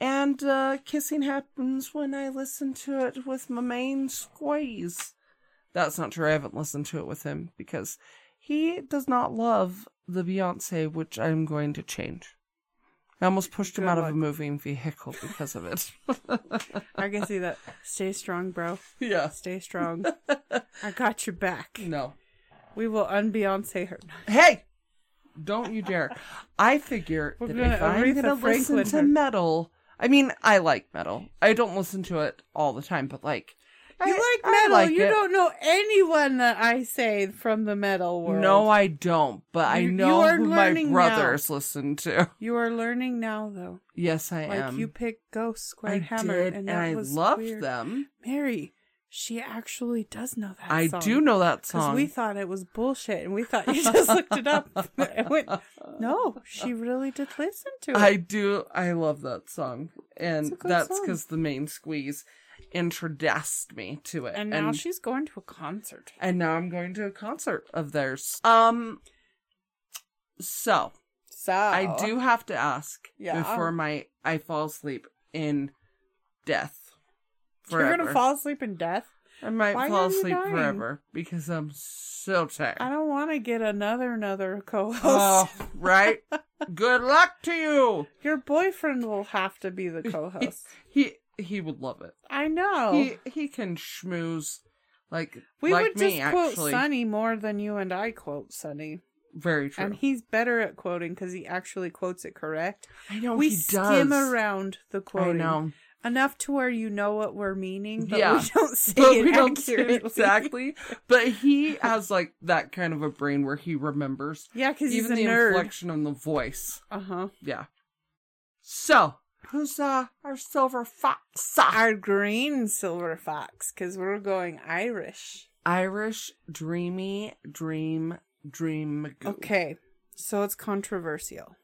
Speaker 2: And uh, kissing happens when I listen to it with my main squeeze. That's not true. I haven't listened to it with him because he does not love the Beyonce, which I'm going to change. I almost pushed him
Speaker 1: Good
Speaker 2: out of
Speaker 1: luck.
Speaker 2: a moving vehicle because of it.
Speaker 1: I can see that. Stay strong, bro.
Speaker 2: yeah.
Speaker 1: Stay strong. I got your back.
Speaker 2: No.
Speaker 1: We will un-Beyonce her.
Speaker 2: Hey, don't you dare! I figure
Speaker 1: We're
Speaker 2: that
Speaker 1: gonna
Speaker 2: if I'm
Speaker 1: Aretha
Speaker 2: gonna listen
Speaker 1: Franklin
Speaker 2: to
Speaker 1: her.
Speaker 2: metal, I mean, I like metal. I don't listen to it all the time, but like, I,
Speaker 1: You like
Speaker 2: I
Speaker 1: metal.
Speaker 2: like
Speaker 1: you
Speaker 2: it.
Speaker 1: don't know anyone that I say from the metal world.
Speaker 2: No, I don't. But I
Speaker 1: You- you
Speaker 2: know
Speaker 1: are
Speaker 2: who my
Speaker 1: learning now.
Speaker 2: brothers listen to.
Speaker 1: You are learning now, though.
Speaker 2: Yes, I
Speaker 1: Like
Speaker 2: am.
Speaker 1: you picked Ghost Square
Speaker 2: I
Speaker 1: Hammer,
Speaker 2: did, and,
Speaker 1: that
Speaker 2: I
Speaker 1: was
Speaker 2: loved
Speaker 1: weird.
Speaker 2: them.
Speaker 1: Mary, she actually does know that.
Speaker 2: I
Speaker 1: song.
Speaker 2: do know that
Speaker 1: because
Speaker 2: song.
Speaker 1: we thought it was bullshit, and we thought you just looked it up. and went, no, she really did listen to it.
Speaker 2: I do. I love that song,
Speaker 1: It's a
Speaker 2: and
Speaker 1: good
Speaker 2: that's
Speaker 1: song.
Speaker 2: because the main squeeze introduced me to it,
Speaker 1: and now she's going to a concert.
Speaker 2: and now I'm going to a concert of theirs. Um, so
Speaker 1: So
Speaker 2: I do have to ask
Speaker 1: Oh. Yeah.
Speaker 2: before my I fall asleep in death. Forever.
Speaker 1: You're gonna fall asleep in death.
Speaker 2: I might
Speaker 1: Why
Speaker 2: fall
Speaker 1: are you
Speaker 2: asleep
Speaker 1: dying?
Speaker 2: forever because I'm so tired.
Speaker 1: I don't want to get another another co-host.
Speaker 2: Oh, right. Good luck to you.
Speaker 1: Your boyfriend will have to be the co-host.
Speaker 2: He he would love it.
Speaker 1: I know.
Speaker 2: He he can schmooze like
Speaker 1: Oh. we
Speaker 2: like
Speaker 1: would just
Speaker 2: me
Speaker 1: quote
Speaker 2: actually.
Speaker 1: Sonny more than you and I quote Sonny.
Speaker 2: Very true.
Speaker 1: And he's better at quoting because he actually quotes it correct.
Speaker 2: I know
Speaker 1: we
Speaker 2: he
Speaker 1: skim
Speaker 2: does.
Speaker 1: around the
Speaker 2: I
Speaker 1: quoting
Speaker 2: know.
Speaker 1: enough to where you know what we're meaning, but
Speaker 2: Yeah.
Speaker 1: we don't say
Speaker 2: but
Speaker 1: it
Speaker 2: we don't say
Speaker 1: accurately.
Speaker 2: it exactly. But he has like that kind of a brain where he remembers
Speaker 1: Yeah, because he's a
Speaker 2: even the
Speaker 1: nerd.
Speaker 2: inflection Uh-huh. on the voice.
Speaker 1: Uh huh.
Speaker 2: Yeah. So who's uh our silver fox?
Speaker 1: Our green silver fox, because we're going Irish.
Speaker 2: Irish dreamy dream dream. goo.
Speaker 1: Okay, so it's controversial.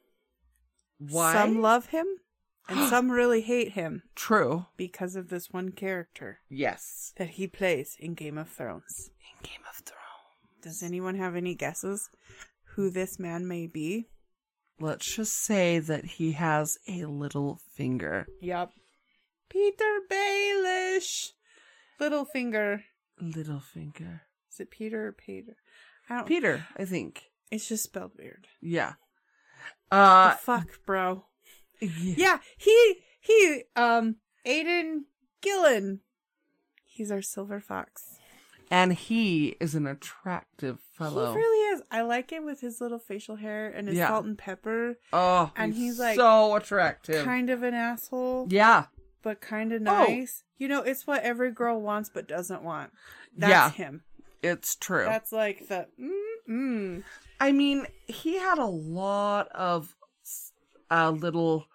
Speaker 2: Why?
Speaker 1: Some love him, and some really hate him
Speaker 2: True.
Speaker 1: because of this one character
Speaker 2: Yes.
Speaker 1: that he plays in Game of Thrones.
Speaker 2: In Game of Thrones.
Speaker 1: Does anyone have any guesses who this man may be?
Speaker 2: Let's just say that he has a little finger.
Speaker 1: Yep. Peter Baelish. Littlefinger.
Speaker 2: Little finger.
Speaker 1: Is it Peter or Peter? I don't
Speaker 2: Peter, I think.
Speaker 1: It's just spelled weird.
Speaker 2: Yeah. Uh
Speaker 1: the fuck, bro.
Speaker 2: yeah.
Speaker 1: Yeah, he he um Aiden Gillen. He's our silver fox.
Speaker 2: and he is an attractive fellow.
Speaker 1: He really is. I like it with his little facial hair and his
Speaker 2: Yeah.
Speaker 1: salt and pepper.
Speaker 2: oh,
Speaker 1: and he's, like,
Speaker 2: so attractive.
Speaker 1: Kind of an asshole,
Speaker 2: yeah. Oh.
Speaker 1: but kind of nice. You know, it's what every girl wants but doesn't want. That's
Speaker 2: Yeah.
Speaker 1: him.
Speaker 2: It's true.
Speaker 1: That's like the mm, mm.
Speaker 2: I mean, he had a lot of uh, little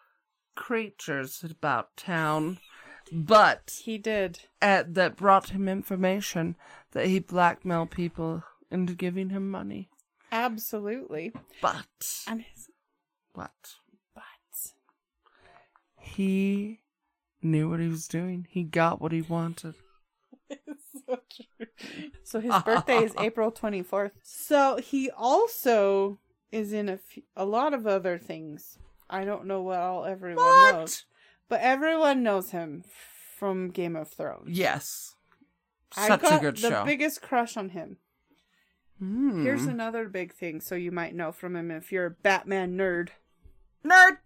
Speaker 2: creatures about town, but
Speaker 1: He did.
Speaker 2: uh, that brought him information that he blackmailed people into giving him money.
Speaker 1: Absolutely.
Speaker 2: But
Speaker 1: And his
Speaker 2: but
Speaker 1: butt.
Speaker 2: he knew what he was doing. He got what he wanted.
Speaker 1: so true. So his birthday is April 24th. So he also is in a, f- a lot of other things. I don't know what all everyone
Speaker 2: What?
Speaker 1: knows, but everyone knows him from Game of Thrones.
Speaker 2: Yes.
Speaker 1: I
Speaker 2: Such
Speaker 1: got
Speaker 2: a good
Speaker 1: the
Speaker 2: show.
Speaker 1: biggest crush on him.
Speaker 2: Hmm.
Speaker 1: Here's another big thing, so you might know from him if you're a Batman nerd.
Speaker 2: Nerd.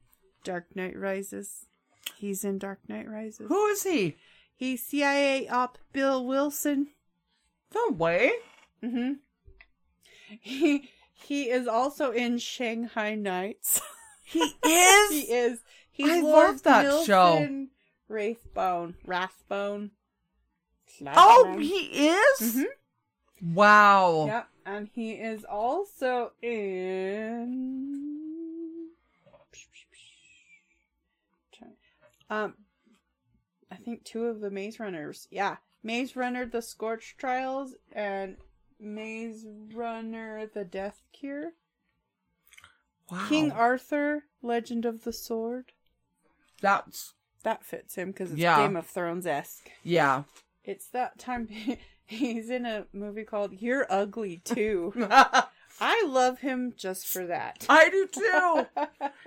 Speaker 1: Dark Knight Rises. He's in Dark Knight Rises.
Speaker 2: Who is he?
Speaker 1: He's CIA op Bill Wilson.
Speaker 2: No way.
Speaker 1: Mm-hmm. He he is also in Shanghai Nights.
Speaker 2: He is.
Speaker 1: he is. He's
Speaker 2: I
Speaker 1: Lord
Speaker 2: love that
Speaker 1: Milton Wraithbone. Wrathbone.
Speaker 2: Oh, he is.
Speaker 1: Mhm.
Speaker 2: Mm-hmm. Wow.
Speaker 1: Yep, and he is also in. Um, I think two of the Maze Runners. Yeah, Maze Runner: The Scorch Trials and Maze Runner: The Death Cure.
Speaker 2: Wow.
Speaker 1: King Arthur: Legend of the Sword.
Speaker 2: That's
Speaker 1: That fits him because it's
Speaker 2: Yeah.
Speaker 1: Game of Thrones esque.
Speaker 2: yeah.
Speaker 1: It's that time he's in a movie called You're Ugly Too.
Speaker 2: I
Speaker 1: I love him just for that.
Speaker 2: do too.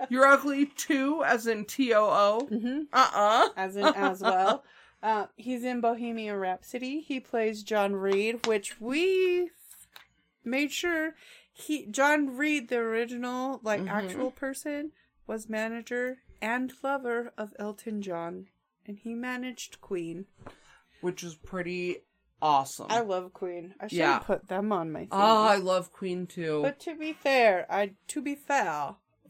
Speaker 2: You're ugly too, as in T O O.
Speaker 1: hmm
Speaker 2: Uh uh.
Speaker 1: As in as well. Uh, he's in Bohemian Rhapsody. He plays John Reed, which we made sure he John Reed, the original like
Speaker 2: Mhm.
Speaker 1: actual person, was manager and lover of Elton John, and he managed Queen.
Speaker 2: Which is pretty awesome.
Speaker 1: I love Queen. I should
Speaker 2: Oh. Yeah.
Speaker 1: have put them on my. Thing.
Speaker 2: Oh, I love Queen too.
Speaker 1: But to be fair, I to be fair,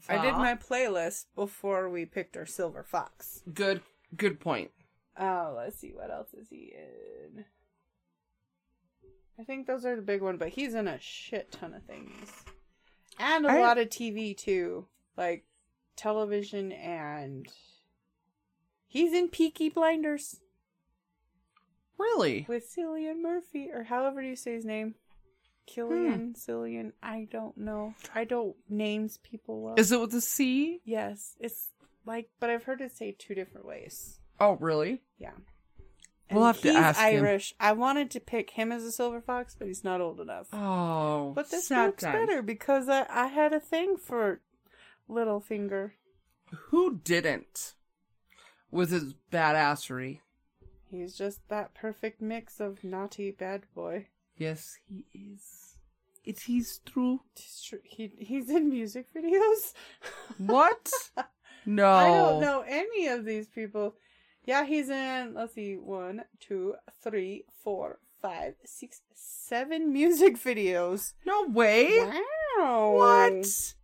Speaker 1: I did
Speaker 2: Fair.
Speaker 1: my playlist before we picked our silver fox.
Speaker 2: Good, good point.
Speaker 1: Oh, let's see what else is he in. I think those are the big one, but he's in a shit ton of things, and a
Speaker 2: I-
Speaker 1: lot of TV too, like television and. He's in Peaky Blinders
Speaker 2: Really?
Speaker 1: with Cillian Murphy, or however you say his name.
Speaker 2: Hmm.
Speaker 1: Killian, Cillian, I don't know. I don't names people well.
Speaker 2: Is it with a C?
Speaker 1: Yes, it's like, but I've heard it say two different ways.
Speaker 2: Oh, really?
Speaker 1: Yeah.
Speaker 2: We'll have to
Speaker 1: he's
Speaker 2: ask him.
Speaker 1: Irish. I wanted to pick him as a silver fox, but he's not old enough.
Speaker 2: Oh,
Speaker 1: but this
Speaker 2: sad
Speaker 1: works
Speaker 2: times.
Speaker 1: better because I, I had a thing for Littlefinger.
Speaker 2: Who didn't? With his badassery.
Speaker 1: He's just that perfect mix of naughty bad boy.
Speaker 2: Yes, he is. It is true.
Speaker 1: It's true. He he's in music videos.
Speaker 2: What? no.
Speaker 1: I don't know any of these people. Yeah, he's in, let's see, one, two, three, four, five, six, seven music videos.
Speaker 2: No way.
Speaker 1: Wow.
Speaker 2: What?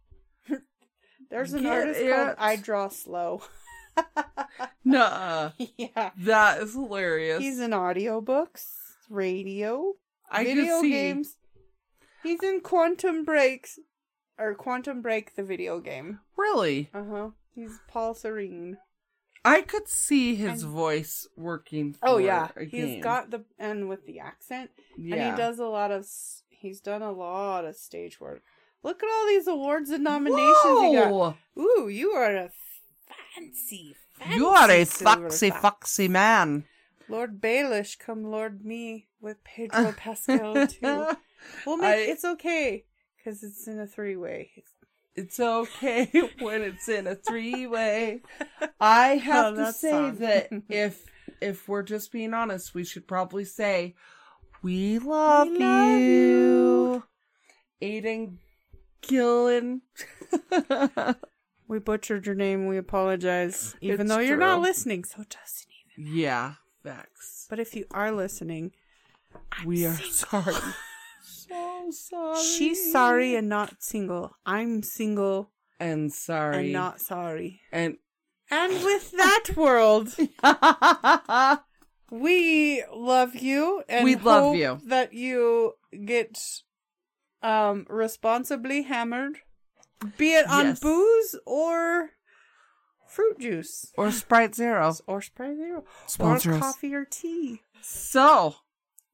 Speaker 1: There's an
Speaker 2: Get
Speaker 1: artist
Speaker 2: it.
Speaker 1: called I Draw Slow.
Speaker 2: Nuh-uh.
Speaker 1: yeah.
Speaker 2: That is hilarious.
Speaker 1: He's in audiobooks, radio,
Speaker 2: I can
Speaker 1: video
Speaker 2: see.
Speaker 1: games. He's in Quantum Breaks. Or Quantum Break, the video game.
Speaker 2: Really?
Speaker 1: Uh huh. He's Paul Serene.
Speaker 2: I could see his
Speaker 1: I'm-
Speaker 2: voice working for
Speaker 1: Oh yeah,
Speaker 2: a
Speaker 1: he's
Speaker 2: game.
Speaker 1: got the and with the accent, and
Speaker 2: Yeah.
Speaker 1: he does a lot of. s- He's done a lot of stage work. Look at all these awards and nominations he got.
Speaker 2: Whoa!
Speaker 1: Ooh, you are a fancy, fancy
Speaker 2: You are a
Speaker 1: silver
Speaker 2: foxy,
Speaker 1: fox.
Speaker 2: foxy man.
Speaker 1: Lord Baelish, come lord me with Pedro Pascal too. We'll make
Speaker 2: I-
Speaker 1: it's okay because it's in a three way.
Speaker 2: It's okay when it's in a three way. I have
Speaker 1: Oh,
Speaker 2: to
Speaker 1: that
Speaker 2: say
Speaker 1: song.
Speaker 2: that if if we're just being honest, we should probably say we love,
Speaker 1: love
Speaker 2: you. Aiden Gillen.
Speaker 1: We butchered your name. We apologize, even
Speaker 2: It's
Speaker 1: though you're not
Speaker 2: true.
Speaker 1: listening. So just an even.
Speaker 2: yeah, facts.
Speaker 1: But if you are listening,
Speaker 2: we are sorry. so sorry.
Speaker 1: She's sorry and not single. I'm single
Speaker 2: and sorry
Speaker 1: and not sorry.
Speaker 2: and
Speaker 1: And with that world, we love you and
Speaker 2: We love
Speaker 1: hope
Speaker 2: you.
Speaker 1: that you get um responsibly hammered, be it on
Speaker 2: Yes.
Speaker 1: booze or fruit juice
Speaker 2: or Sprite Zero.
Speaker 1: or spray zero
Speaker 2: Sponsor
Speaker 1: or
Speaker 2: us.
Speaker 1: coffee or tea.
Speaker 2: So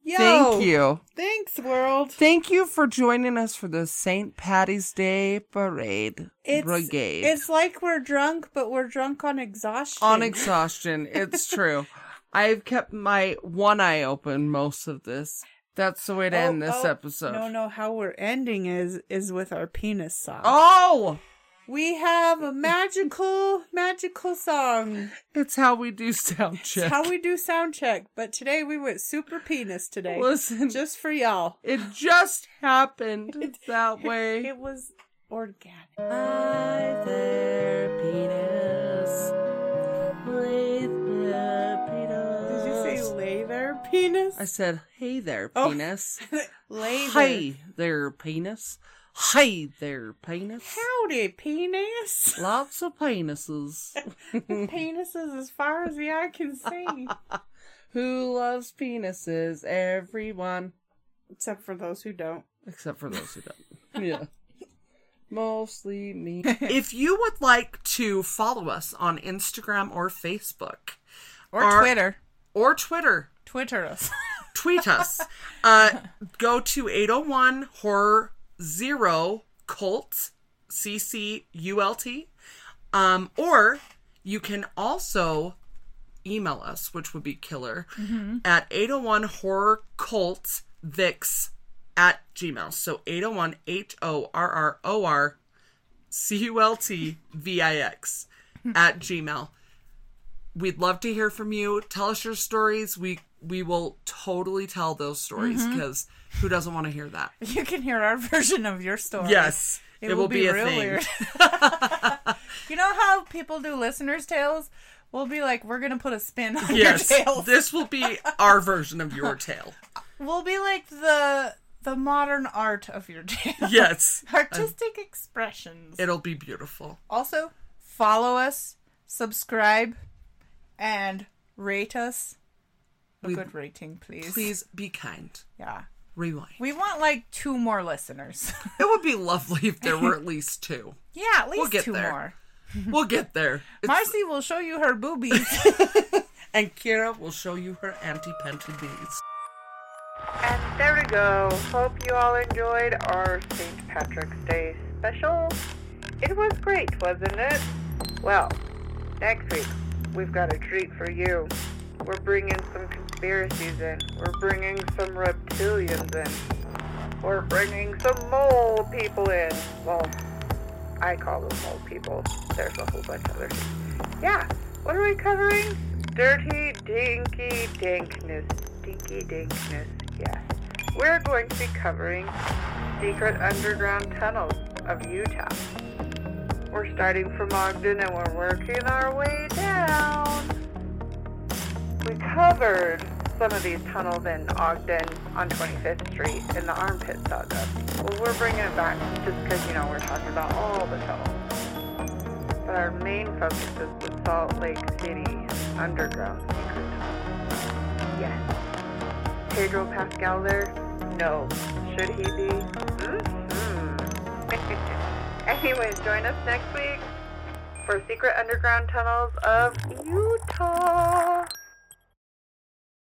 Speaker 1: Yo,
Speaker 2: thank you.
Speaker 1: Thanks, world.
Speaker 2: Thank you for joining us for the St. Patty's Day Parade
Speaker 1: It's
Speaker 2: Brigade.
Speaker 1: it's like we're drunk, but we're drunk on exhaustion.
Speaker 2: on exhaustion. it's true. I've kept my one eye open most of this. That's the way to
Speaker 1: Oh,
Speaker 2: end this
Speaker 1: oh,
Speaker 2: episode.
Speaker 1: No, no, how we're ending is is with our penis song.
Speaker 2: Oh,
Speaker 1: We have a magical, magical song.
Speaker 2: It's how we do sound
Speaker 1: It's
Speaker 2: check.
Speaker 1: how we do sound check. But today we went super penis today.
Speaker 2: Listen,
Speaker 1: Just for y'all.
Speaker 2: it just happened that way.
Speaker 1: It was organic.
Speaker 2: Hi there, penis. Hey there,
Speaker 1: Did you say
Speaker 2: penis.
Speaker 1: lay there, penis?
Speaker 2: I said, hey there,
Speaker 1: Oh.
Speaker 2: penis.
Speaker 1: lay there.
Speaker 2: Hey there, penis. Hey there, penis.
Speaker 1: Howdy, penis.
Speaker 2: Lots of penises.
Speaker 1: penis is as far as the eye can see.
Speaker 2: Who loves penises? Everyone.
Speaker 1: Except for those who don't.
Speaker 2: Except for those who don't. yeah. Mostly me. if you would like to follow us on Instagram or Facebook
Speaker 1: Or
Speaker 2: Our-
Speaker 1: Twitter.
Speaker 2: or Twitter,
Speaker 1: Twitter us.
Speaker 2: tweet us. Uh, go to 801 horror zero cult c c u l t, um, or you can also email us, which would be killer, at 801 horror cult vix at gmail. So 801 h o r r o r c u l t v i x at gmail we'd love to hear from you tell us your stories we we will totally tell those stories because who doesn't want to hear that
Speaker 1: You can hear our version of your story.
Speaker 2: yes it, will, be, a
Speaker 1: real
Speaker 2: thing
Speaker 1: weird. you know how people do listeners' tales? We'll be like, we're gonna put a spin on
Speaker 2: yes
Speaker 1: your tales.
Speaker 2: this will be our version of your tale
Speaker 1: we'll be like the the modern art of your tale.
Speaker 2: yes
Speaker 1: Artistic expressions.
Speaker 2: it'll be beautiful
Speaker 1: also, follow us, subscribe, and rate us. A
Speaker 2: We-
Speaker 1: good rating, please.
Speaker 2: please be kind
Speaker 1: Yeah.
Speaker 2: rewind
Speaker 1: We want like two more listeners.
Speaker 2: it would be lovely if there were at least two
Speaker 1: yeah, at least
Speaker 2: get
Speaker 1: two
Speaker 2: there.
Speaker 1: more.
Speaker 2: we'll get there It's-
Speaker 1: Marcy will show you her boobies.
Speaker 2: and kira will show you her anti-penty beads
Speaker 3: And there we go. Hope you all enjoyed our St. Patrick's Day special. It was great, wasn't it? Well, next week, we've got a treat for you. We're bringing some conspiracies in. We're bringing some reptilians in. We're bringing some mole people in. Well, I call them mole people. There's a whole bunch of others. Yeah. What are we covering? Dirty, dinky, dankness. Dinky, dankness. Yes. We're going to be covering secret underground tunnels of Utah. We're starting from Ogden and we're working our way down. We covered some of these tunnels in Ogden on 25th Street in the armpit saga. Well, we're bringing it back just because, you know, we're talking about all the tunnels but our main focus is the Salt Lake City underground secret tunnel. Yes. Pedro Pascal there? No. Should he be? Mm-hmm. anyway, join us next week for Secret Underground Tunnels of Utah.